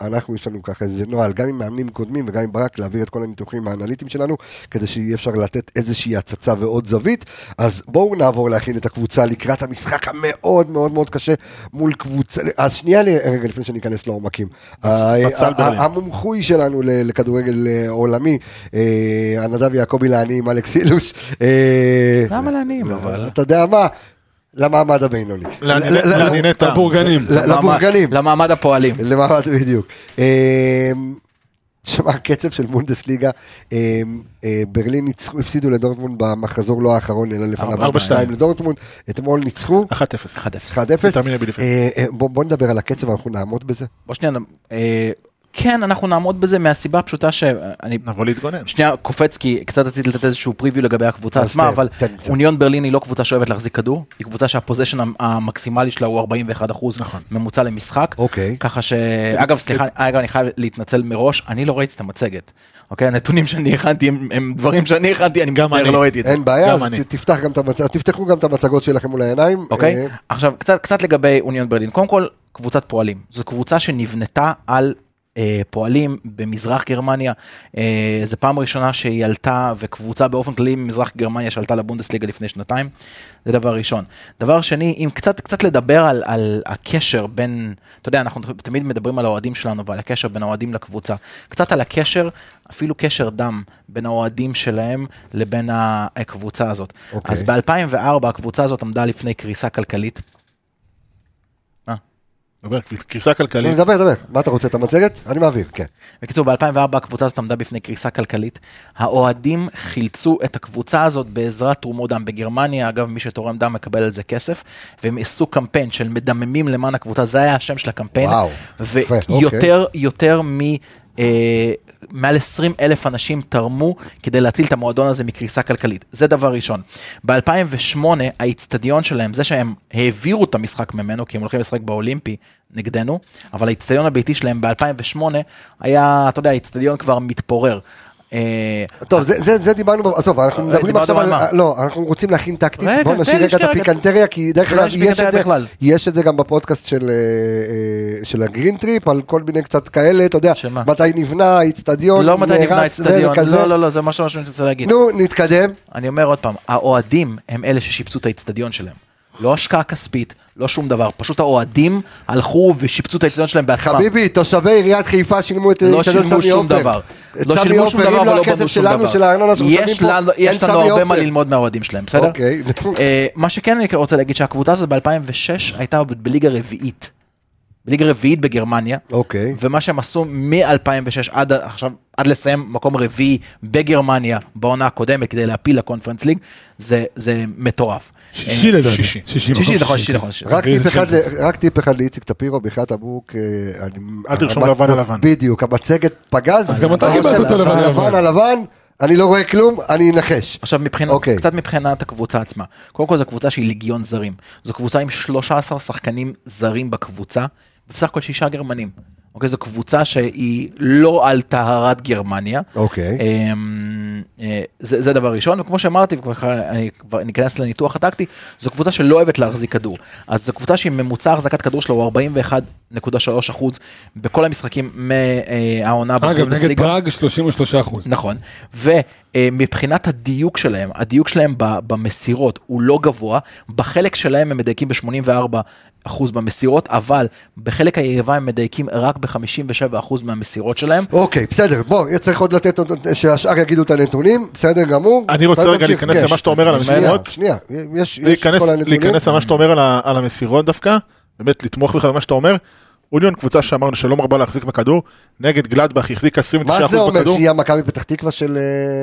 [SPEAKER 1] אנחנו יש לנו ככה איזה נוהל, גם עם מאמנים קודמים וגם עם ברק, להעביר את כל הניתוחים האנליטיים שלנו, כדי שיהיה אפשר לתת איזושהי הצצה ועוד זווית. אז בואו נעבור להכין את הקבוצה לקראת המשחק המאוד מאוד מאוד קשה מול קבוצה... אז שנייה, לי- רגע, לפני שאני אכנס לעומקים.
[SPEAKER 2] בצל
[SPEAKER 1] ה-
[SPEAKER 2] ברלין.
[SPEAKER 1] ה- המומחוי שלנו ל- לכדורגל אה, עולמי, אה, הנדב יעקבי לעניים, אלכס אילוש. אה,
[SPEAKER 5] למה לעניים, אבל?
[SPEAKER 1] אתה יודע מה? למעמד הבינוני.
[SPEAKER 2] לענייני-
[SPEAKER 1] ל- ל-
[SPEAKER 2] לענייני טעם.
[SPEAKER 6] הבורגנים.
[SPEAKER 1] ל- לבורגנים.
[SPEAKER 5] למעמד הפועלים.
[SPEAKER 1] למעמד בדיוק. אמ, שמע, הקצב של בונדסליגה, אמ, אה, ברלין ניצחו, הפסידו לדורטמונד במחזור לא האחרון, אלא לפניו
[SPEAKER 5] ארבע,
[SPEAKER 1] ארבע,
[SPEAKER 2] שתיים.
[SPEAKER 1] שתיים לדורטמונד, אתמול ניצחו
[SPEAKER 2] 1-0.
[SPEAKER 5] 1-0.
[SPEAKER 1] 1-0.
[SPEAKER 2] תאמין לי, בלי לפני.
[SPEAKER 1] אה, אה, בוא בוא נדבר על הקצב, אנחנו נעמוד בזה.
[SPEAKER 5] בוא שנייה, אה, כן, אנחנו נעמוד בזה מהסיבה הפשוטה שאני
[SPEAKER 1] נכון.
[SPEAKER 2] נבוא להתגונן.
[SPEAKER 5] שנייה קופץ כי קצת רציתי לתת איזשהו פריוויו לגבי הקבוצה
[SPEAKER 1] אז
[SPEAKER 5] עצמה,
[SPEAKER 1] תן,
[SPEAKER 5] אבל
[SPEAKER 1] תן קצת.
[SPEAKER 5] אוניון ברלין היא לא קבוצה שאוהבת להחזיק כדור, היא קבוצה שהפוזיישן המקסימלי שלה הוא 41 אחוז ממוצע למשחק.
[SPEAKER 1] נכון. אוקיי. כן.
[SPEAKER 5] ככה ש... אגב, סליחה, אגב, אני חייב להתנצל מראש, אני לא ראיתי את המצגת. אוקיי, הנתונים שאני הכנתי הם- הם דברים שאני הכנתי, אני
[SPEAKER 2] גם
[SPEAKER 5] מצטער,
[SPEAKER 2] אני.
[SPEAKER 5] לא ראיתי את זה.
[SPEAKER 1] אין בעיה,
[SPEAKER 2] גם
[SPEAKER 1] אז
[SPEAKER 2] אני.
[SPEAKER 1] ת- תפתח גם את המצ- תפתחו גם את המצגות שלכם מול העיניים.
[SPEAKER 5] אוקיי?
[SPEAKER 1] אה,
[SPEAKER 5] עכשיו, קצת, קצת לגבי אוניון ברלין. קודם כל, קבוצת פועלים. זו קבוצה שנבנתה על אה, פועלים במזרח גרמניה. אה, זו פעם ראשונה שהיא עלתה, וקבוצה באופן כללי ממזרח גרמניה שעלתה לבונדסליגה לפני שנתיים. זה דבר ראשון. דבר שני, אם קצת, קצת לדבר על, על הקשר בין, אתה יודע, אנחנו תמיד מדברים על האוהדים שלנו ועל הקשר בין האוהדים לקבוצה. קצת על הקשר, אפילו קשר דם, בין האוהדים שלהם לבין הקבוצה הזאת.
[SPEAKER 1] אוקיי.
[SPEAKER 5] אז ב-2004 הקבוצה הזאת עמדה לפני קריסה כלכלית.
[SPEAKER 2] דבר, קריסה כלכלית.
[SPEAKER 1] דבר, דבר, מה אתה רוצה, את המצגת? אני מעביר, כן.
[SPEAKER 5] בקיצור, ב-2004 הקבוצה הזאת עמדה בפני קריסה כלכלית. האוהדים חילצו את הקבוצה הזאת בעזרת תרומות דם בגרמניה, אגב, מי שתורם דם מקבל על זה כסף, והם עשו קמפיין של מדממים למען הקבוצה, זה היה השם של הקמפיין.
[SPEAKER 1] וואו, יפה,
[SPEAKER 5] ויותר יותר מ... אה, מעל 20 אלף אנשים תרמו כדי להציל את המועדון הזה מקריסה כלכלית. זה דבר ראשון. ב-2008 האיצטדיון שלהם, זה שהם העבירו את המשחק ממנו, כי הם הולכים לשחק באולימפי נגדנו, אבל האיצטדיון הביתי שלהם ב-2008 היה, אתה יודע, האיצטדיון כבר מתפורר. אה,
[SPEAKER 1] טוב, זה, זה, זה דיברנו, ב- עזוב, אנחנו מדברים
[SPEAKER 5] דיברנו
[SPEAKER 1] עכשיו
[SPEAKER 5] על
[SPEAKER 1] על,
[SPEAKER 5] מה?
[SPEAKER 1] לא, אנחנו רוצים להכין טקטית,
[SPEAKER 5] רגע,
[SPEAKER 1] בוא
[SPEAKER 5] תן
[SPEAKER 1] נשאיר
[SPEAKER 5] לי
[SPEAKER 1] רגע את
[SPEAKER 5] שנייה, רגע.
[SPEAKER 1] הפיקנטריה, כי דרך
[SPEAKER 5] לא,
[SPEAKER 1] אגב,
[SPEAKER 5] יש
[SPEAKER 1] יש את,
[SPEAKER 5] פיקנטריה
[SPEAKER 1] זה,
[SPEAKER 5] בכלל.
[SPEAKER 1] יש את זה גם בפודקאסט של, אה, אה, של הגרין טריפ, על כל מיני קצת כאלה, אתה יודע,
[SPEAKER 5] שמה?
[SPEAKER 1] מתי נבנה האיצטדיון,
[SPEAKER 5] לא מתי נבנה
[SPEAKER 1] נהרס, זה
[SPEAKER 5] האיצטדיון,
[SPEAKER 1] וכזה.
[SPEAKER 5] לא, לא, לא, זה משהו שאני רוצה להגיד.
[SPEAKER 1] נו, נתקדם,
[SPEAKER 5] אני אומר עוד פעם, האוהדים הם אלה ששיפצו את האיצטדיון שלהם. לא השקעה כספית, לא שום דבר, פשוט האוהדים הלכו ושיפצו את האיצטדיון שלהם בעצמם.
[SPEAKER 1] חביבי, תושבי עיריית חיפה שילמו את
[SPEAKER 5] לא
[SPEAKER 1] האיצטדיון
[SPEAKER 5] שילמו
[SPEAKER 1] סמי
[SPEAKER 5] שום
[SPEAKER 1] עופר.
[SPEAKER 5] דבר.
[SPEAKER 1] את
[SPEAKER 5] לא
[SPEAKER 1] סמי
[SPEAKER 5] שילמו שום
[SPEAKER 1] עופר,
[SPEAKER 5] דבר
[SPEAKER 1] אם לא
[SPEAKER 5] ולא
[SPEAKER 1] הכסף
[SPEAKER 5] בנו שום
[SPEAKER 1] שלנו,
[SPEAKER 5] דבר.
[SPEAKER 1] של הארנונה שאנחנו
[SPEAKER 5] יש
[SPEAKER 1] משלמים פה,
[SPEAKER 5] לנו-
[SPEAKER 1] אין
[SPEAKER 5] יש לנו
[SPEAKER 1] סמי
[SPEAKER 5] הרבה
[SPEAKER 1] עופר.
[SPEAKER 5] מה ללמוד מהאוהדים שלהם, בסדר?
[SPEAKER 1] אוקיי.
[SPEAKER 5] אה, מה שכן אני רוצה להגיד שהקבוצה הזאת ב-2006 הייתה ב- בליגה רביעית. בליגה רביעית בגרמניה.
[SPEAKER 1] אוקיי.
[SPEAKER 5] ומה שהם עשו מ-2006 עד ה- עכשיו, עד לסיים מקום רביעי בגרמניה בעונה הקודמת כדי להפיל לקונפרנס ליג, זה, זה מטורף. אה,
[SPEAKER 6] שישי לדעתי.
[SPEAKER 2] שישי.
[SPEAKER 5] שישי,
[SPEAKER 6] מקום
[SPEAKER 5] נכון,
[SPEAKER 6] שישי. כן.
[SPEAKER 5] שישי, נכון. שישי.
[SPEAKER 1] רק טיפ,
[SPEAKER 6] באיזה
[SPEAKER 1] אחד,
[SPEAKER 6] שם
[SPEAKER 1] ל-
[SPEAKER 6] זה?
[SPEAKER 1] רק טיפ אחד לאיציק טפירו, ברכת אבוק. אה, אני-
[SPEAKER 2] אל תרשום
[SPEAKER 1] המצ-
[SPEAKER 2] לבן על לבן.
[SPEAKER 1] בדיוק, המצגת פגז.
[SPEAKER 6] אז גם אתה
[SPEAKER 1] אני
[SPEAKER 6] קיבלת
[SPEAKER 1] רושם
[SPEAKER 6] אותו לבן על לבן.
[SPEAKER 1] הלבן הלבן, אני לא רואה כלום, אני אנחש.
[SPEAKER 5] עכשיו מבחינת,
[SPEAKER 1] אוקיי.
[SPEAKER 5] okay. קצת מבחינת הקבוצה עצמה. קודם כל זו קבוצה שהיא ליגיון זרים. זו קבוצה עם 13 שחקנים זרים בקבוצה, ובסך הכל שישה גרמנים. אוקיי, זו קבוצה שהיא לא על טהרת גרמניה.
[SPEAKER 1] אוקיי.
[SPEAKER 6] אה.
[SPEAKER 5] אמ, אה, זה, זה דבר ראשון, וכמו שאמרתי, וכבר- אני כבר ניכנס לניתוח הטקטי, זו קבוצה שלא אוהבת להחזיק כדור. אז זו קבוצה שהיא ממוצע החזקת כדור שלה הוא 41.3 אחוז בכל המשחקים מהעונה.
[SPEAKER 6] אגב, נגד
[SPEAKER 5] בבונדסליגה.
[SPEAKER 6] פראג 33 אחוז.
[SPEAKER 5] נכון, ומבחינת הדיוק שלהם, הדיוק שלהם ב- במסירות הוא לא גבוה, בחלק שלהם הם מדייקים ב-84% במסירות, אבל בחלק היריבה הם מדייקים רק ב-57% מהמסירות שלהם.
[SPEAKER 1] אוקיי, בסדר, בוא, צריך עוד לתת, עוד- שהשאר יגידו את הנתונים, בסדר גמור.
[SPEAKER 2] אני רוצה
[SPEAKER 1] אבל
[SPEAKER 2] רגע
[SPEAKER 1] תמשיך,
[SPEAKER 2] להיכנס
[SPEAKER 1] יש.
[SPEAKER 2] למה שאתה אומר על
[SPEAKER 1] שנייה,
[SPEAKER 2] המסירות.
[SPEAKER 1] שנייה, יש יש
[SPEAKER 2] להיכנס-
[SPEAKER 1] כל הנתונים.
[SPEAKER 2] להיכנס למה שאתה אומר על ה- על המסירות דווקא, באמת לתמוך בכלל במה שאתה אומר. אוניון קבוצה שאמרנו שלא מרבה להחזיק בכדור, נגד גלדבך החזיק 29%
[SPEAKER 1] מה זה אומר
[SPEAKER 2] בכדור,
[SPEAKER 1] שהיא המכבי פתח תקווה של...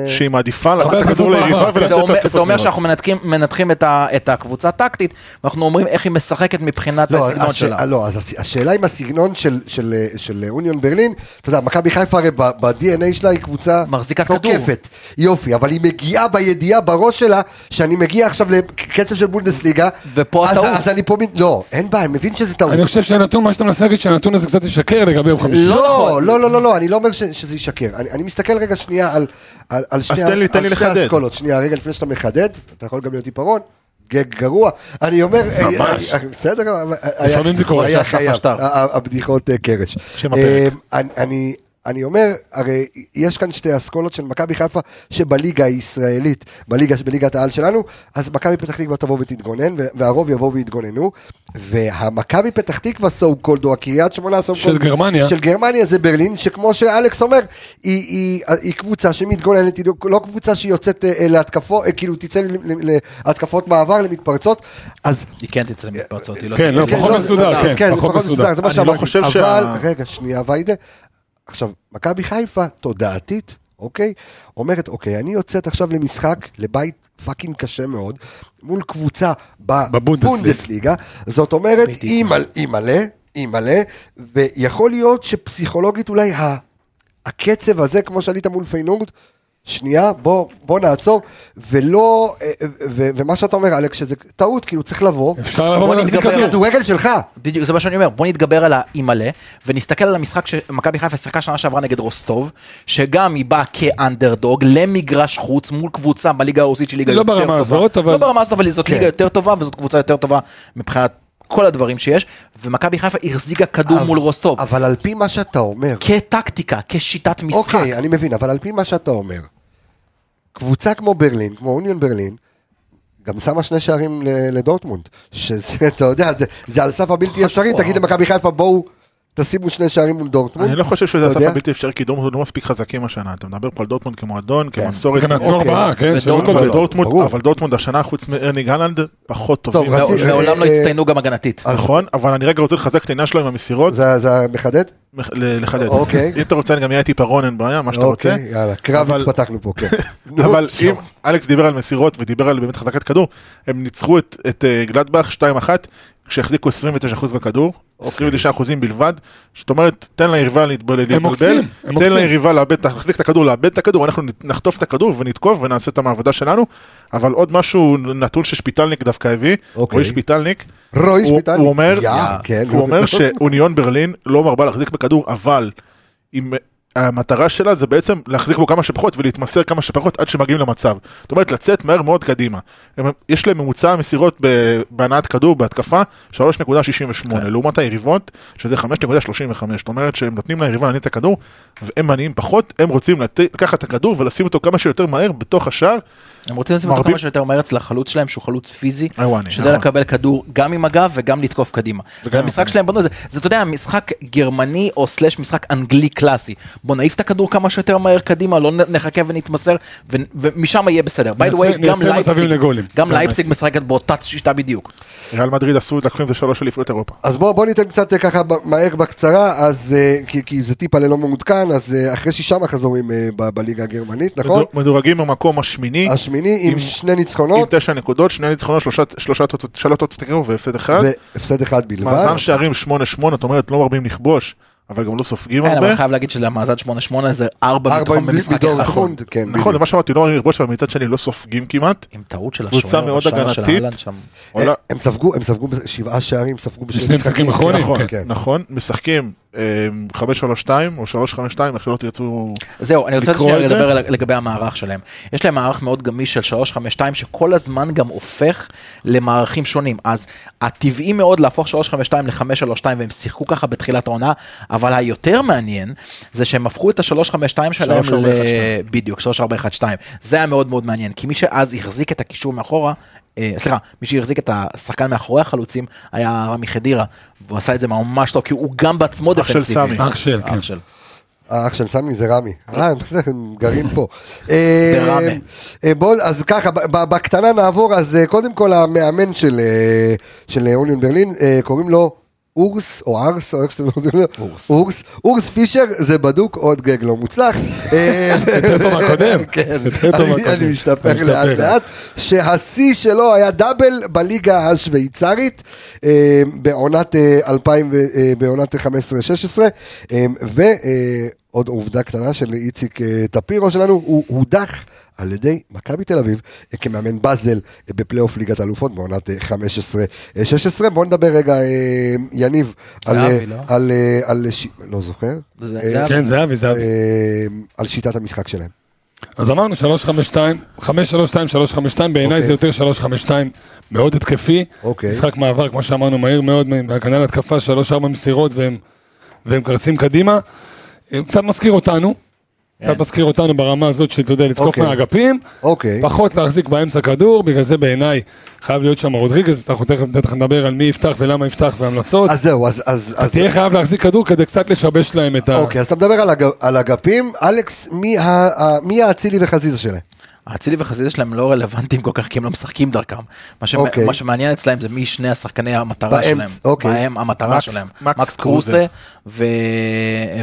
[SPEAKER 1] אה,
[SPEAKER 2] שהיא מעדיפה לתת
[SPEAKER 6] אבל
[SPEAKER 2] כדור
[SPEAKER 6] כדור
[SPEAKER 2] ליריבה
[SPEAKER 6] בעבר.
[SPEAKER 5] זה
[SPEAKER 2] ולצאת
[SPEAKER 5] אומר,
[SPEAKER 2] להתקפות
[SPEAKER 5] זה אומר
[SPEAKER 2] מהירות.
[SPEAKER 5] שאנחנו מנתחים, מנתחים את, ה, את הקבוצה הטקטית, ואנחנו אומרים איך היא משחקת מבחינת
[SPEAKER 1] לא,
[SPEAKER 5] הסגנון
[SPEAKER 1] הש-
[SPEAKER 5] שלה.
[SPEAKER 1] לא, אז הש- השאלה אם הסגנון של- של אה, של אוניון ברלין, אתה יודע, מכבי חיפה הרי ב- ב-DNA שלה היא קבוצה...
[SPEAKER 5] מחזיקת
[SPEAKER 1] תוקפת. יופי, אבל היא מגיעה בידיעה בראש שלה, שאני מגיע עכשיו לקצב של בונדסליגה.
[SPEAKER 5] ופה
[SPEAKER 1] אז-
[SPEAKER 5] הטעות.
[SPEAKER 1] אז אני פה... מ- לא, אין בעיה, אני מבין שזה טעות.
[SPEAKER 6] אני חושב שהנתון, מה שאתה מנסה להגיד, שהנתון הזה קצת ישקר לגבי יום חמישי.
[SPEAKER 1] לא, לא, לא, לא, לא, אני לא אומר ש- שזה ישקר. אני אני מסתכל רגע שנייה על- על על שני
[SPEAKER 2] תן לי- תן לי
[SPEAKER 1] על שתי
[SPEAKER 2] לחדד.
[SPEAKER 1] האסכולות. שנייה, רגע לפני שאתה מחדד, אתה יכול גם להיות עיפרון. גג גרוע. אני אומר,
[SPEAKER 2] ממש.
[SPEAKER 1] אה, אה, בסדר, אבל היה-
[SPEAKER 6] לפעמים זה קורה,
[SPEAKER 1] היה
[SPEAKER 5] שחף
[SPEAKER 1] חייב,
[SPEAKER 5] השטר.
[SPEAKER 1] ה- ה- הבדיחות אה, קרש.
[SPEAKER 2] שם הפרק.
[SPEAKER 1] אה, אני- אני... אני אומר, הרי יש כאן שתי אסכולות של מכבי חיפה שבליגה הישראלית, בליגה, בליגת העל שלנו, אז מכבי פתח תקווה תבוא ותתגונן, ו- והרוב יבואו ויתגוננו, והמכבי פתח תקווה סו קולד, או הקריית שמונה סו
[SPEAKER 6] של גרמניה.
[SPEAKER 1] של גרמניה זה ברלין, שכמו שאלכס אומר, היא, היא, היא קבוצה שמתגוננת, היא לא- לא קבוצה שיוצאת אה, להתקפות, אה, כאילו תצא ל- ל- להתקפות מעבר, למתפרצות, אז...
[SPEAKER 5] היא כן תצא למתפרצות, היא לא
[SPEAKER 6] כן,
[SPEAKER 5] תצא.
[SPEAKER 6] לא, פחות
[SPEAKER 1] זה
[SPEAKER 6] מסודר, כן,
[SPEAKER 1] זה
[SPEAKER 6] פחות מסודר.
[SPEAKER 1] זה מה
[SPEAKER 2] אני לא
[SPEAKER 1] שאמרתי,
[SPEAKER 2] חושב
[SPEAKER 1] אבל,
[SPEAKER 2] שה-
[SPEAKER 1] רגע, שנייה, ויידה. עכשיו, מכבי חיפה, תודעתית, אוקיי? אומרת, אוקיי, אני יוצאת עכשיו למשחק, לבית פאקינג קשה מאוד, מול קבוצה
[SPEAKER 6] בבונדסליג.
[SPEAKER 1] בבונדסליגה, זאת אומרת, אימא'לה, אימא'לה, ויכול להיות שפסיכולוגית אולי ה... הקצב הזה, כמו שעלית מול פיינורד, שנייה, בוא, בוא נעצור, ולא, אה, אה, ו, ומה שאתה אומר, אלכס, שזה טעות, כאילו צריך לבוא,
[SPEAKER 6] אפשר לבוא
[SPEAKER 5] בוא
[SPEAKER 6] ולהחזיק
[SPEAKER 5] נתגבר.
[SPEAKER 1] זה
[SPEAKER 6] כדור.
[SPEAKER 1] כדורגל שלך.
[SPEAKER 5] בדיוק, זה מה שאני אומר, בוא נתגבר על האימלה, ונסתכל על המשחק שמכבי חיפה שיחקה שנה שעברה נגד רוסטוב, שגם היא באה כאנדרדוג למגרש חוץ מול קבוצה בליגה הרוסית שהיא ליגה
[SPEAKER 6] לא
[SPEAKER 5] יותר
[SPEAKER 6] ברמה
[SPEAKER 5] טובה.
[SPEAKER 6] הזאת, אבל-
[SPEAKER 5] לא ברמה הזאת, אבל זאת
[SPEAKER 1] כן.
[SPEAKER 5] ליגה יותר טובה, וזאת קבוצה יותר טובה מבחינת כל הדברים שיש, ומכבי חיפה החזיקה כדור מול רוסטוב.
[SPEAKER 1] אבל על פי מה שאתה אומר,
[SPEAKER 5] כטקטיקה, כשיטת משחק.
[SPEAKER 1] אוקיי, אני מבין, אבל על פי מה שאתה אומר, קבוצה כמו ברלין, כמו אוניון ברלין, גם שמה שני שערים ל- לדורטמונד, שזה, אתה יודע, זה, זה על סף
[SPEAKER 2] נכון.
[SPEAKER 1] הבלתי אפשרי, תגיד למכבי חיפה, בואו, תשימו שני שערים מול דורטמונד.
[SPEAKER 2] אני לא חושב שזה
[SPEAKER 1] אתה
[SPEAKER 2] הסף
[SPEAKER 1] יודע?
[SPEAKER 2] הבלתי אפשרי, כי דורטמונד לא מספיק חזקים השנה. אתה מדבר פה על דורטמונד כמועדון, כמסורת.
[SPEAKER 6] גם נתנו
[SPEAKER 1] אוקיי.
[SPEAKER 6] ארבעה, כן? שלא
[SPEAKER 5] ודורטמונד-
[SPEAKER 6] קודם.
[SPEAKER 2] דורטמונד,
[SPEAKER 1] ברור.
[SPEAKER 2] אבל דורטמונד השנה, חוץ מארני גלנד, פחות טובים.
[SPEAKER 1] רצי-
[SPEAKER 2] מאוד.
[SPEAKER 1] אה,
[SPEAKER 5] לעולם לא
[SPEAKER 1] אה,
[SPEAKER 5] הצטיינו גם הגנתית.
[SPEAKER 2] נכון, אבל אני רגע רוצה לחזק את העניין שלו עם המסירות,
[SPEAKER 1] זה, זה מחדד?
[SPEAKER 2] מח- ל- לחדד.
[SPEAKER 1] אוקיי.
[SPEAKER 2] אם אתה רוצה, אני גם אהיה טיפה רון, אין בעיה, מה שאתה רוצה.
[SPEAKER 1] אוקיי, יאללה, קרב
[SPEAKER 2] אבל-
[SPEAKER 1] התפתחנו פה, כן. נו,
[SPEAKER 2] אבל אם
[SPEAKER 1] טוב.
[SPEAKER 2] אלכס דיבר על מסירות ודיבר על באמת חזקת כדור, הם ניצחו את, את אה, גלדבך 2-1, כשהחזיקו 29% בכדור,
[SPEAKER 1] אוקיי.
[SPEAKER 2] 29% בלבד, זאת אומרת, תן ליריבה להתבלבל, להתבלבל,
[SPEAKER 6] עוקצים, הם
[SPEAKER 2] תן
[SPEAKER 6] עוקצים.
[SPEAKER 2] ליריבה לאבד, להחזיק את הכדור, לאבד את הכדור, אנחנו נת- נחטוף את הכדור ונתקוף ונעשה את המעבודה שלנו, אבל עוד משהו, נתון ששפיטלניק דווקא הביא,
[SPEAKER 1] אוקיי.
[SPEAKER 2] רועי שפיטלניק,
[SPEAKER 1] רועי
[SPEAKER 2] הוא-
[SPEAKER 1] שפיטל,
[SPEAKER 2] הוא אומר-
[SPEAKER 1] יא,
[SPEAKER 5] יא.
[SPEAKER 1] כן,
[SPEAKER 2] הוא
[SPEAKER 1] נו,
[SPEAKER 2] אומר
[SPEAKER 1] נו.
[SPEAKER 2] שאוניון ברלין לא מרבה להחזיק בכדור, אבל אם המטרה שלה זה בעצם להחזיק בו כמה שפחות ולהתמסר כמה שפחות עד שמגיעים למצב. זאת אומרת, לצאת מהר מאוד קדימה. הם- יש להם ממוצע מסירות ב- בהנעת כדור, בהתקפה,
[SPEAKER 1] כן.
[SPEAKER 2] 3.68, לעומת היריבות, שזה 5.35. זאת אומרת שהם נותנים ליריבה להניע את הכדור, והם מניעים פחות, הם רוצים לת- לקחת את הכדור ולשים אותו כמה שיותר מהר בתוך השער.
[SPEAKER 5] הם רוצים לשים אותו
[SPEAKER 2] מרבים-
[SPEAKER 5] כמה שיותר מהר אצל החלוץ שלהם, שהוא חלוץ פיזי,
[SPEAKER 2] איואני,
[SPEAKER 5] שיודע
[SPEAKER 2] נכון.
[SPEAKER 5] לקבל כדור גם עם הגב וגם לתקוף קדימה.
[SPEAKER 2] וגם עם
[SPEAKER 5] המשחק
[SPEAKER 2] הגב.
[SPEAKER 5] שלהם בנו זה, זה אתה יודע, משחק גרמני או סלאש משחק אנגלי קלאסי. בוא נעיף את הכדור כמה שיותר מהר קדימה, לא נ- נחכה ונתמסר, ו- ומשם יהיה בסדר. by the
[SPEAKER 6] נייצר-
[SPEAKER 5] way, גם
[SPEAKER 6] נייצר מצבים לגולים.
[SPEAKER 5] לייפציג, גם
[SPEAKER 6] גם
[SPEAKER 5] לייפציג משחקת באותה שיטה בדיוק.
[SPEAKER 2] ריאל מדריד עשו, לקחו עם זה שלוש אליפויות אירופה.
[SPEAKER 1] אז בואו בוא ניתן קצת אה, ככה ב- מהר בקצרה, אז אה, כי, כי זה טיפה ללא מעודכן, אז אה, אחרי שישה מחזורים אה, ב- בליגה הגרמנית, נכון?
[SPEAKER 2] מדור- מדורגים במקום השמיני.
[SPEAKER 1] השמיני עם
[SPEAKER 2] עם-
[SPEAKER 1] שני
[SPEAKER 2] עם
[SPEAKER 1] ניצחונות
[SPEAKER 2] תשע נקודות, שני ניצחונות, שלושה- שלושה תוצאות, שלוש תוצאות תיקו והפסד אחד.
[SPEAKER 1] והפסד אחד בלבד.
[SPEAKER 2] מאזן שערים 8-8, זאת אומרת לא מרבים לכבוש, אבל גם לא סופגים
[SPEAKER 5] כן, אבל
[SPEAKER 2] הרבה.
[SPEAKER 5] אני חייב להגיד שלמאזן 8-8 זה 4
[SPEAKER 1] ארבע
[SPEAKER 5] מתוכם
[SPEAKER 1] עם
[SPEAKER 5] במשחק
[SPEAKER 1] בידור
[SPEAKER 5] אחד.
[SPEAKER 1] חונד, כן,
[SPEAKER 2] נכון, זה
[SPEAKER 1] בדיוק.
[SPEAKER 2] מה שאמרתי, לא מרבים לכבוש, אבל מצד שני לא סופגים כמעט. אה,
[SPEAKER 5] עם טעות של
[SPEAKER 2] קבוצה
[SPEAKER 5] השוער,
[SPEAKER 2] מאוד
[SPEAKER 5] השער של
[SPEAKER 2] הגנתית.
[SPEAKER 5] אהלן שם.
[SPEAKER 2] עולה-
[SPEAKER 1] הם ספגו, הם ספגו בש- שבעה שערים, ספגו בשני
[SPEAKER 6] בשני משחקים אחרונים,
[SPEAKER 2] נכון,
[SPEAKER 6] כן.
[SPEAKER 2] נכון, משחקים אה, 5-3-2 או 3-5-2, איך שלא תרצו...
[SPEAKER 5] זהו, אני רוצה
[SPEAKER 2] לקרוא
[SPEAKER 5] שנייה
[SPEAKER 2] את זה?
[SPEAKER 5] לדבר על- לגבי המערך שלהם. יש להם מערך מאוד גמיש של 352 שכל הזמן גם הופך למערכים שונים. אז הטבעי מאוד להפוך 352 ל-532 והם שיחקו ככה בתחילת העונה, אבל היותר מעניין זה שהם הפכו את ה-352 שלהם
[SPEAKER 2] 3412.
[SPEAKER 5] ל... בדיוק, 3412. זה היה מאוד מאוד מעניין, כי מי שאז החזיק את הקישור מאחורה, אה, סליחה, מי שהחזיק את השחקן מאחורי החלוצים היה רמי חדירה, והוא עשה את זה ממש טוב, כי הוא גם בעצמו
[SPEAKER 2] אח של
[SPEAKER 5] דפנסיבי.
[SPEAKER 2] סמי.
[SPEAKER 6] אח של, כן.
[SPEAKER 5] אח של.
[SPEAKER 1] האח של סמי זה רמי. אה, הם גרים פה. אה,
[SPEAKER 5] ברמה.
[SPEAKER 1] אה, בואו, אז ככה, ב- ב- בקטנה נעבור, אז אה, קודם כל המאמן של, אה, של אה, אוניון ברלין, אה, קוראים לו... אורס או ארס או איך שאתם לא יודעים,
[SPEAKER 5] אורס.
[SPEAKER 1] אורס, אורס פישר זה בדוק עוד גג לא מוצלח. אה,
[SPEAKER 6] יותר טוב מהקודם.
[SPEAKER 1] כן,
[SPEAKER 6] יותר טוב
[SPEAKER 1] אני-
[SPEAKER 6] מהקודם.
[SPEAKER 1] אני משתפר
[SPEAKER 6] אתה משתפר.
[SPEAKER 1] לאט לאט, שהשיא שלו היה דאבל בליגה השוויצרית אה, בעונת אה, 2000 ו- אה, בעונת 15-16, אה, ועוד עובדה קטנה של איציק אה, טפירו שלנו, הוא הודח. על ידי מכבי תל אביב אה, כמאמן באזל אה, בפלייאוף ליגת האלופות בעונת אה, 15-16. בואו נדבר רגע, אה, יניב, על...
[SPEAKER 5] זהבי,
[SPEAKER 1] אה,
[SPEAKER 5] לא?
[SPEAKER 1] על... אה, על... ש- לא זוכר.
[SPEAKER 5] זה-
[SPEAKER 1] אה,
[SPEAKER 5] זה היה
[SPEAKER 6] כן, זהבי, זהבי.
[SPEAKER 1] אה, על שיטת המשחק שלהם.
[SPEAKER 6] אז אמרנו 352, 532, 352, בעיניי
[SPEAKER 1] אוקיי.
[SPEAKER 6] זה יותר 352 מאוד התקפי.
[SPEAKER 1] אוקיי.
[SPEAKER 6] משחק מעבר, כמו שאמרנו, מהיר מאוד, בהגנה להתקפה, 3-4 מסירות והם, והם קרצים קדימה. הם קצת מזכיר אותנו, קצת מזכיר אותנו ברמה הזאת של, אתה יודע, לתקוף
[SPEAKER 1] כן. אוקיי.
[SPEAKER 6] מהאגפים,
[SPEAKER 1] אוקיי.
[SPEAKER 6] פחות להחזיק באמצע כדור, בגלל זה בעיניי חייב להיות שם רודריגז, אנחנו תכף בטח נדבר על מי יפתח ולמה יפתח והמלצות.
[SPEAKER 1] אז זהו, אז... אז, אז
[SPEAKER 6] תהיה חייב להחזיק כדור כדי קצת לשבש להם את ה...
[SPEAKER 1] אוקיי, אז אתה מדבר על, הג, על אגפים. אלכס, מי, ה, ה, מי האצילי וחזיזה שלהם?
[SPEAKER 5] האצילי וחזיזה שלהם לא רלוונטיים כל כך, כי הם לא משחקים דרכם. מה, שמ...
[SPEAKER 1] אוקיי.
[SPEAKER 5] מה שמעניין אצלהם זה מי שני השחקני המטרה
[SPEAKER 1] באמצע,
[SPEAKER 5] שלהם.
[SPEAKER 1] אוקיי.
[SPEAKER 5] בהם המטרה
[SPEAKER 2] מקס-
[SPEAKER 5] שלהם.
[SPEAKER 2] מקס
[SPEAKER 5] מקס
[SPEAKER 2] קרוזה.
[SPEAKER 5] קרוסה ו...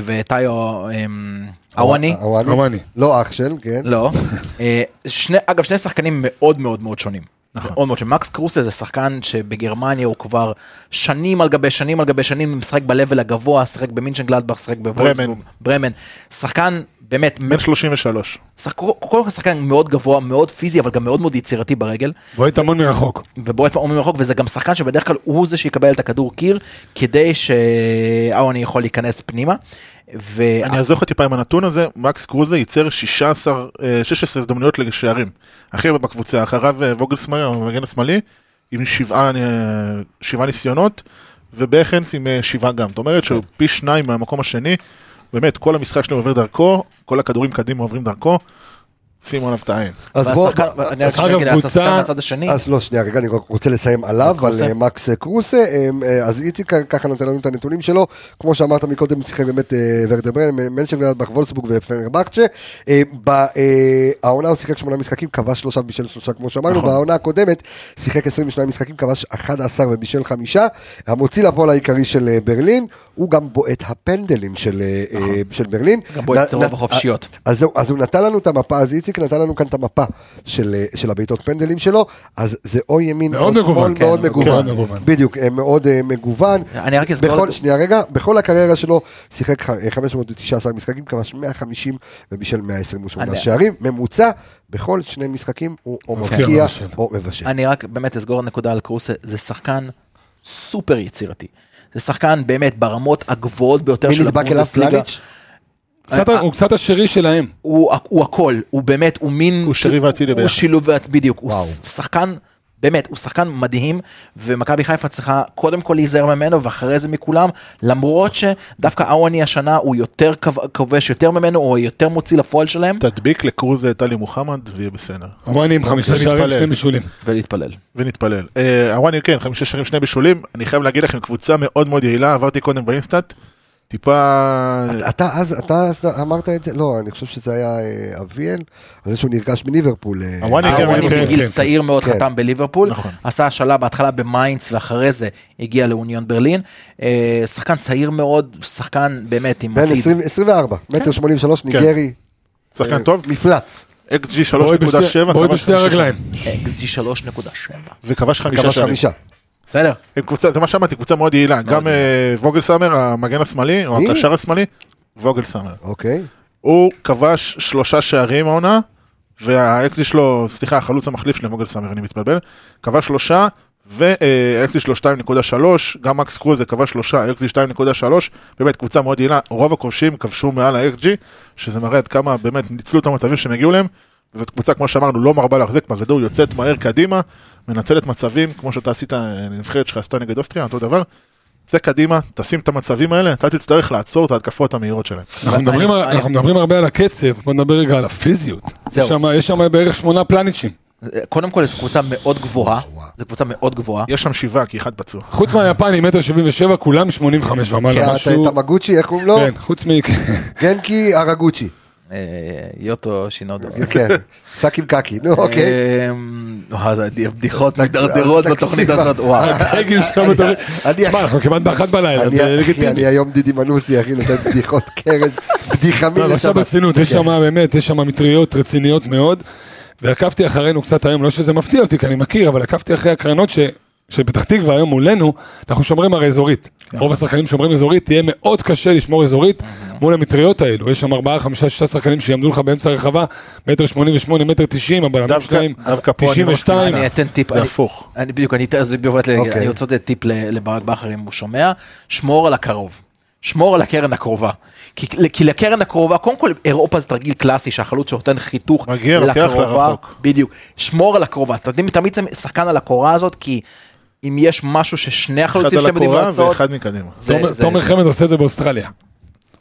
[SPEAKER 5] וטאיו אמ, אוואני.
[SPEAKER 1] אוואני.
[SPEAKER 6] אוואני.
[SPEAKER 1] לא אח של, כן.
[SPEAKER 5] לא. אה, שני, אגב, שני שחקנים מאוד מאוד מאוד שונים. נכון. מאוד מאוד שונים. מקס קרוסה זה שחקן שבגרמניה הוא כבר שנים על גבי שנים על גבי שנים, משחק ב-level הגבוה, שיחק במינצ'ן גלדבך, שיחק בוולסבורג, ברמן. שחקן באמת,
[SPEAKER 2] בן 33.
[SPEAKER 5] שחק, כל כך שחקן מאוד גבוה, מאוד פיזי, אבל גם מאוד מאוד יצירתי ברגל.
[SPEAKER 6] בועט המון מרחוק.
[SPEAKER 5] ובועט פעמים מרחוק וזה גם שחקן שבדרך כלל הוא זה שיקבל את הכדור קיר כדי שאוני יכול להיכנס פנימה. ו...
[SPEAKER 2] אני אעזור לך טיפה עם הנתון הזה, מקס קרוזה ייצר 16, אה, 16 הזדמנויות לשערים. הכי הרבה בקבוצה, אחריו אה, ווגלסמאי, המגן השמאלי, עם שבעה, אה, שבעה ניסיונות, ובכנס עם אה, שבעה גם. זאת אומרת שהוא פי שניים מהמקום השני, באמת, כל המשחק שלו עובר דרכו, כל הכדורים קדימה עוברים דרכו, שימו עליו את העין.
[SPEAKER 1] אז בוא...
[SPEAKER 5] והשחקן-
[SPEAKER 1] בוא-
[SPEAKER 5] לא, אני רק
[SPEAKER 6] אגב,
[SPEAKER 5] שנייה אגיד,
[SPEAKER 6] קבוצה-
[SPEAKER 5] השחקן מהצד השני.
[SPEAKER 1] אז לא, שנייה, רגע, אני רק רוצה לסיים עליו, על
[SPEAKER 5] קרוסה.
[SPEAKER 1] אה, מקס אה, קרוסה. אה, אה, אז איציק אה, ככה נותן לנו את הנתונים שלו. כמו שאמרת מקודם, שיחק באמת אה, ורדברן, אה, מנצ'נגלדבך, וולסבורג ופנרבקצ'ה. אה, ב- אה, העונה הוא שיחק שמונה משחקים, כבש שלושה ובישל שלושה, כמו שאמרנו.
[SPEAKER 2] נכון.
[SPEAKER 1] בעונה הקודמת שיחק 22 משחקים, כבש 11 ובישל חמישה. המוציא לפועל העיקרי של אה, ברלין, הוא גם בועט הפנדלים של אה, אה, של ברלין.
[SPEAKER 5] גם בועט את
[SPEAKER 1] נ-
[SPEAKER 5] הרוב
[SPEAKER 1] נ-
[SPEAKER 5] החופשיות.
[SPEAKER 1] אז זהו, אז הוא נתן לנו את המפה, אז איציק נתן לנו כאן את המפה של, אה, של הבעיטות פנדלים שלו, אז זה או ימין או
[SPEAKER 6] מאוד
[SPEAKER 1] שמאל,
[SPEAKER 6] מגוון, כן,
[SPEAKER 1] מאוד
[SPEAKER 6] מאוד
[SPEAKER 1] מגוון.
[SPEAKER 6] מגוון.
[SPEAKER 1] בדיוק, אה, מאוד אה, מגוון.
[SPEAKER 5] אני רק אזכור-
[SPEAKER 1] בכל, שנייה רגע, בכל הקריירה שלו שיחק אה, 519 משחקים, כבש 150 ובישל 128
[SPEAKER 5] אני- אוקיי.
[SPEAKER 1] שערים, ממוצע, בכל שני משחקים הוא או
[SPEAKER 6] מבקיע,
[SPEAKER 1] מבקיע
[SPEAKER 6] כן, מבשל.
[SPEAKER 1] או מבשל.
[SPEAKER 5] אני רק באמת אסגור נקודה על קרוסה, זה
[SPEAKER 1] אה.
[SPEAKER 5] שחקן סופר יצירתי. זה שחקן באמת ברמות הגבוהות ביותר
[SPEAKER 1] מי
[SPEAKER 5] של
[SPEAKER 1] נדבק אליו?
[SPEAKER 5] הבונדסליגה.
[SPEAKER 1] פלניץ'?
[SPEAKER 6] קצת-
[SPEAKER 1] אה,
[SPEAKER 6] הוא קצת השרי שלהם.
[SPEAKER 5] הוא, הוא הכל, הוא באמת, הוא מין...
[SPEAKER 2] הוא שרי ואצילי
[SPEAKER 5] הוא
[SPEAKER 2] ביחד.
[SPEAKER 5] שילוב ואצילי, בדיוק. הוא
[SPEAKER 1] וואו.
[SPEAKER 5] ש- שחקן, באמת, הוא שחקן מדהים, ומכבי חיפה צריכה קודם כל להיזהר ממנו, ואחרי זה מכולם, למרות שדווקא אוואני השנה הוא יותר כב- כובש יותר ממנו, או יותר מוציא לפועל שלהם,
[SPEAKER 2] תדביק לקרוזה את טלי מוחמד ויהיה בסדר.
[SPEAKER 6] רומני עם חמישה שערים,
[SPEAKER 2] מתפלל.
[SPEAKER 6] שני בישולים.
[SPEAKER 5] ולהתפלל.
[SPEAKER 2] ונתפלל. אה, הוואני כן, חמישה שערים, שני בישולים. אני חייב להגיד לכם, קבוצה מאוד מאוד יעילה, עברתי קודם באינסטאט, טיפה... אה,
[SPEAKER 1] אתה אז, אתה אז אמרת את זה? לא, אני חושב שזה היה אה, אביאל, על זה שהוא נרגש מליברפול. אה,
[SPEAKER 2] הוואני כן,
[SPEAKER 5] אהרוני
[SPEAKER 6] כן,
[SPEAKER 5] בגיל
[SPEAKER 6] כן,
[SPEAKER 5] צעיר מאוד
[SPEAKER 1] כן.
[SPEAKER 5] חתם בליברפול,
[SPEAKER 2] נכון.
[SPEAKER 5] עשה השאלה בהתחלה במיינדס ואחרי זה הגיע לאוניון ברלין. אה, שחקן צעיר מאוד, שחקן באמת עם
[SPEAKER 1] בן
[SPEAKER 5] עתיד.
[SPEAKER 1] 20 24, מטר 83, ניגרי.
[SPEAKER 2] שחקן
[SPEAKER 1] אה,
[SPEAKER 2] טוב,
[SPEAKER 1] מפלץ.
[SPEAKER 2] XG 3.7,
[SPEAKER 6] בועט בשתי- בועט
[SPEAKER 2] כבש
[SPEAKER 6] בשתי
[SPEAKER 2] חמישה
[SPEAKER 6] הרגליים.
[SPEAKER 5] XG 3.7.
[SPEAKER 2] וכבש חמישה
[SPEAKER 1] כבש
[SPEAKER 2] שערים.
[SPEAKER 1] חמישה.
[SPEAKER 5] בסדר.
[SPEAKER 2] הם קבוצה, זה מה שאמרתי, קבוצה מאוד יעילה. גם אה, ווגל סאמר, המגן השמאלי, או
[SPEAKER 1] מי?
[SPEAKER 2] הקשר השמאלי, ווגל סאמר.
[SPEAKER 1] אוקיי.
[SPEAKER 2] הוא כבש שלושה שערים העונה, והאקזי שלו, סליחה, החלוץ המחליף שלהם, ווגל סאמר, אני מתבלבל, כבש שלושה, והאקזי שלו 2.3, גם מקס קרוז כבש שלושה, אקזי 2.3, באמת קבוצה מאוד יעילה, רוב הכובשים כבשו מעל האקזי, שזה מראה עד כמה באמת ניצלו את המצבים שהם הגיעו אליהם, וזאת קבוצה, כמו שאמרנו, לא מרבה להחזיק בכדור, יוצאת מהר קדימה, מנצלת מצבים, כמו שאתה עשית, הנבחרת שלך עשתה נגד אוסטריה, אותו דבר. צא קדימה, תשים את המצבים האלה, אתה תצטרך לעצור את ההתקפות המהירות שלהם.
[SPEAKER 6] אנחנו
[SPEAKER 5] אני-
[SPEAKER 6] מדברים על-
[SPEAKER 5] אני-
[SPEAKER 6] אנחנו מדברים הרבה על הקצב, בוא נדבר רגע על הפיזיות.
[SPEAKER 5] זהו.
[SPEAKER 6] יש שם- יש שם בערך שמונה פלניצ'ים.
[SPEAKER 5] קודם כל זו קבוצה מאוד גבוהה, זו קבוצה מאוד גבוהה.
[SPEAKER 2] יש שם שבעה, כי אחד פצוע.
[SPEAKER 6] חוץ מהיפני, מטר 77, כולם 85
[SPEAKER 1] אה,
[SPEAKER 6] ומעלה.
[SPEAKER 1] אתה-
[SPEAKER 6] כן. משהו-
[SPEAKER 1] תמגוצ'י, איך קוראים לו?
[SPEAKER 6] כן, חוץ מ...
[SPEAKER 1] גנקי ארגוצ'י.
[SPEAKER 5] אה, יוטו שינודו. אמ,
[SPEAKER 1] כן. שק עם קקי. נו,
[SPEAKER 6] אה,
[SPEAKER 1] אוקיי.
[SPEAKER 5] בדיחות מדרדרות
[SPEAKER 1] תקשיב,
[SPEAKER 5] בתוכנית הזאת, וואו.
[SPEAKER 6] הרגל שלך בתור...
[SPEAKER 1] אני-
[SPEAKER 6] תשמע, אנחנו כמעט באחת בלילה, אז
[SPEAKER 1] אני-
[SPEAKER 6] זה
[SPEAKER 1] אחי, אני
[SPEAKER 6] לגיטימי.
[SPEAKER 1] היום דידי מנוסי, אחי, נותן בדיחות קרש, בדיחה
[SPEAKER 6] לא, אבל עכשיו
[SPEAKER 1] מלשבת. כן.
[SPEAKER 6] ברצינות, יש שם באמת, יש שם מטריות רציניות מאוד, ועקבתי אחרינו קצת היום, לא שזה מפתיע אותי, כי אני מכיר, אבל עקבתי אחרי הקרנות ש... שפתח תקווה היום מולנו, אנחנו שומרים הרי אזורית. רוב השחקנים שומרים אזורית, תהיה מאוד קשה לשמור אזורית מול המטריות האלו. יש שם 4, 5, 6 שחקנים שיעמדו לך באמצע הרחבה, מטר 88, מטר 90, הבלמים
[SPEAKER 2] דווקא-
[SPEAKER 6] שלהם
[SPEAKER 2] דווקא פה אני
[SPEAKER 6] 92.
[SPEAKER 5] אני אתן טיפ,
[SPEAKER 2] זה
[SPEAKER 5] אני-
[SPEAKER 2] הפוך.
[SPEAKER 5] אני בדיוק, אני אתן- אז בדיוק באתי להגיד,
[SPEAKER 1] אוקיי.
[SPEAKER 5] אני רוצה לתת טיפ ל- לברק בכר אם הוא שומע, שמור על הקרוב. שמור על הקרן הקרובה. כי, כי לקרן הקרובה, קודם כל אירופה זה תרגיל קלאסי שהחלוץ שנותן חיתוך
[SPEAKER 2] מגיע, לוקח לרחוק.
[SPEAKER 5] בדיוק. שמור על הקרובה. אתה יודע, תמיד שם שחקן על הקורה הזאת, כי אם יש משהו ששני
[SPEAKER 2] אחד
[SPEAKER 5] החלוצים
[SPEAKER 2] על
[SPEAKER 5] שאתם יודעים
[SPEAKER 2] הקורה
[SPEAKER 5] לעשות,
[SPEAKER 2] ואחד מקדימה.
[SPEAKER 5] זה-
[SPEAKER 6] תומר-
[SPEAKER 5] זה-
[SPEAKER 6] תומר
[SPEAKER 5] זה-
[SPEAKER 6] חמד עושה את זה באוסטרליה.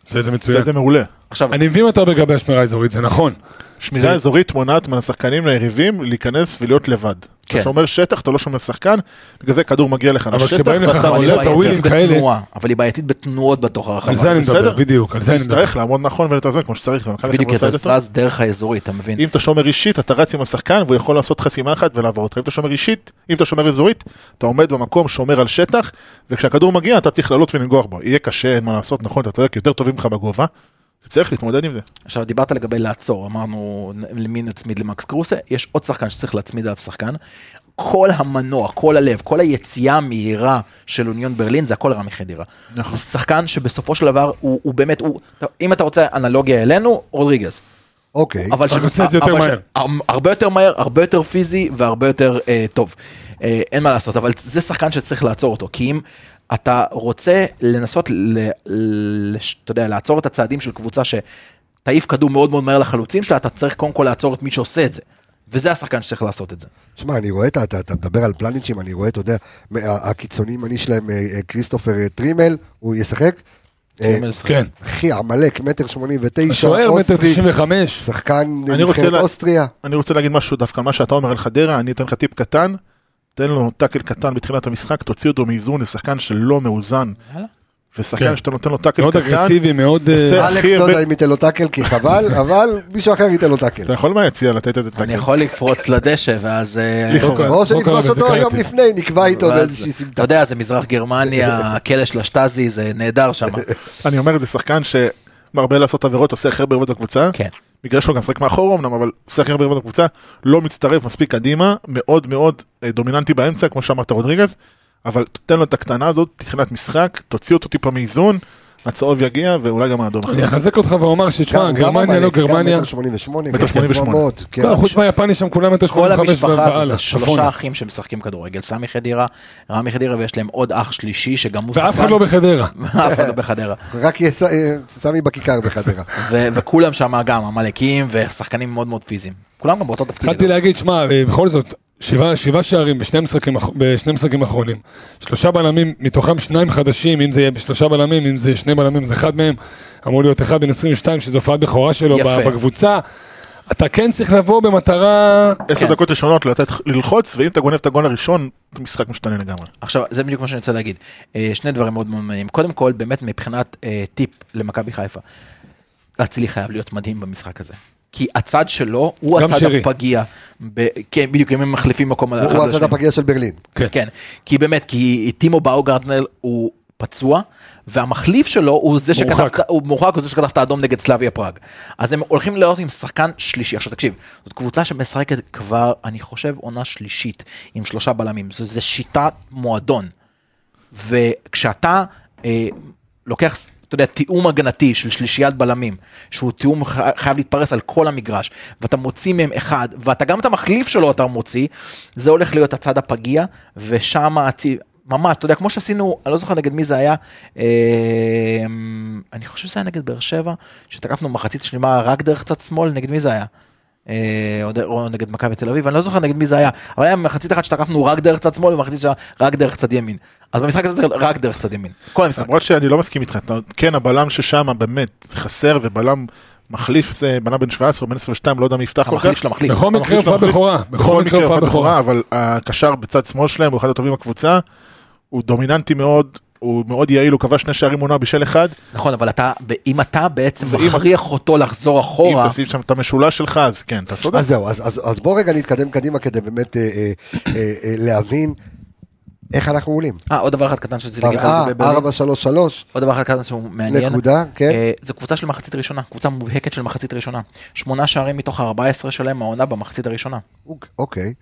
[SPEAKER 6] עושה את זה מצוין.
[SPEAKER 2] זה זה מעולה.
[SPEAKER 5] עכשיו,
[SPEAKER 6] אני מבין אותה לגבי השמירה האזורית, זה נכון.
[SPEAKER 2] שמירה אזורית מונעת מהשחקנים ליריבים להיכנס ולהיות לבד.
[SPEAKER 5] כן.
[SPEAKER 2] אתה שומר שטח, אתה לא שומר שחקן, בגלל זה כדור מגיע לך לשטח,
[SPEAKER 6] כשבאים לך
[SPEAKER 2] ואתה
[SPEAKER 5] אבל היא
[SPEAKER 6] עולה, אתה ווילים
[SPEAKER 5] בעייתית
[SPEAKER 6] כאלה.
[SPEAKER 5] בתנועה, אבל היא בעייתית בתנועות בתוך
[SPEAKER 6] על
[SPEAKER 5] הרחבה.
[SPEAKER 6] זה אני מדבר,
[SPEAKER 2] בסדר.
[SPEAKER 6] בדיוק, על זה אני מדבר.
[SPEAKER 2] תצטרך לעמוד נכון ולתזמן כמו שצריך. ומכבי
[SPEAKER 5] בדיוק,
[SPEAKER 2] חיפה
[SPEAKER 5] אתה
[SPEAKER 2] עושה את זה טוב.
[SPEAKER 5] זז דרך האזורית, אתה מבין?
[SPEAKER 2] אם אתה שומר אישית, אתה רץ עם השחקן והוא יכול לעשות חסימה אחת ולעבור אותך. אם אתה שומר אישית, אם אתה שומר אזורית, אתה עומד במקום, שומר על שטח, וכשהכדור מגיע אתה צריך לעלות ולנגוח בו. יהיה קשה, אין מה לעשות, נכון, אתה צודק, יותר טובים לך בגובה, אתה צריך להתמודד עם זה.
[SPEAKER 5] עכשיו דיברת לגבי לעצור, אמרנו למי נצמיד למקס קרוסה, יש עוד שחקן שצריך להצמיד עליו שחקן. כל המנוע, כל הלב, כל היציאה המהירה של אוניון ברלין, זה הכל רמי חדירה. נכון. זה שחקן שבסופו של דבר הוא, הוא באמת, הוא, אם אתה רוצה אנלוגיה אלינו, רודריגז.
[SPEAKER 1] אוקיי.
[SPEAKER 5] אבל
[SPEAKER 6] רק עושה את זה יותר
[SPEAKER 5] אבל
[SPEAKER 6] מהר.
[SPEAKER 5] הר- הרבה יותר מהר, הרבה יותר פיזי והרבה יותר אה, טוב. אה, אין מה לעשות, אבל זה שחקן שצריך לעצור אותו, כי אם אתה רוצה לנסות, ל, ל, אתה יודע, לעצור את הצעדים של קבוצה שתעיף כדור מאוד מאוד מהר לחלוצים שלה, אתה צריך קודם כל לעצור את מי שעושה את זה. וזה השחקן שצריך לעשות את זה.
[SPEAKER 1] שמע, אני רואה, את ה- אתה, אתה מדבר על פלניצ'ים, אני רואה, אתה יודע, מה- הקיצוני ימני שלהם, אה, אה, כריסטופר אה, טרימל, הוא ישחק. אה,
[SPEAKER 6] כן.
[SPEAKER 1] אחי, עמלק, מטר שמונים ותשע,
[SPEAKER 6] שוער מטר
[SPEAKER 1] אוסטרי,
[SPEAKER 6] 95.
[SPEAKER 1] שחקן אה,
[SPEAKER 2] אני רוצה
[SPEAKER 1] נבחרת
[SPEAKER 2] לה-
[SPEAKER 1] אוסטריה.
[SPEAKER 2] אני רוצה להגיד משהו דווקא, מה שאתה אומר על חדרה, אני אתן לך טיפ קטן, תן לו טאקל קטן בתחילת המשחק, תוציא אותו מאיזון לשחקן שלא מאוזן. ושחקן
[SPEAKER 6] כן.
[SPEAKER 2] שאתה נותן לו טאקל
[SPEAKER 6] מאוד
[SPEAKER 2] קטן,
[SPEAKER 6] אגרסיבי, מאוד... אה,
[SPEAKER 2] עושה-
[SPEAKER 1] אלכס
[SPEAKER 2] הכי
[SPEAKER 1] לא
[SPEAKER 2] הרבה-
[SPEAKER 1] יודע אם ייתן לו טאקל, כי חבל, אבל מישהו אחר ייתן לו טאקל.
[SPEAKER 2] אתה יכול מהיציע לתת את
[SPEAKER 5] אני
[SPEAKER 2] הטאקל.
[SPEAKER 5] יכול לפרוץ לדשא, ואז... אה,
[SPEAKER 2] לכאורה.
[SPEAKER 1] או
[SPEAKER 6] זו
[SPEAKER 1] שנפגוש
[SPEAKER 6] קרה וזה
[SPEAKER 1] אותו יום
[SPEAKER 6] קראתי.
[SPEAKER 1] לפני, נקבע איתו
[SPEAKER 5] ואז- אה,
[SPEAKER 1] איזושהי
[SPEAKER 5] אתה
[SPEAKER 1] סמטה.
[SPEAKER 5] יודע, זה מזרח גרמניה, הכלא של השטאזי, זה נהדר שם.
[SPEAKER 2] אני אומר, זה שחקן שמרבה לעשות עבירות, עושה הכי הרבה עבירות בקבוצה.
[SPEAKER 5] כן.
[SPEAKER 2] בגלל שהוא גם משחק מאחור אמנם, אבל עושה הכי הרבה עבירות בקבוצה, לא מצטרף מספיק קדימה, מאוד מאוד אה, דומיננטי באמצע, כמו שאמרת רודריגז, אבל תן לו את הקטנה הזאת, תחילת משחק, תוציא אותו טיפה מאיזון, הצהוב יגיע, ואולי גם האדום.
[SPEAKER 6] אני אחזק אותך ואומר שתשמע, גרמניה לא גרמניה.
[SPEAKER 1] מטר שמונים ושמונה. כן,
[SPEAKER 2] מטר שמונים ושמונה.
[SPEAKER 6] לא, חוץ מהיפני שם כולם מטר
[SPEAKER 5] כל
[SPEAKER 6] 85
[SPEAKER 5] המשפחה הזו
[SPEAKER 6] והלאה,
[SPEAKER 5] זה
[SPEAKER 6] צפונה.
[SPEAKER 5] שלושה אחים שמשחקים כדורגל, סמי חדירה, רמי חדירה ויש להם עוד אח שלישי שגם הוא
[SPEAKER 6] ואף אחד לא בחדרה.
[SPEAKER 5] ואף אחד לא בחדרה.
[SPEAKER 1] רק יהיה ס- אה, סמי בכיכר בחדרה.
[SPEAKER 5] ו- וכולם שם גם עמלקים ושחקנים מאוד מאוד פיזיים. כולם גם באותו תפקיד.
[SPEAKER 6] התחלתי להגיד, שמע, אה, בכל זאת, שבעה שבעה שערים בשני משחקים אח- בשני משחקים האחרונים. שלושה בלמים, מתוכם שניים חדשים, אם זה יהיה שלושה בלמים, אם זה שני בלמים, אז אחד מהם אמור להיות אחד בן 22, שזו הופעת בכורה שלו
[SPEAKER 5] יפה.
[SPEAKER 6] ב- בקבוצה. אתה כן צריך לבוא במטרה...
[SPEAKER 2] עשר
[SPEAKER 5] כן.
[SPEAKER 2] דקות ראשונות לתת- ללחוץ, ואם אתה גונב את הגול הראשון, המשחק משתנה לגמרי.
[SPEAKER 5] עכשיו, זה בדיוק מה שאני רוצה להגיד. אה, שני דברים מאוד מאוד מעניינים. קודם כל, באמת מבחינת אה, טיפ למכבי חיפה. אצילי חייב להיות מדהים במשחק הזה. כי הצד שלו הוא
[SPEAKER 6] גם
[SPEAKER 5] הצד
[SPEAKER 6] שרי.
[SPEAKER 5] הפגיע. ב- כן, בדיוק, אם הם מחליפים מקום על
[SPEAKER 1] הוא הצד הפגיע של ברלין.
[SPEAKER 5] כן. כן, כי באמת, כי טימו באוגרטנר הוא פצוע, והמחליף שלו הוא זה שכתב,
[SPEAKER 6] מורחק.
[SPEAKER 5] הוא מורחק, הוא זה שכתב את האדום נגד סלאביה פראג. אז הם הולכים לעלות עם שחקן שלישי. עכשיו תקשיב, זאת קבוצה שמשחקת כבר, אני חושב, עונה שלישית עם שלושה בלמים. זו, זו שיטת מועדון. וכשאתה אה, לוקח, אתה יודע, תיאום הגנתי של שלישיית בלמים, שהוא תיאום ח- חייב להתפרס על כל המגרש, ואתה מוציא מהם אחד, ואתה גם את המחליף שלו אתה מוציא, זה הולך להיות הצד הפגיע, ושם הצי... ממש, אתה יודע, כמו שעשינו, אני לא זוכר נגד מי זה היה, אה, אני חושב שזה היה נגד באר שבע, שתקפנו מחצית שלמה רק דרך צד שמאל, נגד מי זה היה? אה, או ד- או נגד מכבי תל אביב, אני לא זוכר נגד מי זה היה, אבל היה מחצית אחת שתקפנו רק דרך צד שמאל ומחצית שנייה רק דרך צד ימין. אז במשחק הזה זה רק דרך צד ימין, כל המשחק.
[SPEAKER 2] למרות שאני לא מסכים איתך, אתה- כן, הבלם ששם באמת חסר, ובלם מחליף זה בלם בן 17 או בן 22, לא יודע מי יפתח כל
[SPEAKER 5] המחליף
[SPEAKER 2] כך. נכון.
[SPEAKER 5] של המחליף.
[SPEAKER 6] בכל מקרה הופעה בכורה.
[SPEAKER 2] בכל מקרה הופעה בכורה, אבל הקשר בצד שמאל שלהם הוא אחד הטובים בקבוצה, הוא דומיננטי מאוד, הוא מאוד יעיל, הוא כבש שני שערים עונה בשל אחד,
[SPEAKER 5] נכון, אבל אתה, אם אתה בעצם
[SPEAKER 2] ואם-
[SPEAKER 5] מכריח אותו לחזור
[SPEAKER 2] אם
[SPEAKER 5] אחורה,
[SPEAKER 2] תשים שם את המשולש שלך, אז כן, אתה צודק.
[SPEAKER 1] אז זהו, אז, אז, אז בוא רגע נתקדם קדימה כדי באמת אה, אה, אה, אה, להבין איך אנחנו עולים.
[SPEAKER 5] אה, עוד דבר אחד קטן שרציתי להגיד לך
[SPEAKER 2] אה,
[SPEAKER 1] מראה
[SPEAKER 5] לגבי ברלין.
[SPEAKER 1] 433,
[SPEAKER 5] עוד דבר אחד קטן שהוא מעניין.
[SPEAKER 1] נקודה, כן.
[SPEAKER 5] אה, זו קבוצה של מחצית ראשונה, קבוצה מובהקת של מחצית ראשונה. שמונה שערים מתוך ה-14 שלהם העונה במחצית הראשונה.
[SPEAKER 1] אוק- אוקיי.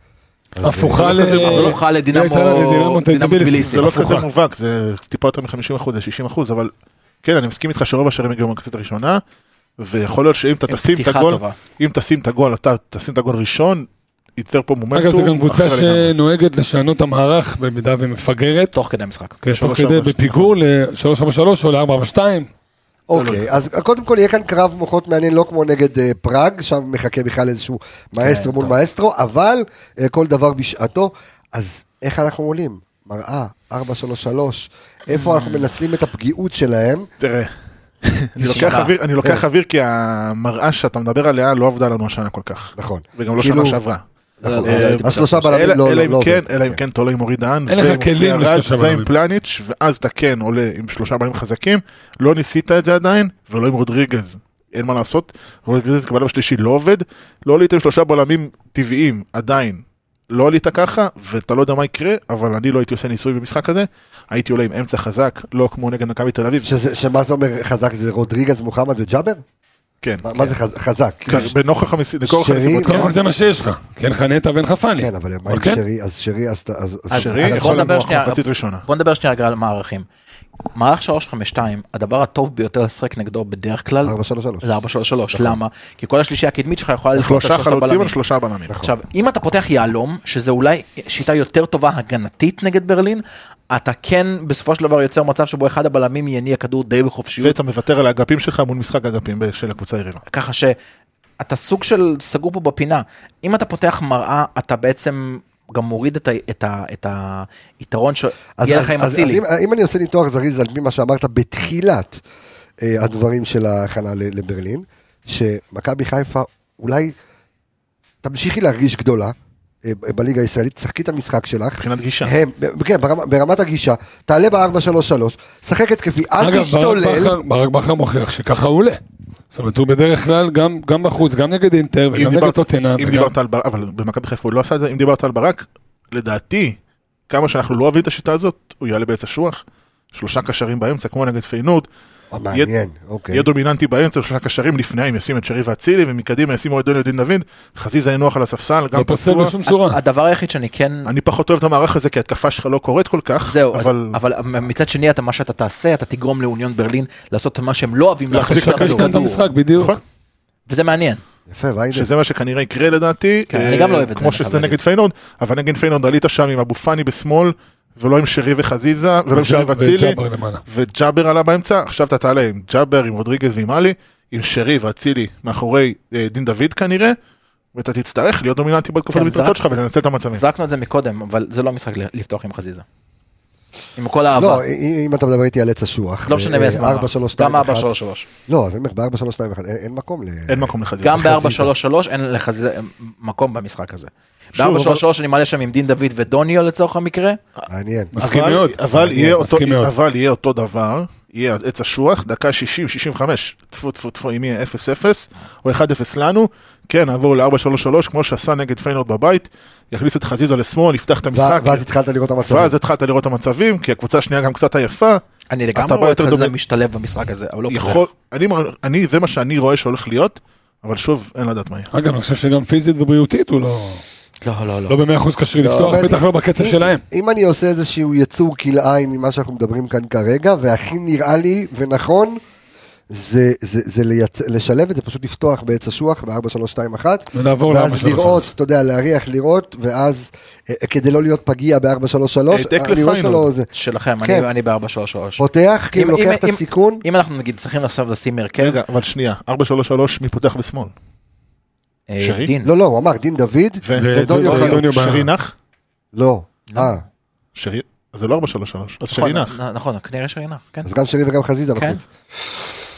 [SPEAKER 2] לא
[SPEAKER 6] הפוכה ל...
[SPEAKER 5] הפוכה לדינמו-
[SPEAKER 6] הייתה לה- לדינמו
[SPEAKER 5] דינמו
[SPEAKER 6] טביליסי.
[SPEAKER 5] טביליסי.
[SPEAKER 2] זה לא
[SPEAKER 6] הפוכה.
[SPEAKER 2] כזה מובהק, זה טיפה יותר מ-50%, זה 60%, אבל כן, אני מסכים איתך שרוב השערים הגיעו מהכנסת הראשונה, ויכול להיות שאם אתה
[SPEAKER 5] עם
[SPEAKER 2] תשים את
[SPEAKER 5] פתיחה
[SPEAKER 2] הגול,
[SPEAKER 5] טובה.
[SPEAKER 2] אם תשים את הגול, אתה תשים את הגול ראשון, ייצר פה מומנטום.
[SPEAKER 6] אגב, זו גם קבוצה
[SPEAKER 2] אחר לגמרי.
[SPEAKER 6] שנוהגת לשנות את המערך במידה ומפגרת.
[SPEAKER 5] תוך כדי המשחק.
[SPEAKER 6] כן, תוך
[SPEAKER 2] שלוש,
[SPEAKER 6] כדי
[SPEAKER 2] ארבע, כן.
[SPEAKER 6] בפיגור ל-343 או ל-442.
[SPEAKER 1] אוקיי, אז קודם כל יהיה כאן קרב מוחות מעניין, לא כמו נגד אה, פראג, שם מחכה בכלל איזשהו
[SPEAKER 2] כן,
[SPEAKER 1] מאסטרו מול מאסטרו, אבל אה, כל דבר בשעתו. אז איך אנחנו עולים? מראה, 433, איפה אנחנו מנצלים את הפגיעות שלהם?
[SPEAKER 2] תראה, אני לוקח
[SPEAKER 5] נשמע.
[SPEAKER 2] אוויר- אני לוקח אוויר כי המראה שאתה מדבר עליה לא עבדה לנו השנה כל כך.
[SPEAKER 1] נכון.
[SPEAKER 2] וגם לא
[SPEAKER 1] כאילו-
[SPEAKER 2] שנה שעברה.
[SPEAKER 1] נכון,
[SPEAKER 2] אה,
[SPEAKER 1] השלושה בלמים
[SPEAKER 2] אלא-
[SPEAKER 1] לא-
[SPEAKER 2] אלא
[SPEAKER 1] לא-
[SPEAKER 2] אם
[SPEAKER 1] לא
[SPEAKER 2] כן,
[SPEAKER 1] עובד.
[SPEAKER 2] אלא אם כן אתה עולה עם אורי דהן,
[SPEAKER 6] אין לך
[SPEAKER 2] ועם
[SPEAKER 6] כלים
[SPEAKER 2] מופיע רד,
[SPEAKER 6] לשלושה
[SPEAKER 2] ועם
[SPEAKER 6] בלמים.
[SPEAKER 2] פלניץ', ואז אתה כן עולה עם שלושה בלמים חזקים, לא ניסית את זה עדיין, ולא עם רודריגז. אין מה לעשות, רודריגז כבלם שלישי לא עובד, לא עלית עם שלושה בלמים טבעיים, עדיין. לא עלית ככה, ואתה לא יודע מה יקרה, אבל אני לא הייתי עושה ניסוי במשחק הזה, הייתי עולה עם אמצע חזק, לא כמו נגד מכבי תל אביב,
[SPEAKER 1] שזה- שמה זה אומר חזק? זה רודריגז, מוחמד וג'אבר?
[SPEAKER 2] כן.
[SPEAKER 1] מה- מה זה חז- חזק?
[SPEAKER 2] כן, בנוכח המסיבות, לכל
[SPEAKER 1] שרי-
[SPEAKER 2] הנסיבות,
[SPEAKER 6] קודם כל זה מה שיש לך, כי אין לך נטע ואין לך פאני.
[SPEAKER 1] כן, אבל מה עם
[SPEAKER 6] אוקיי?
[SPEAKER 1] שרי? אז שרי, אז... אתה- אז- אז-
[SPEAKER 5] אז-
[SPEAKER 2] שרי
[SPEAKER 5] אז בוא
[SPEAKER 2] יכול
[SPEAKER 5] נדבר
[SPEAKER 2] לברוח
[SPEAKER 5] שנייה,
[SPEAKER 2] מחצית ראשונה.
[SPEAKER 5] בוא נדבר שנייה רגע על מערכים. מערך 352, הדבר הטוב ביותר לשחק נגדו בדרך כלל,
[SPEAKER 1] 433.
[SPEAKER 5] זה 433,
[SPEAKER 1] נכון.
[SPEAKER 5] למה? כי כל השלישייה הקדמית שלך יכולה לשלוט
[SPEAKER 2] שלושה
[SPEAKER 5] על שלושת
[SPEAKER 2] חלוצים
[SPEAKER 5] הבלמים.
[SPEAKER 2] על שלושה נכון. בלמים.
[SPEAKER 1] נכון.
[SPEAKER 5] עכשיו, אם אתה פותח יהלום, שזה אולי שיטה יותר טובה הגנתית נגד ברלין, אתה כן בסופו של דבר יוצר מצב שבו אחד הבלמים יניע כדור די בחופשיות,
[SPEAKER 2] ואתה מוותר על האגפים שלך מול משחק אגפים ב- של הקבוצה היריבה.
[SPEAKER 5] ככה שאתה סוג של סגור פה בפינה. אם אתה פותח מראה, אתה בעצם גם מוריד את, ה, את, ה, את היתרון
[SPEAKER 1] אז-
[SPEAKER 5] שיהיה לך עם
[SPEAKER 1] אז- אז
[SPEAKER 5] אצילי.
[SPEAKER 1] אם- אם אני עושה ניתוח זריז על פי מה שאמרת בתחילת אה, הדברים של ההכנה ל- לברלין, שמכבי חיפה אולי תמשיכי להרגיש גדולה. אה, ב- בליגה הישראלית, תשחקי את המשחק שלך.
[SPEAKER 2] מבחינת גישה.
[SPEAKER 1] הם, ב- כן, ברמה- ברמת הגישה, תעלה ב-4-3-3, שחק התקפי, אל
[SPEAKER 6] אגב, ברק
[SPEAKER 1] תשתולל.
[SPEAKER 6] בכר- ברק בכר מוכיח שככה הוא עולה. זאת אומרת, הוא בדרך כלל גם- גם בחוץ, גם נגד אינטר
[SPEAKER 2] אם
[SPEAKER 6] וגם נגד
[SPEAKER 2] דיברת-
[SPEAKER 6] טוטנאם.
[SPEAKER 2] אם דיברת על ברק, אבל במכבי חיפה הוא לא עשה את זה, אם דיברת על ברק, לדעתי, כמה שאנחנו לא אוהבים את השיטה הזאת, הוא יעלה בעץ אשוח, שלושה קשרים באמצע, כמו נגד פיינורד,
[SPEAKER 1] אה, מעניין,
[SPEAKER 6] כן.
[SPEAKER 1] אוקיי.
[SPEAKER 2] יהיה דומיננטי באמצע, שלושה קשרים לפניהם, ישים את שרי ואצילי, ומקדימה ישימו את דוניו דין דוד, חזיזה ינוח על הספסל,
[SPEAKER 6] לא
[SPEAKER 2] גם
[SPEAKER 6] פוסל
[SPEAKER 2] פצוע.
[SPEAKER 6] בשום צורה.
[SPEAKER 5] הדבר היחיד שאני כן...
[SPEAKER 2] אני פחות אוהב את המערך הזה, כי התקפה שלך לא קורית כל כך,
[SPEAKER 5] זהו, אבל...
[SPEAKER 2] אבל
[SPEAKER 5] אבל מצד שני, אתה, מה שאתה תעשה, אתה תגרום לאוניון ברלין לעשות מה שהם לא אוהבים לעשות.
[SPEAKER 2] להחזיק את
[SPEAKER 5] זה
[SPEAKER 2] הכדור.
[SPEAKER 6] שחקן את המשחק, בדיוק.
[SPEAKER 2] נכון.
[SPEAKER 5] וזה מעניין.
[SPEAKER 1] יפה, והנה.
[SPEAKER 2] שזה מה שכנראה יקרה לדעתי,
[SPEAKER 5] כן,
[SPEAKER 2] אה,
[SPEAKER 5] אני גם לא אוהב את זה,
[SPEAKER 2] כמו שזה
[SPEAKER 5] אבל-
[SPEAKER 2] נגד פיינורד, אבל נגד פיינורד עלית שם עם אבו פאני בשמאל, ולא עם שרי וחזיזה, ולא עם שרי ואצילי,
[SPEAKER 6] וג'אבר למעלה.
[SPEAKER 2] וג'אבר עלה באמצע, עכשיו אתה תעלה עם ג'אבר, עם רודריגז ועם עלי, עם שרי ואצילי מאחורי אה, דין דוד כנראה, ואתה תצטרך להיות דומיננטי בתקופת
[SPEAKER 5] כן,
[SPEAKER 2] המתרצות
[SPEAKER 5] זרק-
[SPEAKER 2] שלך ולנצל את המצבים.
[SPEAKER 5] זרקנו את זה מקודם, אבל זה לא המשחק ל- לפתוח עם חזיזה. עם כל האהבה.
[SPEAKER 1] לא, אם אם אתה מדבר איתי על עץ אה, אשוח.
[SPEAKER 5] לא
[SPEAKER 2] אה,
[SPEAKER 5] משנה באיזה מערך.
[SPEAKER 1] 4 3
[SPEAKER 5] גם 4 3 3
[SPEAKER 1] לא, אז אני אומר, ב-4 3 2 1 אין מקום ל...
[SPEAKER 2] אין מקום לחזיזה.
[SPEAKER 5] גם ב-4 3 3 אין לך זה- מקום במשחק הזה.
[SPEAKER 2] שוב,
[SPEAKER 5] ב-4
[SPEAKER 2] אבל-
[SPEAKER 5] 3 3 אני מעלה שם עם דין דוד ודוניו לצורך המקרה.
[SPEAKER 1] מעניין.
[SPEAKER 6] מסכים
[SPEAKER 2] אבל-
[SPEAKER 6] מאוד.
[SPEAKER 2] אבל יהיה אותו-
[SPEAKER 6] מסכים מאוד.
[SPEAKER 2] אבל יהיה אותו דבר, יהיה עץ אשוח, דקה 60, 65, טפו טפו טפו, אם יהיה 0-0 או 1-0 לנו, כן, נעבור ל-4-3-3, כמו שעשה נגד פיינורד בבית, יכניס את חזיזה לשמאל, יפתח את המשחק,
[SPEAKER 1] ו- ואז התחלת לראות את המצב.
[SPEAKER 2] ואז התחלת לראות את המצבים, כי הקבוצה השנייה גם קצת עייפה,
[SPEAKER 5] אני
[SPEAKER 2] אתה
[SPEAKER 5] לגמרי
[SPEAKER 2] בא
[SPEAKER 5] רואה את
[SPEAKER 2] יותר
[SPEAKER 5] חזיזה
[SPEAKER 2] דומי-
[SPEAKER 5] משתלב במשחק הזה, אבל לא
[SPEAKER 2] יכול, אני, אני, זה מה שאני רואה שהולך להיות, אבל שוב, אין לדעת מה יהיה.
[SPEAKER 6] אגב, אני חושב שגם פיזית ובריאותית הוא לא...
[SPEAKER 5] כזה. לא, לא,
[SPEAKER 6] לא
[SPEAKER 5] לא.
[SPEAKER 6] במאה אחוז כשיר לפתוח,
[SPEAKER 1] אבל-
[SPEAKER 6] בטח לא בקצב
[SPEAKER 1] אם-
[SPEAKER 6] שלהם.
[SPEAKER 1] אם אני עושה איזשהו יצור כלאיים ממה שאנחנו מדברים כאן כרגע, והכי נראה לי ונכון, זה, זה, זה לייצ... לשלב את זה, פשוט לפתוח בעץ אשוח ב-4-3-2-1,
[SPEAKER 6] ונעבור
[SPEAKER 1] ואז
[SPEAKER 6] ל-4-3-3.
[SPEAKER 1] לראות, אתה יודע, להריח, לראות, ואז אה, אה, כדי לא להיות פגיע ב-4-3-3,
[SPEAKER 2] העתק לפיינל.
[SPEAKER 1] זה.
[SPEAKER 5] שלכם,
[SPEAKER 1] כן.
[SPEAKER 5] אני- אני ב-4 3 3
[SPEAKER 1] פותח, כאילו
[SPEAKER 5] אם-
[SPEAKER 1] לוקח
[SPEAKER 5] אם-
[SPEAKER 1] את
[SPEAKER 5] אם-
[SPEAKER 1] הסיכון,
[SPEAKER 5] אם אנחנו נגיד צריכים עכשיו לשים הרכב,
[SPEAKER 2] רגע, אבל שנייה, 4-3-3, מי פותח בשמאל?
[SPEAKER 5] אה,
[SPEAKER 2] שרי?
[SPEAKER 5] דין.
[SPEAKER 1] לא, לא, הוא אמר, דין דוד,
[SPEAKER 2] ו-
[SPEAKER 1] ודוניו
[SPEAKER 6] ודוניו
[SPEAKER 1] חלוץ.
[SPEAKER 6] ב-
[SPEAKER 2] שרי נח?
[SPEAKER 1] לא, אה,
[SPEAKER 2] שרי, זה לא 4-3-3, אז
[SPEAKER 5] נכון,
[SPEAKER 2] שרי נח.
[SPEAKER 5] נ- נכון, כנראה שרי נח, כן.
[SPEAKER 1] אז גם שרי וגם חזיזה
[SPEAKER 5] כן.
[SPEAKER 1] בחוץ.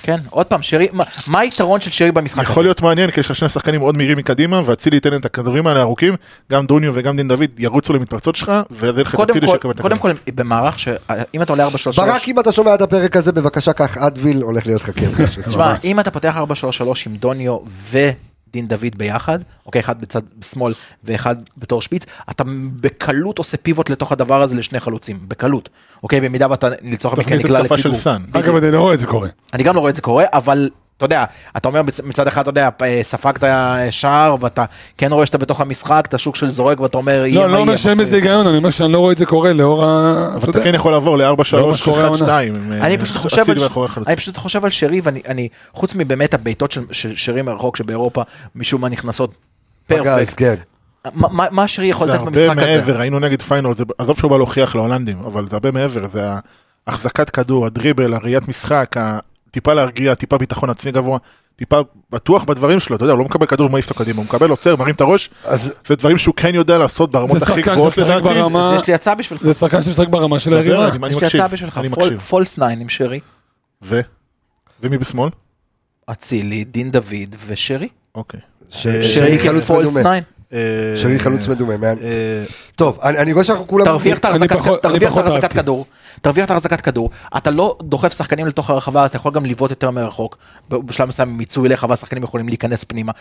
[SPEAKER 5] כן, עוד פעם, שרי, מה- מה היתרון של שרי במשחק הזה?
[SPEAKER 2] יכול להיות מעניין כי יש לך שני שחקנים מאוד מהירים מקדימה ואצילי ייתן להם את הכדורים האלה ארוכים גם דוניו וגם דין דוד ירוצו למתפרצות שלך ואז יהיה לך את
[SPEAKER 5] קודם
[SPEAKER 2] אצילי שיקבל
[SPEAKER 5] כל,
[SPEAKER 2] את
[SPEAKER 5] קודם
[SPEAKER 2] הכדור.
[SPEAKER 5] כל, במערך ש... אם אתה עולה 4-3-3,
[SPEAKER 1] ברק, אם אתה שומע את הפרק הזה, בבקשה, קח אדוויל, הולך להיות לך כיף.
[SPEAKER 5] תשמע, אם אתה פותח 4-3-3 עם דוניו ודין דוד ביחד, אוקיי, אחד בצד שמאל ואחד בתור שפיץ, אתה בקלות עושה פיבוט לתוך הדבר הזה לשני חלוצים, בקלות, אוקיי, במידה ואתה לצורך המקרה
[SPEAKER 2] תוכנית
[SPEAKER 5] נקלע
[SPEAKER 2] התקפה
[SPEAKER 5] לפיגור.
[SPEAKER 2] של סאן.
[SPEAKER 6] אגב, אני לא רואה את זה קורה.
[SPEAKER 5] אני גם לא רואה את זה קורה, אבל אתה יודע, אתה אומר מצ- מצד אחד, אתה יודע, אה, ספגת שער, ואתה כן רואה שאתה בתוך המשחק, אתה שוק של זורק, ואתה אומר, יהיה
[SPEAKER 6] לא,
[SPEAKER 5] מה
[SPEAKER 6] אני לא אומר
[SPEAKER 5] יהיה,
[SPEAKER 6] שאין
[SPEAKER 5] אבל
[SPEAKER 6] בזה היגיון, אני אומר שאני לא רואה את זה קורה לאור ה... אתה
[SPEAKER 2] אבל
[SPEAKER 6] יודע.
[SPEAKER 2] אתה כן יכול לעבור
[SPEAKER 6] לא מה שקורה
[SPEAKER 2] ל-4-3-1-2.
[SPEAKER 6] העונה.
[SPEAKER 5] אני פשוט חושב על,
[SPEAKER 2] אצילי אה, מאחורי החלוץ.
[SPEAKER 5] אני פשוט חושב על שרי ואני אני חוץ מבאמת הבעיטות של, של שרי מרחוק שבאירופה משום מה נכנסות
[SPEAKER 1] פגז,
[SPEAKER 5] פרפקט.
[SPEAKER 1] כן.
[SPEAKER 5] מה- מה מה שרי יכול
[SPEAKER 2] זה
[SPEAKER 5] לתת
[SPEAKER 2] הרבה
[SPEAKER 5] במשחק הזה?
[SPEAKER 2] מעבר, היינו נגד פיינל, זה- עזוב שהוא בא להוכיח להולנדים, אבל זה הרבה מעבר, זה החזקת כדור, הדריבל, הראיית משחק, טיפה להרגיע, טיפה ביטחון עצמי גבוה, טיפה בטוח בדברים שלו, אתה יודע, הוא לא מקבל כדור, מעיף אותו קדימה, הוא מקבל עוצר, מרים את הראש,
[SPEAKER 1] אז
[SPEAKER 2] זה דברים שהוא כן יודע לעשות ברמות
[SPEAKER 6] זה
[SPEAKER 2] הכי
[SPEAKER 6] שחקן
[SPEAKER 2] גבוהות
[SPEAKER 6] שמשחק
[SPEAKER 2] לדעתי.
[SPEAKER 6] ברמה-
[SPEAKER 5] אז יש לי הצעה בשבילך.
[SPEAKER 6] זה שחקן שמשחק ברמה של
[SPEAKER 2] דבר,
[SPEAKER 6] היריבה.
[SPEAKER 2] אני- אני
[SPEAKER 5] יש לי
[SPEAKER 2] מקשיב,
[SPEAKER 5] הצעה בשבילך.
[SPEAKER 2] אני
[SPEAKER 5] פול-
[SPEAKER 2] מקשיב.
[SPEAKER 5] פולס 9 עם שרי,
[SPEAKER 2] ו? ומי בשמאל?
[SPEAKER 5] אצילי, דין דוד ושרי.
[SPEAKER 2] אוקיי.
[SPEAKER 1] ש-
[SPEAKER 5] שרי כאילו
[SPEAKER 1] שרי
[SPEAKER 2] כן,
[SPEAKER 1] חלוץ
[SPEAKER 5] כפולס
[SPEAKER 1] מדומה.
[SPEAKER 5] 9.
[SPEAKER 2] אה,
[SPEAKER 1] שרי חלוץ מדומה. מעניין.
[SPEAKER 2] אה,
[SPEAKER 1] טוב, אני אני רואה שאנחנו כולם...
[SPEAKER 5] תרוויח את
[SPEAKER 6] לא, אני
[SPEAKER 5] ההחזקת
[SPEAKER 6] פחות-
[SPEAKER 5] תרוויח
[SPEAKER 6] אני
[SPEAKER 5] את
[SPEAKER 6] פחות
[SPEAKER 5] ההחזקת
[SPEAKER 6] אהבתי.
[SPEAKER 5] כדור, תרוויח את ההחזקת כדור, אתה לא דוחף שחקנים לתוך הרחבה, אז אתה יכול גם לבעוט יותר מרחוק. בשלב מסוים מיצוי אליך והשחקנים יכולים להיכנס פנימה.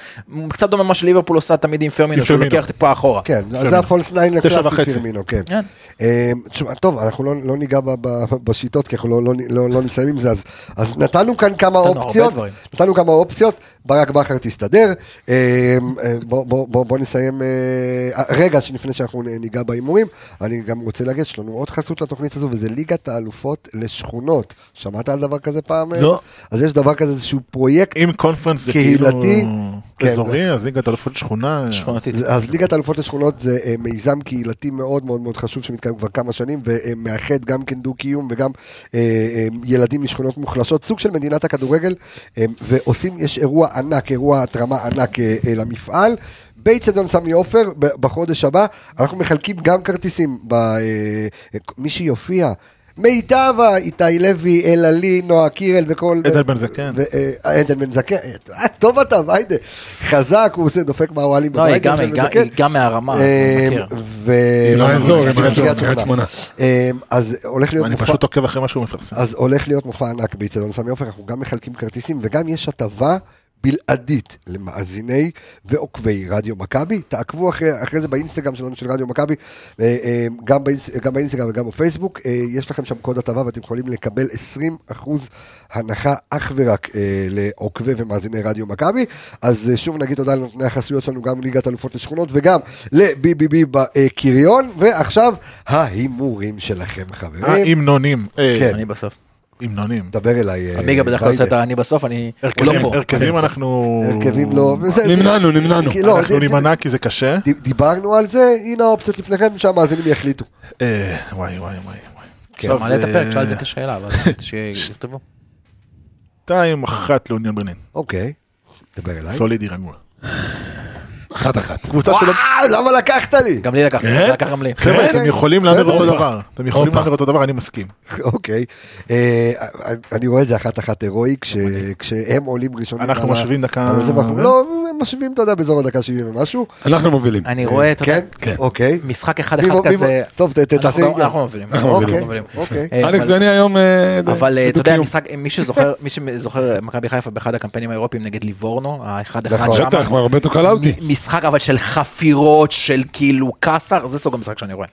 [SPEAKER 5] קצת דומה מה שליברפול עושה תמיד עם פרמינו, שהוא
[SPEAKER 2] פרמינו.
[SPEAKER 5] לוקח טיפה אחורה.
[SPEAKER 1] כן, אז זה הפולס 9
[SPEAKER 2] תשע
[SPEAKER 1] הקלאסי
[SPEAKER 2] וחצי.
[SPEAKER 1] פרמינו, כן.
[SPEAKER 5] כן.
[SPEAKER 1] אה, תשמע, טוב, אנחנו לא לא ניגע ב- ב- בשיטות, כי אנחנו לא- לא- לא לא נסיים עם זה, אז- אז נתנו כאן כמה
[SPEAKER 5] נתנו הרבה
[SPEAKER 1] אופציות,
[SPEAKER 5] דברים.
[SPEAKER 1] נתנו כמה אופציות, ברק בכר תסתדר, אה, אה, בוא- בוא בוא- בוא נסיים, אה, רגע, לפני שאנחנו נ- ניגע בהימורים, אני גם רוצה להגיד, יש לנו עוד חסות לתוכנית הזו, וזה ליגת האלופות לשכונות. שמעת על דבר כזה פעם? אה?
[SPEAKER 2] לא.
[SPEAKER 1] אז יש דבר כזה, איזשהו פרויקט
[SPEAKER 2] אם קונפרנס זה
[SPEAKER 1] קהילתי,
[SPEAKER 2] כאילו
[SPEAKER 1] כן.
[SPEAKER 2] אזורי, אז ליגת אלופות שכונה,
[SPEAKER 5] שכונתית.
[SPEAKER 1] אז ליגת אלופות לשכונות זה אה, מיזם קהילתי מאוד מאוד מאוד חשוב שמתקיים כבר כמה שנים ומאחד גם כן דו-קיום וגם אה, אה, ילדים משכונות מוחלשות, סוג של מדינת הכדורגל, אה, ועושים, יש אירוע ענק, אירוע התרמה ענק אה, אה, למפעל. בייצדון סמי עופר, ב- בחודש הבא, אנחנו מחלקים גם כרטיסים, ב, אה, מי שיופיע. מיטבה, איתי לוי, אלעלי, נועה קירל וכל... אה,
[SPEAKER 2] עדן בן זקן.
[SPEAKER 1] ו- אה, עדן בן זקן, אה, טוב אתה, ויידה. חזק, הוא עושה, דופק מהוואלים
[SPEAKER 5] לא, היא
[SPEAKER 1] בבית,
[SPEAKER 5] גם-
[SPEAKER 1] יושב
[SPEAKER 5] היא גם-
[SPEAKER 1] ומתקן.
[SPEAKER 5] היא גם מהרמה, אז
[SPEAKER 1] אה,
[SPEAKER 5] אני מכיר.
[SPEAKER 1] ו...
[SPEAKER 6] היא לא מהאזור, היא
[SPEAKER 1] של
[SPEAKER 6] מהאזור,
[SPEAKER 1] קריית
[SPEAKER 6] קריית שמונה.
[SPEAKER 1] אמ, אז הולך להיות
[SPEAKER 2] אני
[SPEAKER 1] מופע...
[SPEAKER 2] פשוט עוקב אחרי מה שהוא מפרסם.
[SPEAKER 1] אז הולך להיות מופע ענק באיצטדיון סמי עופר, אנחנו גם מחלקים כרטיסים וגם יש הטבה בלעדית למאזיני ועוקבי רדיו מכבי. תעקבו אחרי, אחרי זה באינסטגרם שלנו של רדיו מכבי, אה, אה, גם, באינס, גם באינסטגרם וגם בפייסבוק. אה, יש לכם שם קוד הטבה ואתם יכולים לקבל 20% הנחה אך ורק אה, לעוקבי ומאזיני רדיו מכבי. אז אה, שוב נגיד תודה לנותני החסויות שלנו, גם ליגת אלופות לשכונות וגם ל-BBB בקריון. ועכשיו ההימורים שלכם חברים.
[SPEAKER 2] ההמנונים. אה,
[SPEAKER 1] כן.
[SPEAKER 5] אני בסוף.
[SPEAKER 2] המנונים.
[SPEAKER 1] דבר אליי. אה, כן.
[SPEAKER 5] עמיגה בדרך כלל עושה
[SPEAKER 1] ביידן.
[SPEAKER 5] את ה... אני בסוף, אני... הוא לא
[SPEAKER 2] הרכבים,
[SPEAKER 5] פה.
[SPEAKER 2] הרכבים אנחנו...
[SPEAKER 1] הרכבים לא... זה-
[SPEAKER 6] נמנענו, נמנענו.
[SPEAKER 1] כי לא,
[SPEAKER 2] אנחנו
[SPEAKER 1] זה-
[SPEAKER 2] נימנע כי זה קשה.
[SPEAKER 1] ד- דיברנו על זה, הנה האופציות לפניכם, שהמאזינים יחליטו.
[SPEAKER 2] אה, וואי וואי וואי. וואי.
[SPEAKER 5] עכשיו, מעלה את
[SPEAKER 2] אה,
[SPEAKER 5] הפרק, שאל את זה כשאלה, אבל שיכתבו.
[SPEAKER 2] שתיים אחת לאוניון ברלין.
[SPEAKER 1] אוקיי. דבר אליי.
[SPEAKER 2] סולידי רגוע.
[SPEAKER 6] אחת אחת.
[SPEAKER 2] קבוצה שלא...
[SPEAKER 1] וואו, למה לקחת לי?
[SPEAKER 5] גם לי לקח,
[SPEAKER 6] כן?
[SPEAKER 5] לקח גם לי.
[SPEAKER 2] חבר'ה, אתם יכולים להמר
[SPEAKER 1] בסדר.
[SPEAKER 2] אותו דבר. אתם יכולים
[SPEAKER 6] הופה.
[SPEAKER 2] להמר אותו דבר, אני מסכים.
[SPEAKER 1] אוקיי. אה, אני רואה את זה אחת-אחת הירואי, כש- כשהם עולים ראשונים.
[SPEAKER 2] אנחנו
[SPEAKER 1] על ה-
[SPEAKER 2] משווים דקה-
[SPEAKER 1] על זה, ואנחנו- לא, הם משווים, אתה יודע, באזור הדקה 70 ומשהו.
[SPEAKER 6] אנחנו מובילים.
[SPEAKER 5] אני רואה את...
[SPEAKER 1] כן?
[SPEAKER 6] כן.
[SPEAKER 1] אוקיי.
[SPEAKER 5] משחק אחד
[SPEAKER 1] מי
[SPEAKER 5] אחד
[SPEAKER 1] מוביל?
[SPEAKER 5] כזה.
[SPEAKER 1] טוב, ת- ת-
[SPEAKER 5] אנחנו-
[SPEAKER 1] תעשה עניין.
[SPEAKER 5] אנחנו מובילים.
[SPEAKER 6] אנחנו
[SPEAKER 5] אוקיי.
[SPEAKER 6] מובילים.
[SPEAKER 1] אוקיי.
[SPEAKER 5] אה,
[SPEAKER 6] אלכס
[SPEAKER 5] אבל-
[SPEAKER 6] ואני היום... אה,
[SPEAKER 5] אבל אה, אתה יודע,
[SPEAKER 6] בדו-קיום.
[SPEAKER 5] המשחק, מי שזוכר, מי שזוכר, מכבי חיפה באחד הקמפיינים האירופיים נגד ליבורנו, האחד אחד
[SPEAKER 1] נכון.
[SPEAKER 5] שם,
[SPEAKER 6] בטח, מה, רוברטו קלאודי.
[SPEAKER 5] משחק אבל של חפירות, של כאילו קאסר, זה סוג המשחק שאני רואה.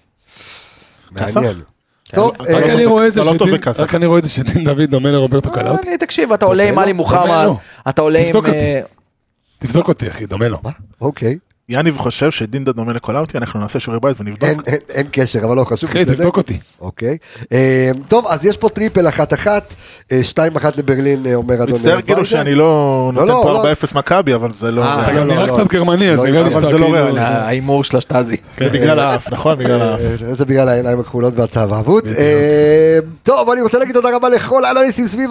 [SPEAKER 1] מעניין.
[SPEAKER 5] כן,
[SPEAKER 1] טוב,
[SPEAKER 2] אתה
[SPEAKER 1] אה,
[SPEAKER 6] רק
[SPEAKER 2] לא
[SPEAKER 6] אני
[SPEAKER 2] טוב-
[SPEAKER 6] רואה את זה
[SPEAKER 2] אתה לא טוב
[SPEAKER 6] שדין-
[SPEAKER 2] בקאסה.
[SPEAKER 6] רק אני רואה את זה שדין דוד דומה לרוברטו קלאודי.
[SPEAKER 5] אה, תקשיב, אתה עולה עם
[SPEAKER 6] אוקיי,
[SPEAKER 5] עלי מוחמד,
[SPEAKER 6] דומה
[SPEAKER 5] אתה עולה עם...
[SPEAKER 6] לא, תבדוק אותי.
[SPEAKER 5] אה,
[SPEAKER 6] תבדוק אותי, אחי, דומה לו.
[SPEAKER 1] אוקיי.
[SPEAKER 2] יניב חושב שדינדה דומה לקולאוטי, אנחנו נעשה שיעורי בית ונבדוק.
[SPEAKER 1] אין- אין- אין קשר, אבל לא חשוב.
[SPEAKER 6] אחי,
[SPEAKER 1] בסדר?
[SPEAKER 6] תבדוק אותי.
[SPEAKER 1] אוקיי. אה, טוב, אז יש פה טריפל אחת-אחת, אה, שתיים-אחת לברלין, אה, אומר אדון
[SPEAKER 2] מצטער כאילו
[SPEAKER 1] ויידן.
[SPEAKER 2] שאני לא
[SPEAKER 1] לא,
[SPEAKER 2] נותן
[SPEAKER 1] לא, לא.
[SPEAKER 2] פה 4-0 מכבי, אבל זה לא...
[SPEAKER 5] אה,
[SPEAKER 6] אתה
[SPEAKER 1] לא,
[SPEAKER 6] גם
[SPEAKER 1] לא,
[SPEAKER 6] נראה
[SPEAKER 1] לא.
[SPEAKER 6] קצת גרמני, אז
[SPEAKER 1] לא,
[SPEAKER 6] נראה
[SPEAKER 1] אבל
[SPEAKER 6] לי שאתה
[SPEAKER 2] זה לא
[SPEAKER 6] כאילו...
[SPEAKER 2] ריאלי.
[SPEAKER 5] ההימור של השטאזי.
[SPEAKER 2] זה
[SPEAKER 1] לא,
[SPEAKER 2] בגלל האף, נכון? בגלל האף.
[SPEAKER 1] אה, זה בגלל העיניים הכחולות והצהבהבות. אה, טוב, אני רוצה להגיד תודה רבה לכל האנליסטים סביב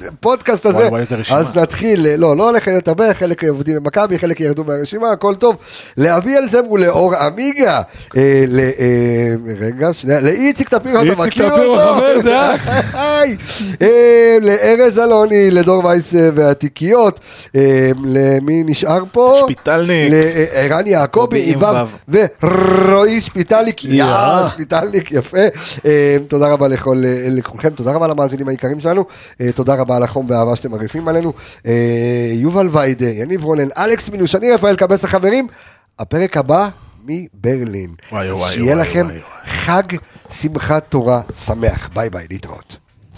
[SPEAKER 1] הפודקאסט הזה.
[SPEAKER 2] וואי, וואי, איזה רשימה.
[SPEAKER 1] אז נתחיל, אה, לא, לא הולך להיות הרבה, חלק עובדים במכבי, חלק ירדו מהרשימה, הכל טוב. לאביאל זמרו, לאור עמיגה, אה, ל- אה, רגע, שנייה, לאיציק טפירו, אתה
[SPEAKER 6] איציק
[SPEAKER 1] מכיר
[SPEAKER 6] טפירו,
[SPEAKER 1] אותו?
[SPEAKER 6] חבר, זה אח.
[SPEAKER 1] היי, אה, לארז אלוני, לדור וייס אה, והתיקיות, אה, למי נשאר פה?
[SPEAKER 2] שפיטלניק.
[SPEAKER 1] לערן אה, יעקבי,
[SPEAKER 5] קובי עם
[SPEAKER 1] איבב ורועי שפיטליק, יאה, שפיטליק, יפה. אה, תודה רבה לכל, אה, לכולכם, תודה רבה למאזינים היקרים שלנו, אה, תודה רבה על החום והאהבה שאתם מרעיפים עלינו. אה, יובל ויידה, יניב רונן, אלכס מינושני, רפאל קבס החברים. הפרק הבא מברלין.
[SPEAKER 2] וואי, וואי,
[SPEAKER 1] שיהיה
[SPEAKER 2] וואי,
[SPEAKER 1] לכם
[SPEAKER 2] וואי, וואי.
[SPEAKER 1] חג שמחת תורה שמח. ביי ביי, להתראות.